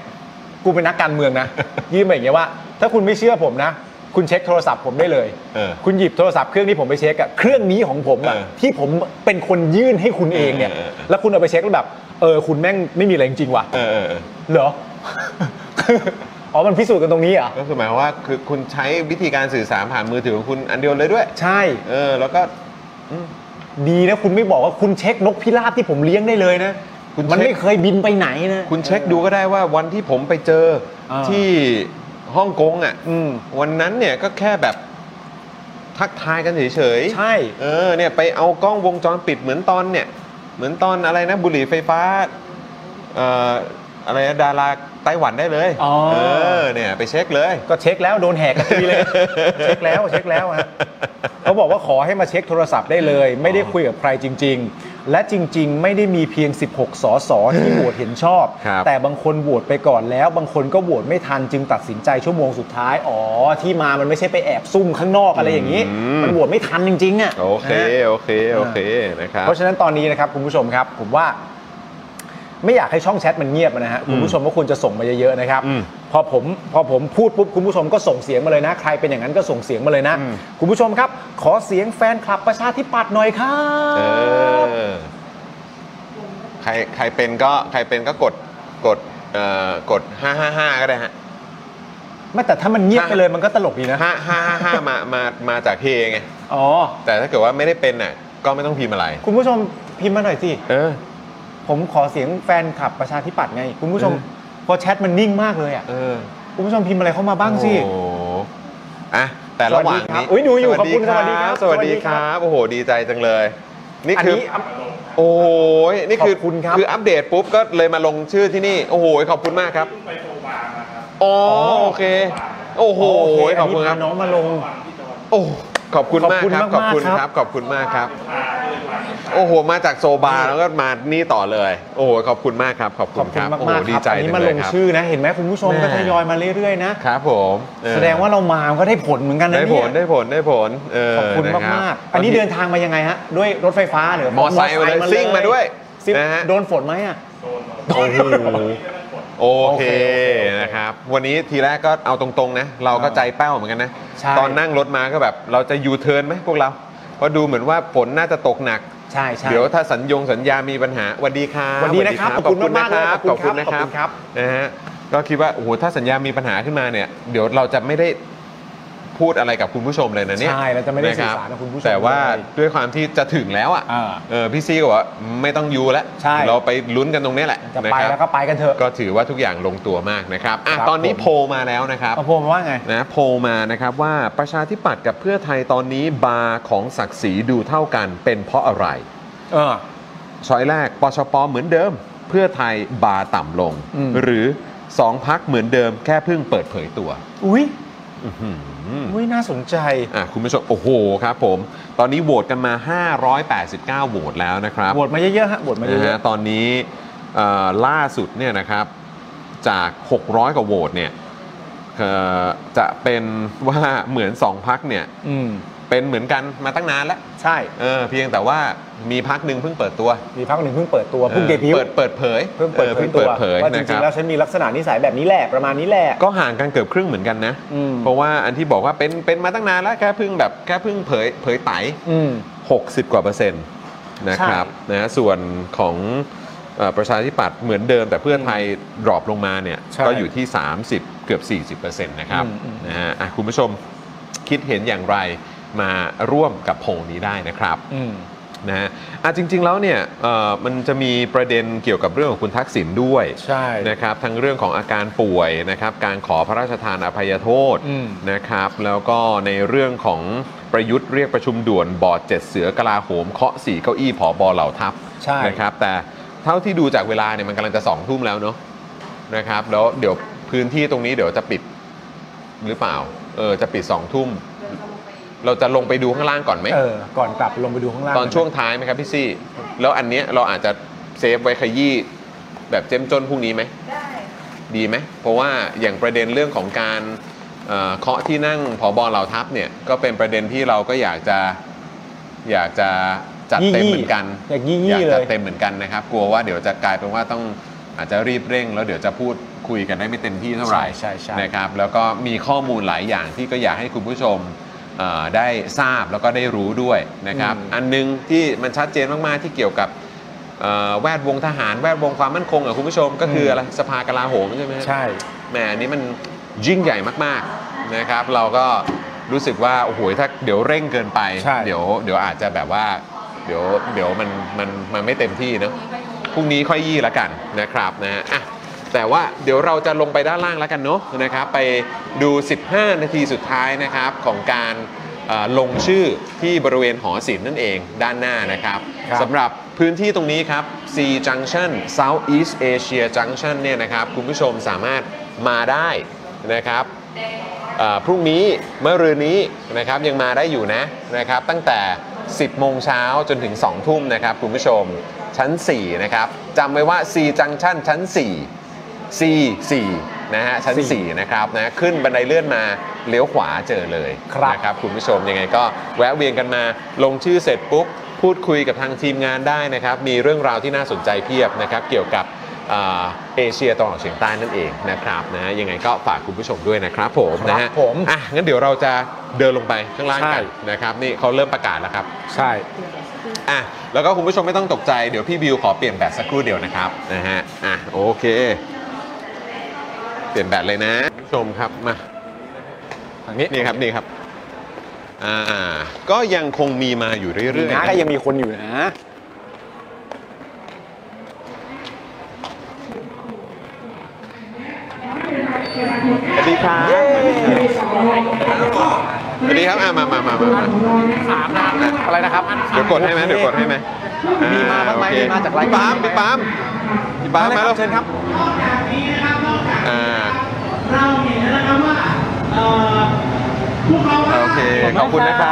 กูเป็นนักการเมืองนะ ยื่นมาอย่างเงี้ยว่า ถ้าคุณไม่เชื่อผมนะ คุณเช็คโทรศัพท์ผมได้เลย
เออ
คุณหยิบโทรศัพท์เครื่องที่ผมไปเช็คอะเครื่องนี้ของผมอะ
เออ
ที่ผมเป็นคนยื่นให้คุณเองเนี่ย
เออเออเออ
แล้วคุณเอาไปเช็คแล้วแบบ เออ คุณแม่งไม่มีอะไรจริงๆว่ะ
เออเออเออ
เหรอ อ๋อ มันพิสูจน์กันตรงนี้เหรอ
ก็คือหมายความว่าคือคุณใช้วิธีการสื่อสารผ่านมือถือของคุณอันเดียวเลยด้วย
ใช่
เออ แล้วก็
ดีนะคุณไม่บอกว่าคุณเช็คนกพิราบที่ผมเลี้ยงได้เลยนะ มันไม่เคยบินไปไหนนะ
คุณเช็คดูก็ได้ว่าวันที่ผมไปเจอ
เออ
ที่ฮ่องกงอ่ะ
อืม
วันนั้นเนี่ยก็แค่แบบทักทายกันเฉยๆ
ใช่
เออเนี่ยไปเอากล้องวงจรปิดเหมือนตอนเนี่ย เหมือนตอนอะไรนะ บุหรี่ไฟฟ้าเอ่ออะไรนะดาราไต้หวันได้เลย
อ๋อ
เออเนี่ยไปเช็คเลย
ก็เช็คแล้วโดนแหกกระตีเลย เช็คแล้วเช็คแล้วฮะเขาบอกว่าขอให้มาเช็คโทรศัพท์ได้เลย ไม่ได้คุยกับใครจริง ๆ และจริง ๆ ไม่ได้มีเพียง 16 สสที่โหวตเห็นชอบ
ครับ
แต่บางคนโหวตไปก่อนแล้ว บางคนก็โหวตไม่ทันจึงตัดสินใจชั่วโมงสุดท้าย อ๋อ ที่มามันไม่ใช่ไปแอบซุ่มข้างนอกอะไรอย่างนี้ มันโหวตไม่ทันจริงๆอ่ะ
โอเค
นะฮะ
โอเค โอเคนะครับ
เพราะฉะนั้นตอนนี้นะครับคุณผู้ชมครับ ผมว่าไม่อยากให้ช่องแชทมันเงียบนะฮะคุณผู้ชมก็ควรจะส่งมาเยอะๆนะครับ
อืม
พอผมพอผมพูดปุ๊บคุณผู้ชมก็ส่งเสียงมาเลยนะ ใครเป็นอย่างนั้นก็ส่งเสียงมาเลยนะ
อืม
คุณผู้ชมครับ ขอเสียงแฟนคลับประชาธิปัตย์หน่อยครั
เอบ อใครใครเป็นก็ใครเป็นก็กดกดเอ่อกด 555 ก็ได้ฮะ
ไม่แต่ถ้ามันเงียบไปเลยมันก็ตลกดีนะ
ห้าห้าห้าห้ามามามาจากเฮไง
อ๋อ
แต่ถ้าเกิดว่าไม่ได้เป็นน่ะก็ไม่ต้องพิมพ์อะไร
คุณผู้ชมพิมพ์มาหน่อยสิ
เออ
ผมขอเสียงแฟนคลับประชาธิปัตย์ไง คุณผู้ชม
เออ
พอแชทมันนิ่งมากเลยอ่ะ
เออ
คุณผู้ชมพิมพ์อะไรเข้ามาบ้างสิ
โอ้โหอ่ะแต่ระหว่างนี้
สวัสดีครับอุ๊ยหนูอยู่ขอบคุณ
ส
สวั
วัส
สดี
ดีค
ครั
รับ บโอ้โหดีใจจังเลย นี่
อัน
คือ
นี้
โอ้ยนี่คือ
ขอบคุณครับ
ออัปเดตปุ๊บก็เลยมาลงชื่อที่นี่ โอ้โหขอบคุณมากครับอ๋อโอเค โอ้โหขอบคุณครับ
นนี้พาน้องมาลง
โอ้ขอบคุณมากครับ
ข
ข
อ
อ
บบ คุ
คุณ ณ
มาก
ค
ๆครั
รับ บขอบคุณมากครับ โอ้โหมาจากโซบาแล้วก็มานี่ต่อเลย โอ้โหขอบคุณมากครับขอบ
ข
คุ
อบ
ณค
คุณ
รับ
มาก
โอ้
มาก
โห
ๆ
ดี
ครับ
ใจ
อัน
จั
นี้
ง
มา
เล
ล
ย
ง
ครับ
ชื่อนะ เห็นไหมคุณผู้ชม
แม่
ก็ทยอยมาเรื่อยๆนะ
ครับผมเออ
แสดงว่าเรามาก็ได้ผลเหมือนกันนะ
ได้ผ
เนี่
ล
ย
ได้ผลได้ผลเ
ขอบคุณมาก
นะ
มาก
รับ
ๆอันนี้เดินทางมายังไงฮะ ด้วยรถไฟฟ้าหรือ
มอไซค์มาเลยซิ่งมาด้วย
ซิ่ง
นะฮะ
โดนฝนไหมอ่ะ
โอ้โหโอ
โอ
เค
เค
นะครับ วันนี้ทีแรกก็เอาตรงๆนะ เราก็ใจแป้วเหมือนกันนะ
ใช่
ตอนนั่งรถมาก็แบบเราจะยูเทิร์นไหมพวกเราเพราะดูเหมือนว่าฝนน่าจะตกหนัก
ใช่ใช่
เดี๋ยวถ้าสัญญงสัญญามีปัญหาสวัสดีครับ
สวัสดีนะครับ
สวัสดี
ขอบคุณมากๆเลย
ขอบคุณนะค
ขอบ
รับ
คุณครับ
นะฮะก็คิดว่าโอ้โหถ้าสัญญามีปัญหาขึ้นมาเนี่ย เดี๋ยวเราจะไม่ได้พูดอะไรกับคุณผู้ชมเลยนะเนี่ย
ใช่เราจะไม่ได้สื่อสาร
น
กับ
รับ
คุณผู้ชม
แต่ว่า
เลย
ด้วยความที่จะถึงแล้วอ่ะ
อ่า
เออพี่ซีก็บอกว่าไม่ต้องยูแล้ว
ใช่
เราไปลุ้นกันตรงเนี้ยแหละ
จะ
น
ไป
ครับ
แล้วก็ไปกันเถอะ
ก็ถือว่าทุกอย่างลงตัวมากนะครับอ่ะ
ครับ
ตอนนี้
ผม
โพลมาแล้วนะครับ
เอาพวงมาว่าไง
นะโพลมานะครับว่าประชาธิปัตย์กับเพื่อไทยตอนนี้บาร์ของศักดิ์ศรีดูเท่ากันเป็นเพราะอะไร
เออ
ช้อยแรกปชปเหมือนเดิม เพื่อไทยบาร์ต่ำลง
อืม
หรือสองพักเหมือนเดิมแค่เพิ่งเปิดเผยตัว
อุ้ย
อื้อหือ
อุ้ยน่าสนใจ
อ่ะคุณผู้ชมโอ้โหครับผม ตอนนี้โหวตกันมา 589โหวตแล้วนะครับ
โหวตมาเยอะๆฮะโหวตมาเย
นะฮะ
อะ
ตอนนี้เอ่อล่าสุดเนี่ยนะครับจาก 600 กว่าโหวตเนี่ยเอ่อจะเป็นว่าเหมือน 2 พักเนี่ย
ๆ อืม
เป็นเหมือนกันมาตั้งนานแล้ว
ใช่
เออเพียงแต่ว่ามีพักหนึ่งเพิ่งเปิดตัว
มีพักหนึ่งเพิ่งเปิดตัวเพิ่งเดบิว
เปิด
ต์
เปิดเผย
เพิ่งเปิ
อ
ด
อ
เผย
เพิ่ง
ตั
เปิ
ว
ดเผย
ว่าจ
นะค
ริ
รั
ง
บ
ๆแล้วฉันมีลักษณะนิสัยแบบนี้แหละประมาณนี้แหละ
ก็ห่างกันเกือบครึ่งเหมือนกันนะ
อืม
เพราะว่าอันที่บอกว่าเป็นเป็นมาตั้งนานแล้วแค่เพิ่งแบบแค่เพิ่งเผยเผยไต
อืม
60 กว่าเปอร์เซ็นต์นะครับนะส่วนของเอ่อประชาธิปัตย์เหมือนเดิม แต่เพื่อไทยดรอปลงมาเนี่ย
ใช่
ก็อยู่ที่ 30 เกือบ 40เปอร์เซ็นต์นะครับ
อืมอืม
นะฮะอ่ะคุณผู้ชมคิดเห็นอย่างไรมาร่วมกับโพลนี้ได้นะครับ
อืม
นะฮะอ่ะจริง ๆ แล้วเนี่ยเอ่อมันจะมีประเด็นเกี่ยวกับเรื่องของคุณทักษิณด้วย
ใช่
นะครับทั้งเรื่องของอาการป่วยนะครับการขอพระราชทานอภัยโทษ
อืม
นะครับแล้วก็ในเรื่องของประยุทธ์เรียกประชุมด่วนบอร์ดเจ็ดเสือกลาโหมเคาะสี่เก้าอี้ผอบอเหล่าทัพ
ใช่
นะครับแต่เท่าที่ดูจากเวลาเนี่ยมันกำลังจะสองทุ่มแล้วเนาะนะครับแล้วเดี๋ยวพื้นที่ตรงนี้เดี๋ยวจะปิดหรือเปล่าเออจะปิดสองทุ่มเราจะลงไปดูข้างล่างก่อนไหม
เออ ก่อนกลับลงไปดูข้างล่าง
ตอนช่วงท้ายไหมครับพี่ซี่ แล้วอันเนี้ยเราอาจจะเซฟไว้ขยี้แบบเจ้มจนพรุ่งนี้ไหม ได้ ดีไหม เพราะว่าอย่างประเด็นเรื่องของการเอ่อเคาะที่นั่งผอบอเหล่าทัพเนี่ย ก็เป็นประเด็นที่เราก็อยากจะอยากจะจัดเต็มเหมือนกัน
อยากยี่
อยาก
ยี่เล
จัด
ย
เต็มเหมือนกันนะครับ กลัวว่าเดี๋ยวจะกลายเป็นว่าต้องอาจจะรีบเร่ง แล้วเดี๋ยวจะพูดคุยกันได้ไม่เต็มที่เท่าไหร่
ใช่ใช่ใช่
นะครับแล้วก็มีข้อมูลหลายอย่างที่ก็อยากให้คุณผู้ชมเอ่อได้ทราบแล้วก็ได้รู้ด้วยนะครับ อันนึงที่มันชัดเจนมาก ๆ ที่เกี่ยวกับเอ่อแวดวงทหารแวดวงความมั่นคงอะคุณผู้ชมก็คืออะไรสภากลาโหมใช่ไหมฮะ
ใช่
แหมอันนี้มันยิ่งใหญ่มากๆนะครับ เราก็รู้สึกว่าโอ้โหถ้าเดี๋ยวเร่งเกินไป
ใช่
เดี๋ยวเดี๋ยวอาจจะแบบว่า เดี๋ยวเดี๋ยวมันมันมันไม่เต็มที่เนอะพรุ่งนี้ค่อยยี่ละกันนะครับนะฮะอ่ะแต่ว่าเดี๋ยวเราจะลงไปด้านล่างแล้วกันเนาะนะครับ ไปดู 15 นาทีสุดท้ายนะครับของการเอ่อลงชื่อที่บริเวณหอศิลป์นั่นเองด้านหน้านะครับ
ครับ
สำหรับพื้นที่ตรงนี้ครับ C Junction South East Asia Junction เนี่ยนะครับคุณผู้ชมสามารถมาได้นะครับ เอ่อพรุ่งนี้เมื่อรืนนี้นะครับยังมาได้อยู่นะนะครับตั้งแต่ 10 โมงเช้าจนถึง 2 ทุ่มนะครับคุณผู้ชมชั้น 4 นะครับจำไว้ว่า C Junction ชั้น 4 C 4นะฮะชั้น 4 นะครับนะขึ้นบันไดเลื่อนมาเลี้ยวขวาเจอเลย
ครับ
นะครับคุณผู้ชมยังไงก็แวะเวียนกันมาลงชื่อเสร็จปุ๊บ พูดคุยกับทางทีมงานได้นะครับ มีเรื่องราวที่น่าสนใจเพียบนะครับเกี่ยวกับเอ่อเอเชียตะวันออกเฉียงใต้นั่นเองนะครับนะฮะยังไงก็ฝากคุณผู้ชมด้วยนะครับผม
ครับ
นะฮะ
ผม
อ่ะงั้นเดี๋ยวเราจะเดินลงไปข้างล่างกัน
ใช่
นะครับ นี่เขาเริ่มประกาศแล้วครับ
ใช่
อ่ะแล้วก็คุณผู้ชมไม่ต้องตกใจเดี๋ยวพี่บิวขอเปลี่ยนแบตสักครู่เดียวนะครับนะฮะอ่ะโอเค เปลี่ยนแบตเลยนะคุณผู้ชมครับมา
ทางนี้
นี่ครับนี่ครับอ่าก็ยังคงมีมาอยู่เรื่อยๆ
นะ
นะ
ก็ยังมีคนอยู่นะ
สวัสดีครับสวัสดีครับอ่ะมามามามามา
สามนะครับ
อะไรนะครับ
เดี๋ยวกดให้ไหมเดี๋ยวกดให้ไหม
มีมาบ้างไหม
อ่โอเค
มีมาจากราย
พี่
กา
ปาร ล์มพี่ปาล์มพี่ปาล์มมาแล้ว
เชิญครับ
อ่าโอเคขอบคุณนะครับ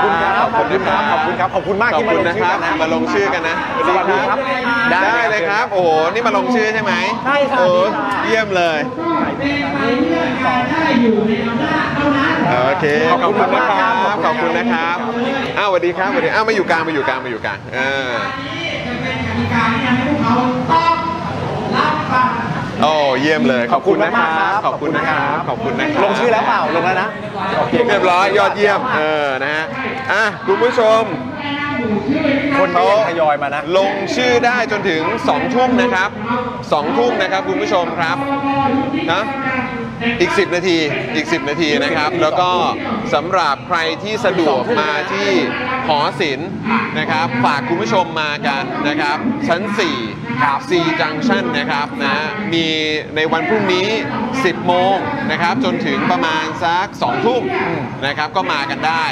ขอบคุณครับ ขอบคุณครับ ขอบคุณมาก
ขอบ
ที่มา
คุ
ล
ณ
ง
นะ
ชื่
ค
อ
รับ
กันนะ
มาลงชื่อกันนะ
สวัสดีครับ
ได้เลยครับ โอ้โหนี่มาลงชื่อใช่ไหม
ใช่ค่ะ
โอ้เยี่ยมเลยโอเค
ขอบคุณมากครับ
ขอบคุณนะครับอ้าวสวัสดีครับสวัสดีอ้าวมาอยู่กลางมาอยู่กลางมาอยู่กลางเออ โอ้เยี่ยมเลยขอบคุณนะครับขอบคุณนะครับขอบคุณนะครับ
ลงชื่อแล้วเปล่า ลงแล้วนะ โอเค
เรียบร้อยยอดเยี่ยมเออนะฮะอ่ะคุณผู้ชม
คนเขาทยอยมานะ
ลงชื่อได้จนถึง2ทุ่มนะครับ2ทุ่มนะครับคุณผู้ชมครับนะอีก 10 นาทีอีก 10 นาทีนะครับ แล้วก็สำหรับใครที่สะดวกมาที่หอศิลป์นะครับ ฝากคุณผู้ชมมากันนะครับ ชั้น 4 ครับ4จังชันนะครับนะมีในวันพรุ่งนี้ 10 โมงนะครับ จนถึงประมาณสัก 2 ทุ่มนะครับก็มากันได้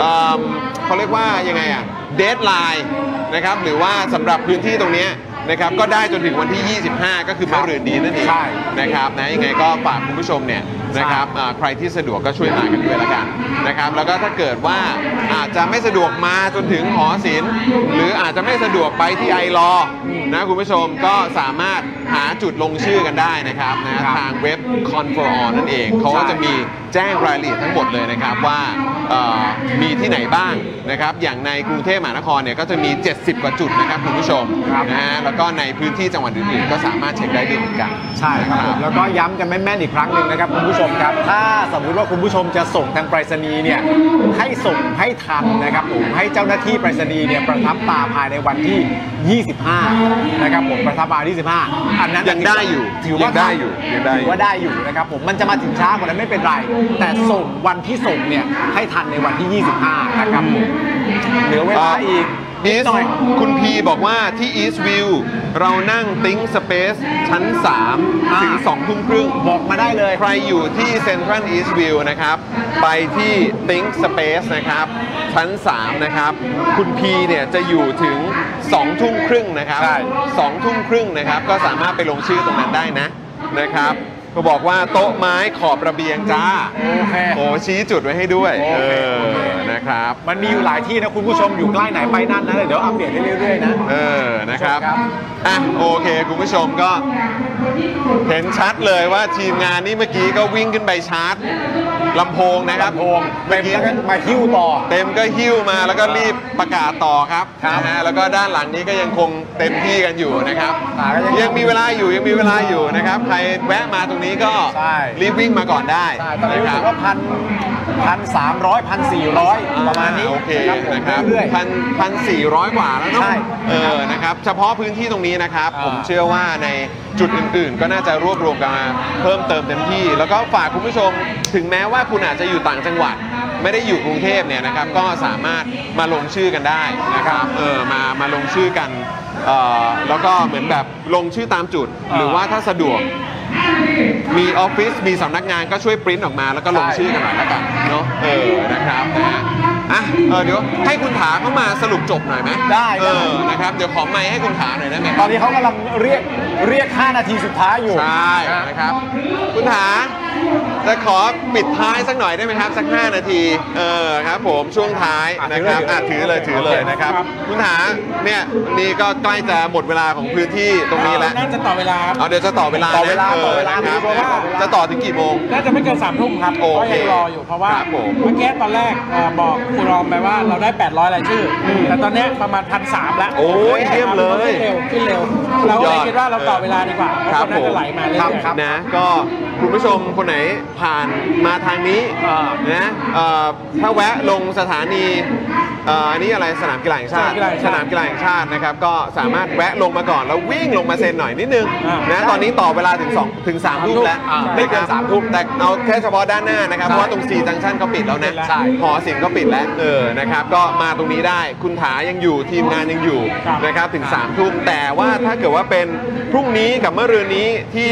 เอิ่มเขาเรียกว่ายังไงอ่ะ เดทไลน์นะครับหรือว่าสำหรับพื้นที่ตรงเนี้ยนะครับก็ได้จนถึงวันที่ 25 ก็คือมะรืนนี้นั่นเอง
ใช่
นะครับนะยังไงก็ฝากคุณผู้ชมเนี่ยนะครับอ่าใครที่สะดวกก็ช่วยมากันด้วยละกันนะครับแล้วก็ถ้าเกิดว่าอาจจะไม่สะดวกมาจนถึงหอศิลป์หรืออาจจะไม่สะดวกไปที่ไอรอนะคุณผู้ชมก็สามารถหาจุดลงชื่อกันได้นะครับนะทางเว็บ c o n f o r a l นั่นเองเขาก็จะมี แจ้งรายละเอียดทั้งหมดเลยนะครับว่าเอ่อมีที่ไหนบ้างนะครับ อย่างในกรุงเทพมหานครเนี่ยก็จะมี 70 กว่าจุดนะครับคุณผู้ชมนะฮะแล้วก็ในพื้นที่จังหวัดอื่นๆ ก็สามารถเช็คได้ด้วยเหมือนกัน
ใช่ครับผมแล้วก็ย้ำกันแม่นๆอีกครั้งหนึ่งนะครับคุณผู้ชมครับ ถ้าสมมุติว่าคุณผู้ชมจะส่งทางไปรษณีย์เนี่ยให้ส่งให้ทันนะครับผมให้เจ้าหน้าที่ไปรษณีย์เนี่ยประทับตาภายในวันที่ 25 นะครับผมประทับตาที่25อันนั้น
ยังได้อยู่
ถือว่า
ยังได้อยู่ยังได้อ
ถือยู่ ว่าได้อยู่นะครับผมมันจะมาถึงช้ากว่านั้นไม่เป็นไร แต่ส่งวันที่ส่งเนี่ยให้ทันในวันที่ 25 นะครับผมเหลือเวลาอีกนิ
อี
ด
ส
หน่อย
คุณพีบอกว่าที่ East View เรานั่ง Think Space ชั้น
อ่า
3 ถึง2ทุ่มครึ่ง
บอกมาได้เลย
ใครอยู่ที่เซ็นทรัลอีสต์วิวนะครับ ไปที่ Think Space นะครับ ชั้น 3 นะครับ คุณพีเนี่ยจะอยู่ถึง 2 ทุ่มครึ่งนะครับ 2 ทุ่มครึ่งนะครับ ก็สามารถไปลงชื่อตรงนั้นได้นะนะครับก็บอกว่าโต๊ะไม้ขอบระเบียงจ้า
โอเค
โอ้ชี้จุดไว้ให้ด้วย
โอ
เอ
เค
อ นะครับ
มันมีอยู่หลายที่นะคุณผู้ชมอยู่ใกล้ไหนไปนั่นนะเดี๋ยวอัปเดตให้เรื่อยๆนะ
เออ นะครับ
ครับ
อ่ะ โอเค คุณผู้ชมก็เห็นชัดเลยว่าทีมงานนี่เมื่อกี้ก็วิ่งขึ้นไปชาร์จลำโพงนะครับ
โอม
เมื่อ
เต็ม
กี้
แล้วก็มาหิ้วต่อ
เต็มก็หิ้วมาแล้วก็รีบประกาศต่อครับ
ครับ
นะฮะแล้วก็ด้านหลังนี้ก็ยังคงเต็มที่กันอยู่นะครับ
อ่าก็ยัง
ยังมีเวลาอยู่ยังมีเวลาอยู่นะครับ ใครแวะมาตรงนี้ก็
ใช่
รีบวิ่งมาก่อนได้
ใช่ตอนนี้
นะค
รู้สึ
รับ
กว่าพันพันสามร้อยพันสี่ร้อยประมาณนี้
อ่โอเคนะ
นะ
ค
ค
รั
รั
บบ
ผมเรื่อยๆ
พันพันสี่ร้อยกว่าแล้วเนาะ
ใช่
เออนะครับเฉพาะพื้นที่ตรงนี้นะครับ
อ่า
ผมเชื่อว่าในจุดอื่นๆ ก็น่าจะรวบรวมกันมาเพิ่มเติมเต็มที่ แล้วก็ฝากคุณผู้ชมถึงแม้ว่าคุณอาจจะอยู่ต่างจังหวัด ไม่ได้อยู่กรุงเทพเนี่ยนะครับก็สามารถมาลงชื่อกันได้นะครับเออมามาลงชื่อกันเอ่อแล้วก็เหมือนแบบลงชื่อตามจุด หรือว่าถ้าสะดวก มีออฟฟิศมีสำนักงานก็ช่วยปริ้นออกมาแล้วก็ลง
ใช่
ชื่อกันหน่อยแล้วกันเนาะเออนะครับนะฮะอ่ะเออเดี๋ยวให้คุณถาเข้ามาสรุปจบหน่อยไหม
ได้
เอ
ครับ
อนะครับเดี๋ยวขอไมค์ให้คุณถาหน่อยได้ไหม
ตอนนี้เขากำลังเรียกเรียก 5 นาทีสุดท้ายอยู่
ใช่นะครับ คุณถาจะขอปิดท้ายสักหน่อยได้ไหมครับ สัก 5 นาทีเออครับผมช่วงท้ายนะครับอ่ะถือเลยถือเลยนะครับ คุณถาเนี่ยนี่ก็ใกล้จะหมดเวลาของพื้นที่ตรงนี้แล้ว
น่าจะต่อเวลาครับ
เอาเดี๋ยวจะต่อเวลา
ต่อเวลา
นะ
ต่อเวลา
นะครับ
คุณผู้ชมว่า
จะต่อถึงกี่โมง
น่าจะไม่เกินสามทุ่มครับ
โอ
ก็
เค
ยังรออยู่เพราะว่า
ครับผม
เมื่อกี้ตอนแรกเอ่อบอกครูรอมไปว่าเราได้ 800รายชื่ออแต่ตอนเนี้ยประมาณพันสามละ
โอ้ยเยี่ยมเลย
ขึ้นเร็วขึ้นเร็วเราก็เลยคิดว่าเราต่อเวลาดีกว่าเพ
ครับ
ราะคนน่า
ผม
จะไหลมาเรื่
ครั
อบ ยๆ
ครับนะก็คุณผู้ชมคนไหนผ่านมาทางนี้
อ่า
นะเอ่อถ้าแวะลงสถานี เอ่ออันนี้อะไรสนามกีฬาแห่งชาติ สนามกีฬาแห่งชาตินะครับ ก็สามารถแวะลงมาก่อนแล้ววิ่งลงมาเซ็นหน่อยนิดนึงนะตอนนี้ต่อเวลาถึง2ถึง3ทุ่มแล้วไม่เกิน3ทุ่มแต่เอาแค่เฉพาะด้านหน้านะครับ เพราะว่าตรง C จังชั่นเขาปิดแล้วนะหอศิลป์ก็ปิดแล้วเออนะครับ ก็มาตรงนี้ได้คุณถายังอยู่ทีมงานยังอยู่นะครับถึง3ทุ่มแต่ว่าถ้าเกิดว่าเป็นพรุ่งนี้กับเมื่อรืนนี้ที่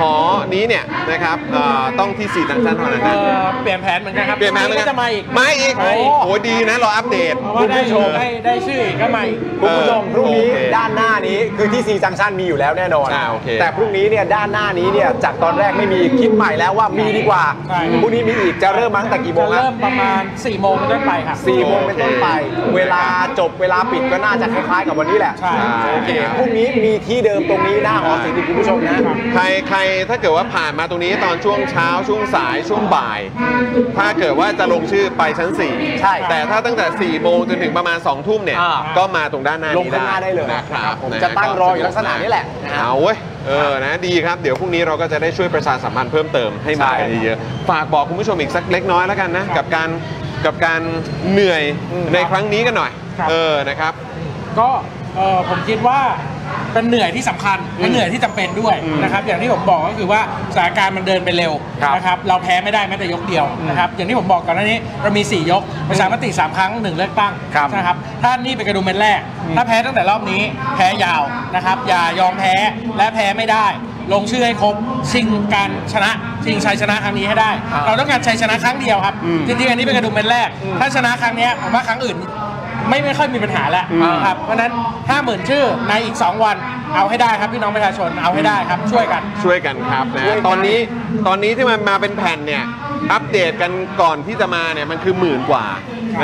หอนี้เนี่ยนะครับเอ่อต้องที่ 4 จังชั่นเท่านั้น
เอ
นะ
อเปลี่ยนแผนเหมือนกันครับ
เปลี่ยนแผนเหมือนกัน
ก็จะมาอีก
มาอีก
มาอีก
โอ้โหดีนะเราอัปเดต
เพราะว่าได้โชว์ได้ได้ชื่ออีกก็มาอีก
คุณผู้ชมพรุ่งนี้
โอเค
ด้านหน้านี้คือที่ซีจังชันมีอยู่แล้วแน่นอน
อ่าโอเค
แต่พรุ่งนี้เนี่ยด้านหน้านี้เนี่ยจากตอนแรกไม่มีคิดใหม่แล้วว่ามีดีกว่า
ใช่
พรุ่งนี้มีอีกจะเริ่มมาตั้งแต่กี่โม
จะ
งครับ
เริ่มประมาณ4ี่โมงเป็นต้นไปครับ
สี่โมงเป็นต้นไป เวลาจบเวลาปิดก็น่าจะคล้ายๆกับวันนี้แหละ
ใช่
โอเค
พรุ่งนี้มีที่เดิมตรงนี้หน้าหอศิลป์อีกคุณผู้ชมนะ
ใครใครถ้าเกิดว่าผ่านมาตรงนี้ตอนช่วงเช้าช่วงสายช่วงบ่าย ถ้าเกิดว่าจะลงชื่อไปชั้น 4
ใช่
แต่ถ้าตั้งแต่ 4 โมงจนถึงประมาณ 2 ทุ่มเนี่ย
อ่า
ก็มาตรงด้านหน้า
ลงข้างหน้าได้เลย
นะครับ
ผม
น
จะตั้งรออยู่ลักษณะนี้แหละนะฮะ
เอาเว้ยเออนะดีครับเดี๋ยวพรุ่งนี้เราก็จะได้ช่วยประชาสัมพันธ์เพิ่มเติมให้มากันเยอะๆฝากบอกคุณผู้ชมอีกสักเล็กน้อยแล้วกันนะกับการกับการเหนื่อยในครั้งนี้กันหน่อย
ครับ
เออนะครับ
ก็เอ่อผมคิดว่าเป็นเหนื่อยที่สำคัญและเหนื่อยที่จำเป็นด้วยนะครับอย่างที่ผมบอกก็คือว่าสถานการณ์มันเดินไปเร็วนะครับเราแพ้ไม่ได้แม้แต่ยกเดียวนะครับอย่างที่ผมบอกก่อนหน้านี้เรามี 4 ยกประชามติ 3 ครั้ง 1 เลือกตั้ง
ครับ
นะครับถ้านี่เป็นกระดุมเม็ดแรก ถ้าแพ้ตั้งแต่รอบนี้แพ้ยาวนะครับอย่ายอมแพ้และแพ้ไม่ได้ ลงชื่อให้ครบชิงการชนะชิงชัยชนะครั้งนี้ให้ได้
อ่า
เราต้องการชัยชนะครั้งเดียวครับจริงๆอันนี้เป็นกระดุมเม็ดแรก ถ้าชนะครั้งเนี้ยผมว่าครั้งอื่น ไม่ไม่ค่อยมีปัญหาแล้วนะครับเพราะฉะนั้น 5 0,000 ชื่อในอีก 2 วันเอาให้ได้ครับพี่น้องประชาชนเอาให้ได้ครับช่วยกัน
ช่วยกันครับนะ
ช่วยกัน
ตอนนี้ตอนนี้ที่มันมาเป็นแผ่นเนี่ยอัปเดตกันก่อนที่จะมาเนี่ยมันคือหมื่นกว่า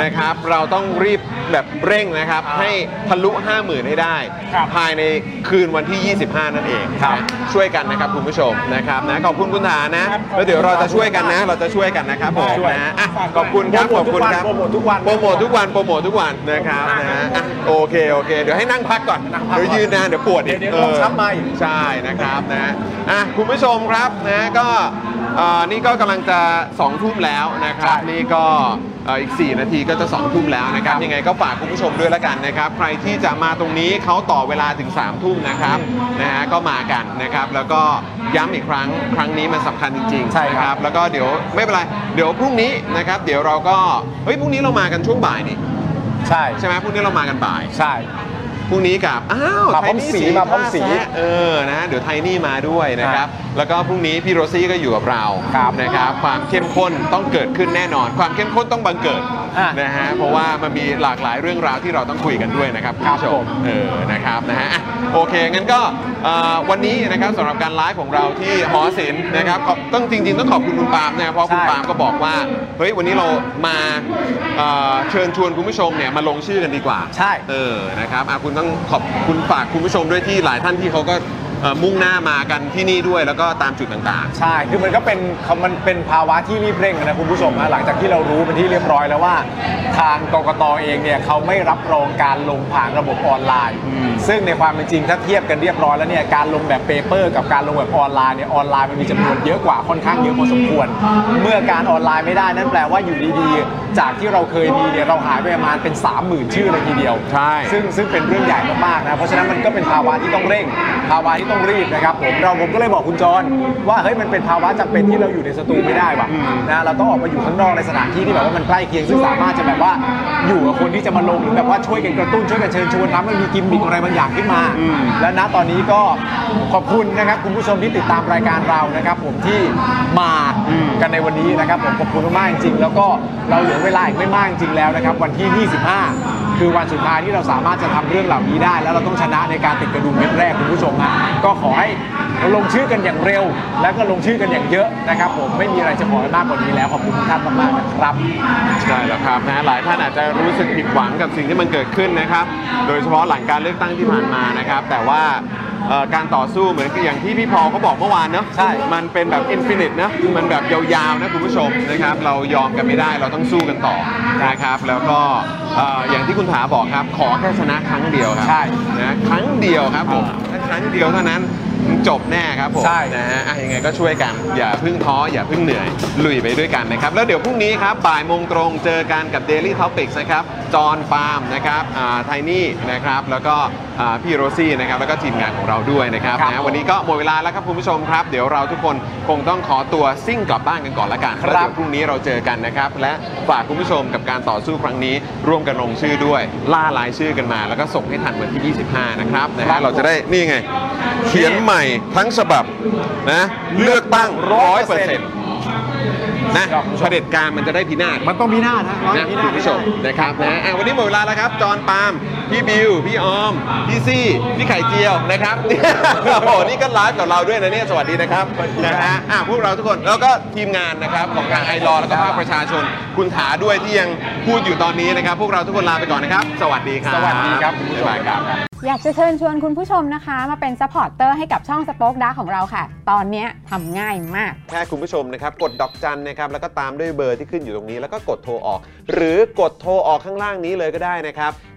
นะครับเราต้องรีบแบบเร่งนะครับให้ทะลุ 50,000 ให้ได้
ครับ
ภายในคืนวันที่ 25 นั่นเอง
ครับ
นะช่วยกันนะครับคุณผู้ชมนะครับนะขอบคุณคุณฐานนะครับ แล้วเดี๋ยวเราจะช่วยกันนะ เราจะช่วยกันนะครับผม
ช่วย
นะอ่ะ
ฝากด้วย
ขอบคุณครับขอบคุณครับ
โปรโมททุกวัน
โปรโมททุกวันโปรโมททุกวันนะครับนะอ่ะโอเคโอเค เดี๋ยวให้นั่งพักก่อนเดี๋ยวยืนนานเดี๋ยวปวดอีก
เดี๋ยวเดี๋ยวลองช้ำมาอีก
ใช่นะครับนะอ่ะคุณผู้ชมครับนะก็เอ่อนี่ก็กำลังจะ2ทุ่มแล้วนะครับ นี่ก็เอ่ออีก 4 นาทีก็จะ2ทุ่มแล้วนะครับ ยังไงก็ฝากคุณผู้ชมด้วยละกันนะครับ ใครที่จะมาตรงนี้เขาต่อเวลาถึง3ทุ่มนะครับนะฮะก็มากันนะครับ แล้วก็ย้ำอีกครั้งครั้งนี้มันสำคัญจริงๆ
ใช่ครับ
นะแล้วก็เดี๋ยวไม่เป็นไรเดี๋ยวพรุ่งนี้นะครับ เดี๋ยวเราก็เฮ้ยพรุ่งนี้เรามากันช่วงบ่ายนี่
ใช่
ใช่ไหมพรุ่งนี้เรามากันบ่าย
ใช่
พรุ่งนี้กับ อ้าว
มาพร้อม
ไทนี่
สีมาพร้อมสี
ท่แซะเออนะ เดี๋ยวไทนี่มาด้วยนะครับ แล้วก็พรุ่งนี้พี่โรซี่ก็อยู่กับเรา
ครับ
นะครับ ความเข้มข้นต้องเกิดขึ้นแน่นอน ความเข้มข้นต้องบังเกิด
อ่ะ
นะฮะ เพราะว่ามันมีหลากหลายเรื่องราวที่เราต้องคุยกันด้วยนะครับคุณผู้ช
ครับผม ม
เออ นะครับ นะฮะอ่ะโอเค งั้นก็เอ่อวันนี้นะครับสำหรับการไลฟ์ของเราที่หอศิลป์นะครับขอบต้องจริง ๆ ต้องขอบคุณคุณปาล์มนะครับเพราะคุณ
ใช่
ปาล์มก็บอกว่า เฮ้ย วันนี้เรามาเอ่อเชิญชวนคุณผู้ชมเนี่ยมาลงชื่อกันดีกว่า
ใช่
เออ นะครับอ่ะคุณต้องขอบคุณฝากคุณผู้ชมด้วยที่หลายท่านที่เขาก็เอ่อมุ่งหน้ามากันที่นี่ด้วยแล้วก็ตามจุดต่าง
ใช่ คือมันก็เป็นมันเป็นภาวะที่รีบเร่งนะคุณผู้ชมนะหลังจากที่เรารู้เป็นที่เรียบร้อยแล้วว่า ทางกกตเองเนี่ยเขาไม่รับรองการลงผ่านระบบออนไลน์ ซึ่งในความเป็นจริงถ้าเทียบกันเรียบร้อยแล้วเนี่ยการลงแบบเปเปอร์ กับการลงแบบออนไลน์เนี่ยออนไลน์มันมีจำนวนเยอะกว่าค่อนข้างเยอะพอสมควร เมื่อการออนไลน์ไม่ได้นั่นแปลว่าอยู่ดีๆ จากที่เราเคยมีเนี่ยเราหายไปประมาณเป็น 3 0,000 ชื่อเลยทีเดียว
ใช่
ซึ่งซึ่งเป็นเรื่องใหญ่มากๆนะเพราะฉะนั้นมันก็เป็นภาวะที่ต้องเร่ง ภาวะที่ต้องรีบนะครับผมเราผมก็เลยบอกคุณจรว่าเฮ้ยมันเป็นภาวะจำเป็นที่เราอยู่ในสตูไม่ได้ว่ะนะเราต้องออกมาอยู่ข้างนอกในสถานที่ที่แบบว่ามันใกล้เคียงซึ่งสามารถจะแบบว่าอยู่กับคนที่จะมาลงหรือแบบว่าช่วยกันกระตุ้นช่วยกันเชิญชวนทำให้มีกิมมิคอะไรบางอย่างขึ้นมา และณตอนนี้ก็ขอบคุณนะครับคุณผู้ชมที่ติดตามรายการเรานะครับ ผมที่มากันในวันนี้นะครับผมขอบคุณมากๆจริงๆแล้วก็เราเหลือเวลาอีกไม่มากจริงๆแล้วนะครับวันที่ 25 คือวันสุดท้ายที่เราสามารถจะทำเรื่องเหล่านี้ได้ แล้วเราต้องชนะในการติดกระดุมเม็ดแรกคุณผู้ชมฮะก็ขอให้ลงชื่อกันอย่างเร็ว แล้วก็ลงชื่อกันอย่างเยอะนะครับ ผมไม่มีอะไรจะบอกมากกว่านี้แล้วขอบคุณทุกท่านมากๆนะครับ
ๆ ใช่แล้วครับนะหลายท่านอาจจะรู้สึกผิดหวังกับสิ่งที่มันเกิดขึ้นนะครับ โดยเฉพาะหลังการเลือกตั้งที่ผ่านมานะครับ แต่ว่าเอ่อการต่อสู้เหมือนกับอย่างที่พี่พอเขาบอกเมื่อวานเนอะ
ใช่
มันเป็นแบบอินฟินิตนะมันแบบยาวๆนะคุณผู้ชมนะครับ เรายอมกันไม่ได้เราต้องสู้กันต่อนะครับ แล้วก็เอ่ออย่างที่คุณถาบอกครับ ขอแค่ชนะครั้งเดียวครับ
ใช่
นะครั้งเดียวครับผมครั้งเดียวเท่านั้น จบแน่ครับผม
ใช่
นะฮะอ่ะยังไงก็ช่วยกันอย่าเพึ่งท้ออย่าเพึ่งเหนื่อย ลุยไปด้วยกันนะครับ แล้วเดี๋ยวพรุ่งนี้ครับบ่ายโมงตรงเจอกันกับ Daily Topics นะครับจอห์นปาล์มนะครับไทนี่า Tiny นะครับแล้วก็อ่าพี่โรซี่นะครับแล้วก็ทีมงานของเราด้วยนะครับ
ครับ
นะฮะวันนี้ก็หมดเวลาแล้วครับคุณผู้ชมครับ เดี๋ยวเราทุกคนคงต้องขอตัวซิ่งกลับบ้านกันก่อนละกัน
ครับ
แล้วเดี๋ยวพรุ่งนี้เราเจอกันนะครับและฝากคุณผู้ชมกับการต่อสู้ครั้งนี้ ร่วมกันลงชื่อด้วย ล่ารายชื่อกันมา แล้วก็ส่งให้ทันวันที่ 25 นะครับนะฮะเราจะได้นี่ไง เขียนใหม่ทั้งฉบับนะเลือกตั้งร้อยเปอร์เซ็นต์นะเผด็จการมันจะได้พินาศ
มันต้องพินาศนะร้อย
นะ
พิ
คุ
นา
ณ
ศ
ผู้ชมนะครับนะอ่ะวันนี้หมดเวลาแล้วครับ จอห์นปาล์มพี่บิว พี่ออม พี่ซี่พี่ไข่เจียวนะครับ โอ้โหนี่ก็ไลฟ์กับเราด้วยนะเนี่ยสวัสดีนะครับนะฮะอ่ะพวกเราทุกคนแล้วก็ทีมงานนะครับของทางไอรอแล้วก็ภาคประชาชน คุณถาด้วยที่ยังพูดอยู่ตอนนี้นะครับ พวกเราทุกคนลาไปก่อนนะครับ สวัสดีครับ
สวัสดีครับคุณผู้ชม
บ๊ายบายครับ
อยากจะเชิญชวนคุณผู้ชมนะคะ มาเป็นซัพพอร์ตเตอร์ให้กับช่องสป็อคดาของเราค่ะ ตอนเนี้ยทำง่ายมาก
แค่คุณผู้ชมนะครับ กดดอกจันนะครับ แล้วก็ตามด้วยเบอร์ที่ขึ้นอยู่ตรงนี้ แล้วก็กดโทรออก หรือกดโทรออกข้างล่างนี้เลยก็ได้นะครับ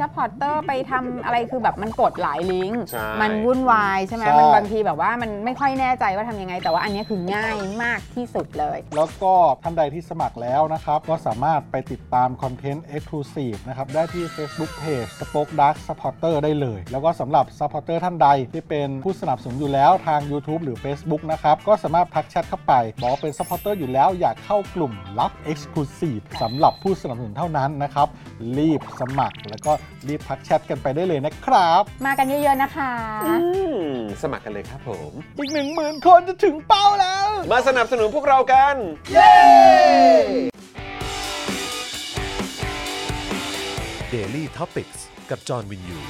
ซัพพอร์ตเตอร์ไปทำอะไรคือแบบมันกดหลายลิงก์
ใช่
มันวุ่นวายใช่ไหม
ใช่
มันบางทีแบบว่ามันไม่ค่อยแน่ใจว่าทำยังไง แต่ว่าอันเนี้ยคือง่ายมากที่สุดเลย
แล้วก็ท่านใดที่สมัครแล้วนะครับ ก็สามารถไปติดตามคอนเทนต์ Exclusive นะครับ ได้ที่ Facebook Page Spoke Dark Supporter ได้เลย แล้วก็สำหรับ Supporter ท่านใดที่เป็นผู้สนับสนุนอยู่แล้วทาง YouTube หรือ Facebook นะครับ ก็สามารถทักแชทเข้าไป บอกเป็น Supporter อยู่แล้วอยากเข้ากลุ่มลับ Exclusive สำหรับผู้สนับสนุนเท่านั้นนะครับ รีบสมัคร แล้วก็รีบทักแชทกันไปได้เลยนะครับ
มากันเยอะๆนะคะ
อืมสมัครกันเลยครับผม
อีก 1 0,000 คนจะถึงเป้าแล้ว
มาสนับสนุนพวกเรากัน
Daily t o p i c กกับจอห์นวินยู